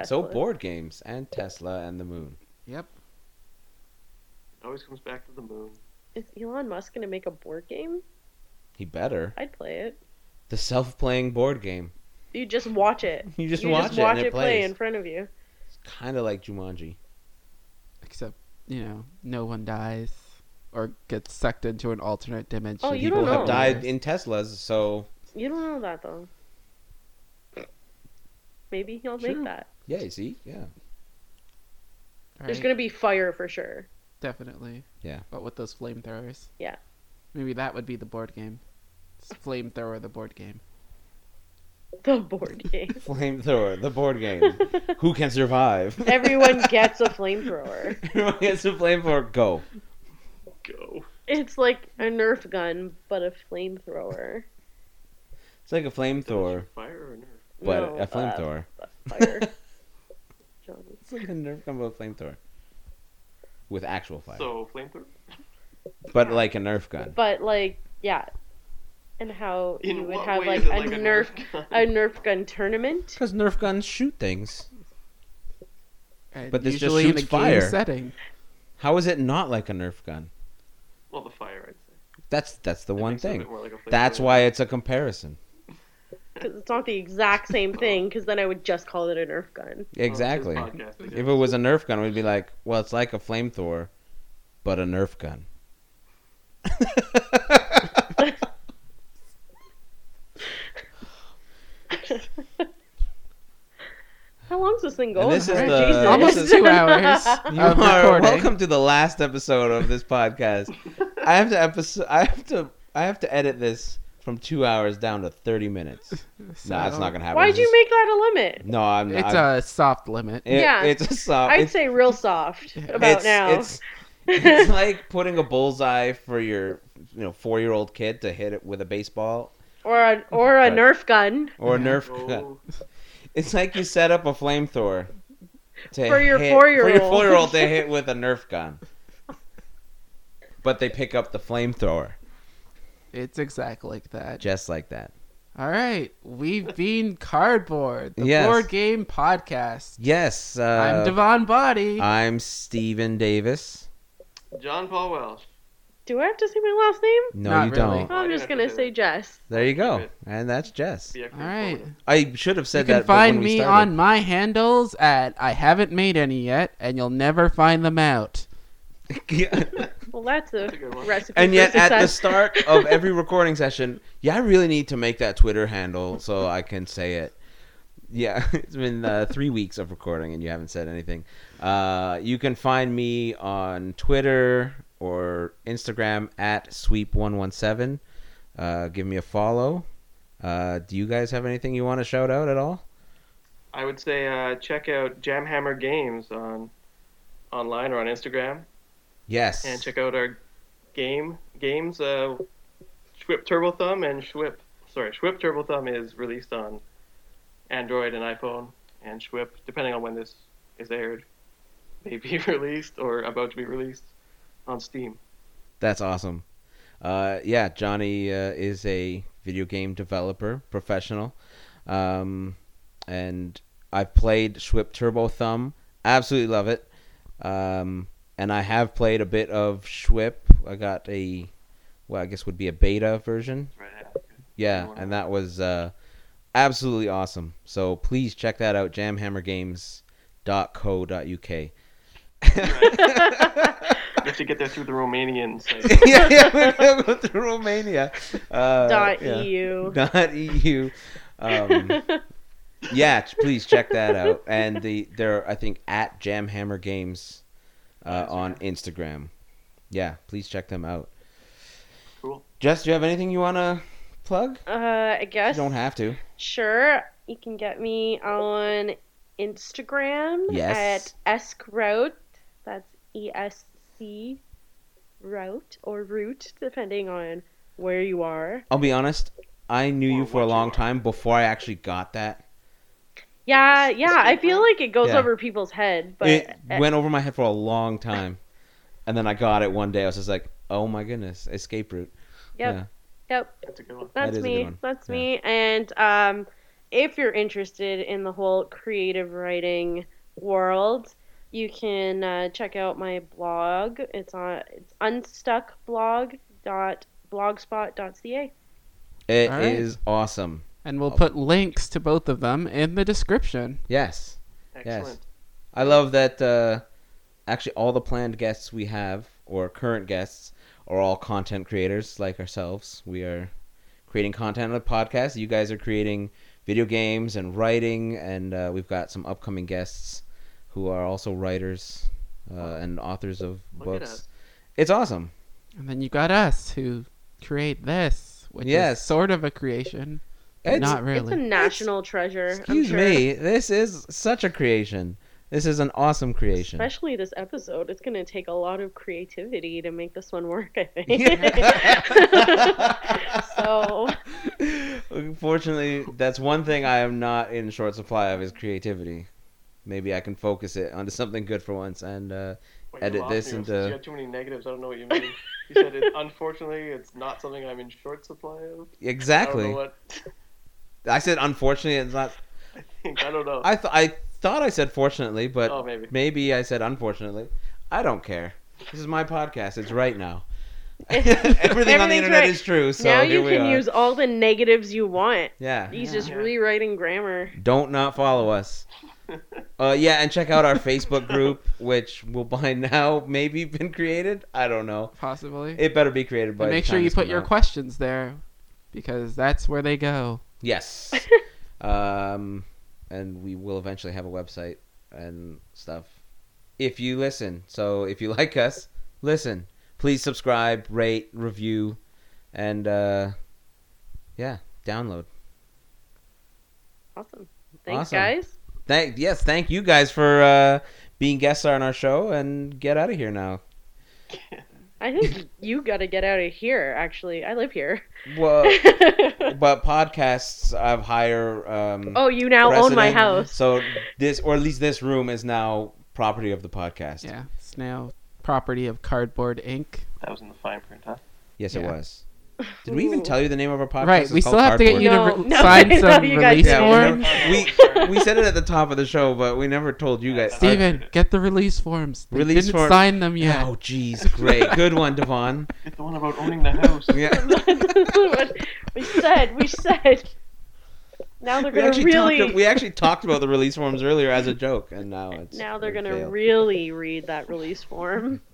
So
Tesla.
board games and Tesla and the moon.
Yep.
Always comes back to the moon.
Is Elon Musk gonna make a board game?
He better
I'd play it.
the self-playing board game.
You just watch it.
You just
you
watch
just
it
watch
and
it,
it
play
plays.
in front of you.
It's kind of like Jumanji.
Except, you know, no one dies or gets sucked into an alternate dimension.
Oh, you
People
don't
have
know.
died in Teslas, so
You don't know that though. Maybe he'll
True.
make that.
yeah. You see, yeah.
There's
Right,
gonna be fire for sure.
Definitely.
Yeah.
But with those flamethrowers.
Yeah.
Maybe that would be the board game. It's Flamethrower, the board game.
The board game.
Flamethrower, the board game. Who can survive?
Everyone gets a flamethrower.
Everyone gets a flamethrower. Go.
Go.
It's like a Nerf gun, but a flamethrower.
It's like a flamethrower,
Fire or nerf?
but
No,
a flamethrower.
uh, fire. Johnny.
it's like a Nerf gun, but a flamethrower with actual fire,
So flamethrower
but like a Nerf gun.
But like, yeah. And how
In
you would
what
have
way
like
is
a
it like a
Nerf
Nerf gun?
a Nerf gun tournament.
Because Nerf guns shoot things.
And
But this just
Uh, usually
shoots
in a
fire.
game setting.
How is it not like a Nerf gun?
Well, the fire, I'd say.
That's that's the
That
one
makes it a
thing.
bit more like a flamethrower. Oh,
That's why it's a comparison.
'Cause it's not the exact same thing. Because then I would just call it a Nerf gun.
Oh, it's his
Exactly.
podcast again.
If it was a Nerf gun, we'd be like, well, it's like a flamethrower, but a Nerf gun.
How long's this thing
And
going?
this is
for?
the-
Jesus.
Almost
Almost two hours
You
of
are
recording.
welcome to the last episode of this podcast. I have to episode. I have to. I have to edit this from two hours down to thirty minutes.
So,
No, it's not gonna happen.
Why'd you make that a limit?
make? No, I'm.
It's
I'm,
a soft limit.
it-
Yeah.
It's a soft.
I'd
it's,
say real soft about
it's,
now.
It's, it's like putting a bullseye for your, you know, four-year-old kid to hit it with a baseball
or a or a
Right.
Nerf gun
or a
Yeah.
Nerf gun.
Oh,
It's like you set up a flamethrower to
For your
hit- for your
four-year-old.
four-year-old to hit with a Nerf gun, but they pick up the flamethrower
It's exactly like that.
just like that.
All right, we've been Cardboard, the
Yes.
board game podcast.
Yes, uh,
I'm Devon Body.
I'm Steven Davis.
John Paul Welsh.
Do I have to say my last name?
No,
Not
you
really.
don't.
Oh,
I'm
you
just
have to
gonna
do
say
it.
Jess.
There you go.
Keep
And that's Jess.
Be extra
All right.
informative.
I should have
You
said
can
that. but when
find
we
me
started-
on my handles at I haven't made any yet, and you'll never find them out.
Yeah.
Well, that's a,
That's a good one.
recipe
and
for
yet,
success.
at the start of every recording session, yeah, I really need to make that Twitter handle so I can say it. Yeah, it's been uh, three weeks of recording and you haven't said anything. Uh, you can find me on Twitter or Instagram at sweep117. Uh, give me a follow. Uh, do you guys have anything you want to shout out at all?
I would say uh, check out Jamhammer Games on online or on Instagram,
Yes.
and check out our game games. Uh, Schwip Turbo Thumb and Schwip, sorry, Schwip Turbo Thumb is released on Android and iPhone, and Schwip, depending on when this is aired, may be released or about to be released on Steam.
That's awesome. Uh, yeah, Johnny uh, is a video game developer, professional, um, and I've played Schwip Turbo Thumb. Absolutely love it. Um, and I have played a bit of Schwip. I got a well, I guess would be a beta version.
Right.
Yeah, and that was uh, absolutely awesome. So please check that out, jamhammergames.co.uk.
You have to get there through the Romanian site.
yeah, yeah, we're gonna go to Romania. Uh,
Dot E
yeah.
EU.
Dot EU. Um, yeah, ch- please check that out. And the they're I think at Jamhammer Games uh, on Instagram. Yeah, please check them out.
Cool.
Jess, do you have anything you want to plug?
Uh, I
You
guess.
don't have to.
Sure. You can get me on Instagram
Yes.
at escroat. That's E S C route or root, depending on where you are.
I'll be honest. I knew you
Or
for a
what you
long
are.
time before I actually got that.
Yeah, yeah. I feel like it goes
Yeah.
over people's head, but eh.
it went over my head for a long time, and then I got it one day. I was just like, "Oh my goodness, escape route."
yep,
yeah.
yep.
That's a good one.
That
That's
is a good
me.
one.
That's
Yeah.
me. And um, if you're interested in the whole creative writing world, you can uh, check out my blog. It's on it's unstuckblog.blogspot.ca.
It is
All right.
awesome.
And we'll put links to both of them in the description.
Yes.
Excellent.
I love that uh, actually all the planned guests we have or current guests are all content creators like ourselves. We are creating content on the podcast. You guys are creating video games and writing, and uh, we've got some upcoming guests who are also writers uh, and authors of
Look at
books.
us.
It's awesome.
And then you got us who create this, which
Yes.
is sort of a creation, but
It's,
not
It's a
really.
national treasure. I'm
excuse
sure.
me. This is such a creation. This is an awesome creation.
Especially this episode, it's going to take a lot of creativity to make this one work. I
Yeah.
think. so
Fortunately, that's one thing I am not in short supply of is creativity. Maybe I can focus it onto something good for once. And uh,
Wait, you
Edit
lost
this
me. You
into-
said You had too many negatives. I don't know what you mean. You said, it, unfortunately, it's not something I'm in short supply of. I don't
exactly,
know what.
I said unfortunately. It's not.
I think I don't know.
I th- I thought I said fortunately, but
oh, maybe.
maybe I said unfortunately. I don't care. This is my podcast. It's right now. Everything on
Everything's
the internet
right.
is true. So
now
here
you
we
can
are.
use all the negatives you want.
yeah.
He's
Yeah.
just
Yeah.
rewriting grammar.
Don't not follow us. Uh, yeah, and check out our Facebook group, which will by now maybe been created. I don't know.
Possibly.
It better be created by.
and
the
make sure
time
you
this
put
come
your
out.
questions there because that's where they go.
Yes. um, and we will eventually have a website and stuff. If you listen, so if you like us, listen. Please subscribe, rate, review, and uh, yeah, download.
Awesome. Thanks,
Awesome.
guys.
Thank yes, thank you guys for uh, being guests on our show, and get out of here now.
I think you got to get out of here. Actually, I live here.
Well, but podcasts have higher. Um,
oh, you now own my
precedent,
house.
So this, or at least this room, is now property of the podcast.
Yeah. It's now property of Cardboard Inc.
That was in the fine print, huh?
Yes, it
Yeah.
was. Did we even
Ooh.
tell you the name of our podcast?
Right.
It's
We
called
still have to get you
Cardboard.
to
No,
re-
no,
sign
no,
some
you guys
release
didn't.
Yeah,
forms.
we, never, we we said it at the top of the show, but we never told you guys.
Steven, get the release forms. They
Release
didn't
form-
sign them yet.
Oh, jeez, great, good one, Devon.
It's the one about owning the house.
Yeah.
we said. We said. Now they're
We
gonna
actually,
really.
talked, we actually talked about the release forms earlier as a joke, and now it's
now they're
it
gonna
failed.
really read that release form.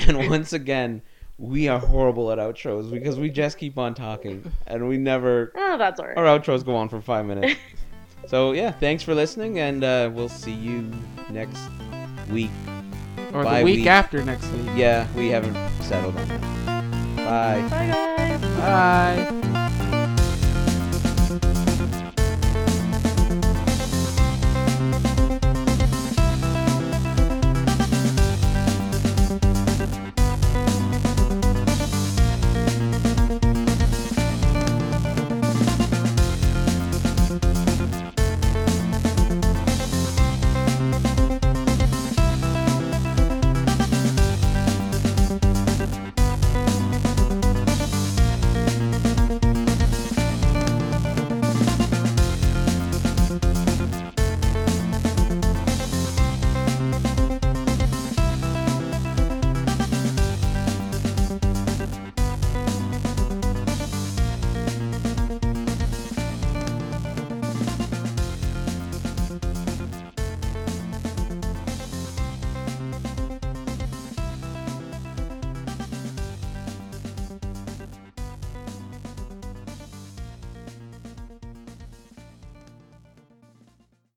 And once again, we are horrible at outros because we just keep on talking and we never.
Oh, that's alright.
Our outros go on for five minutes. So, yeah, thanks for listening and uh, we'll see you next week.
or
By
the week
week.
after next week.
Yeah, we haven't settled on that. Bye.
Bye, guys.
Bye.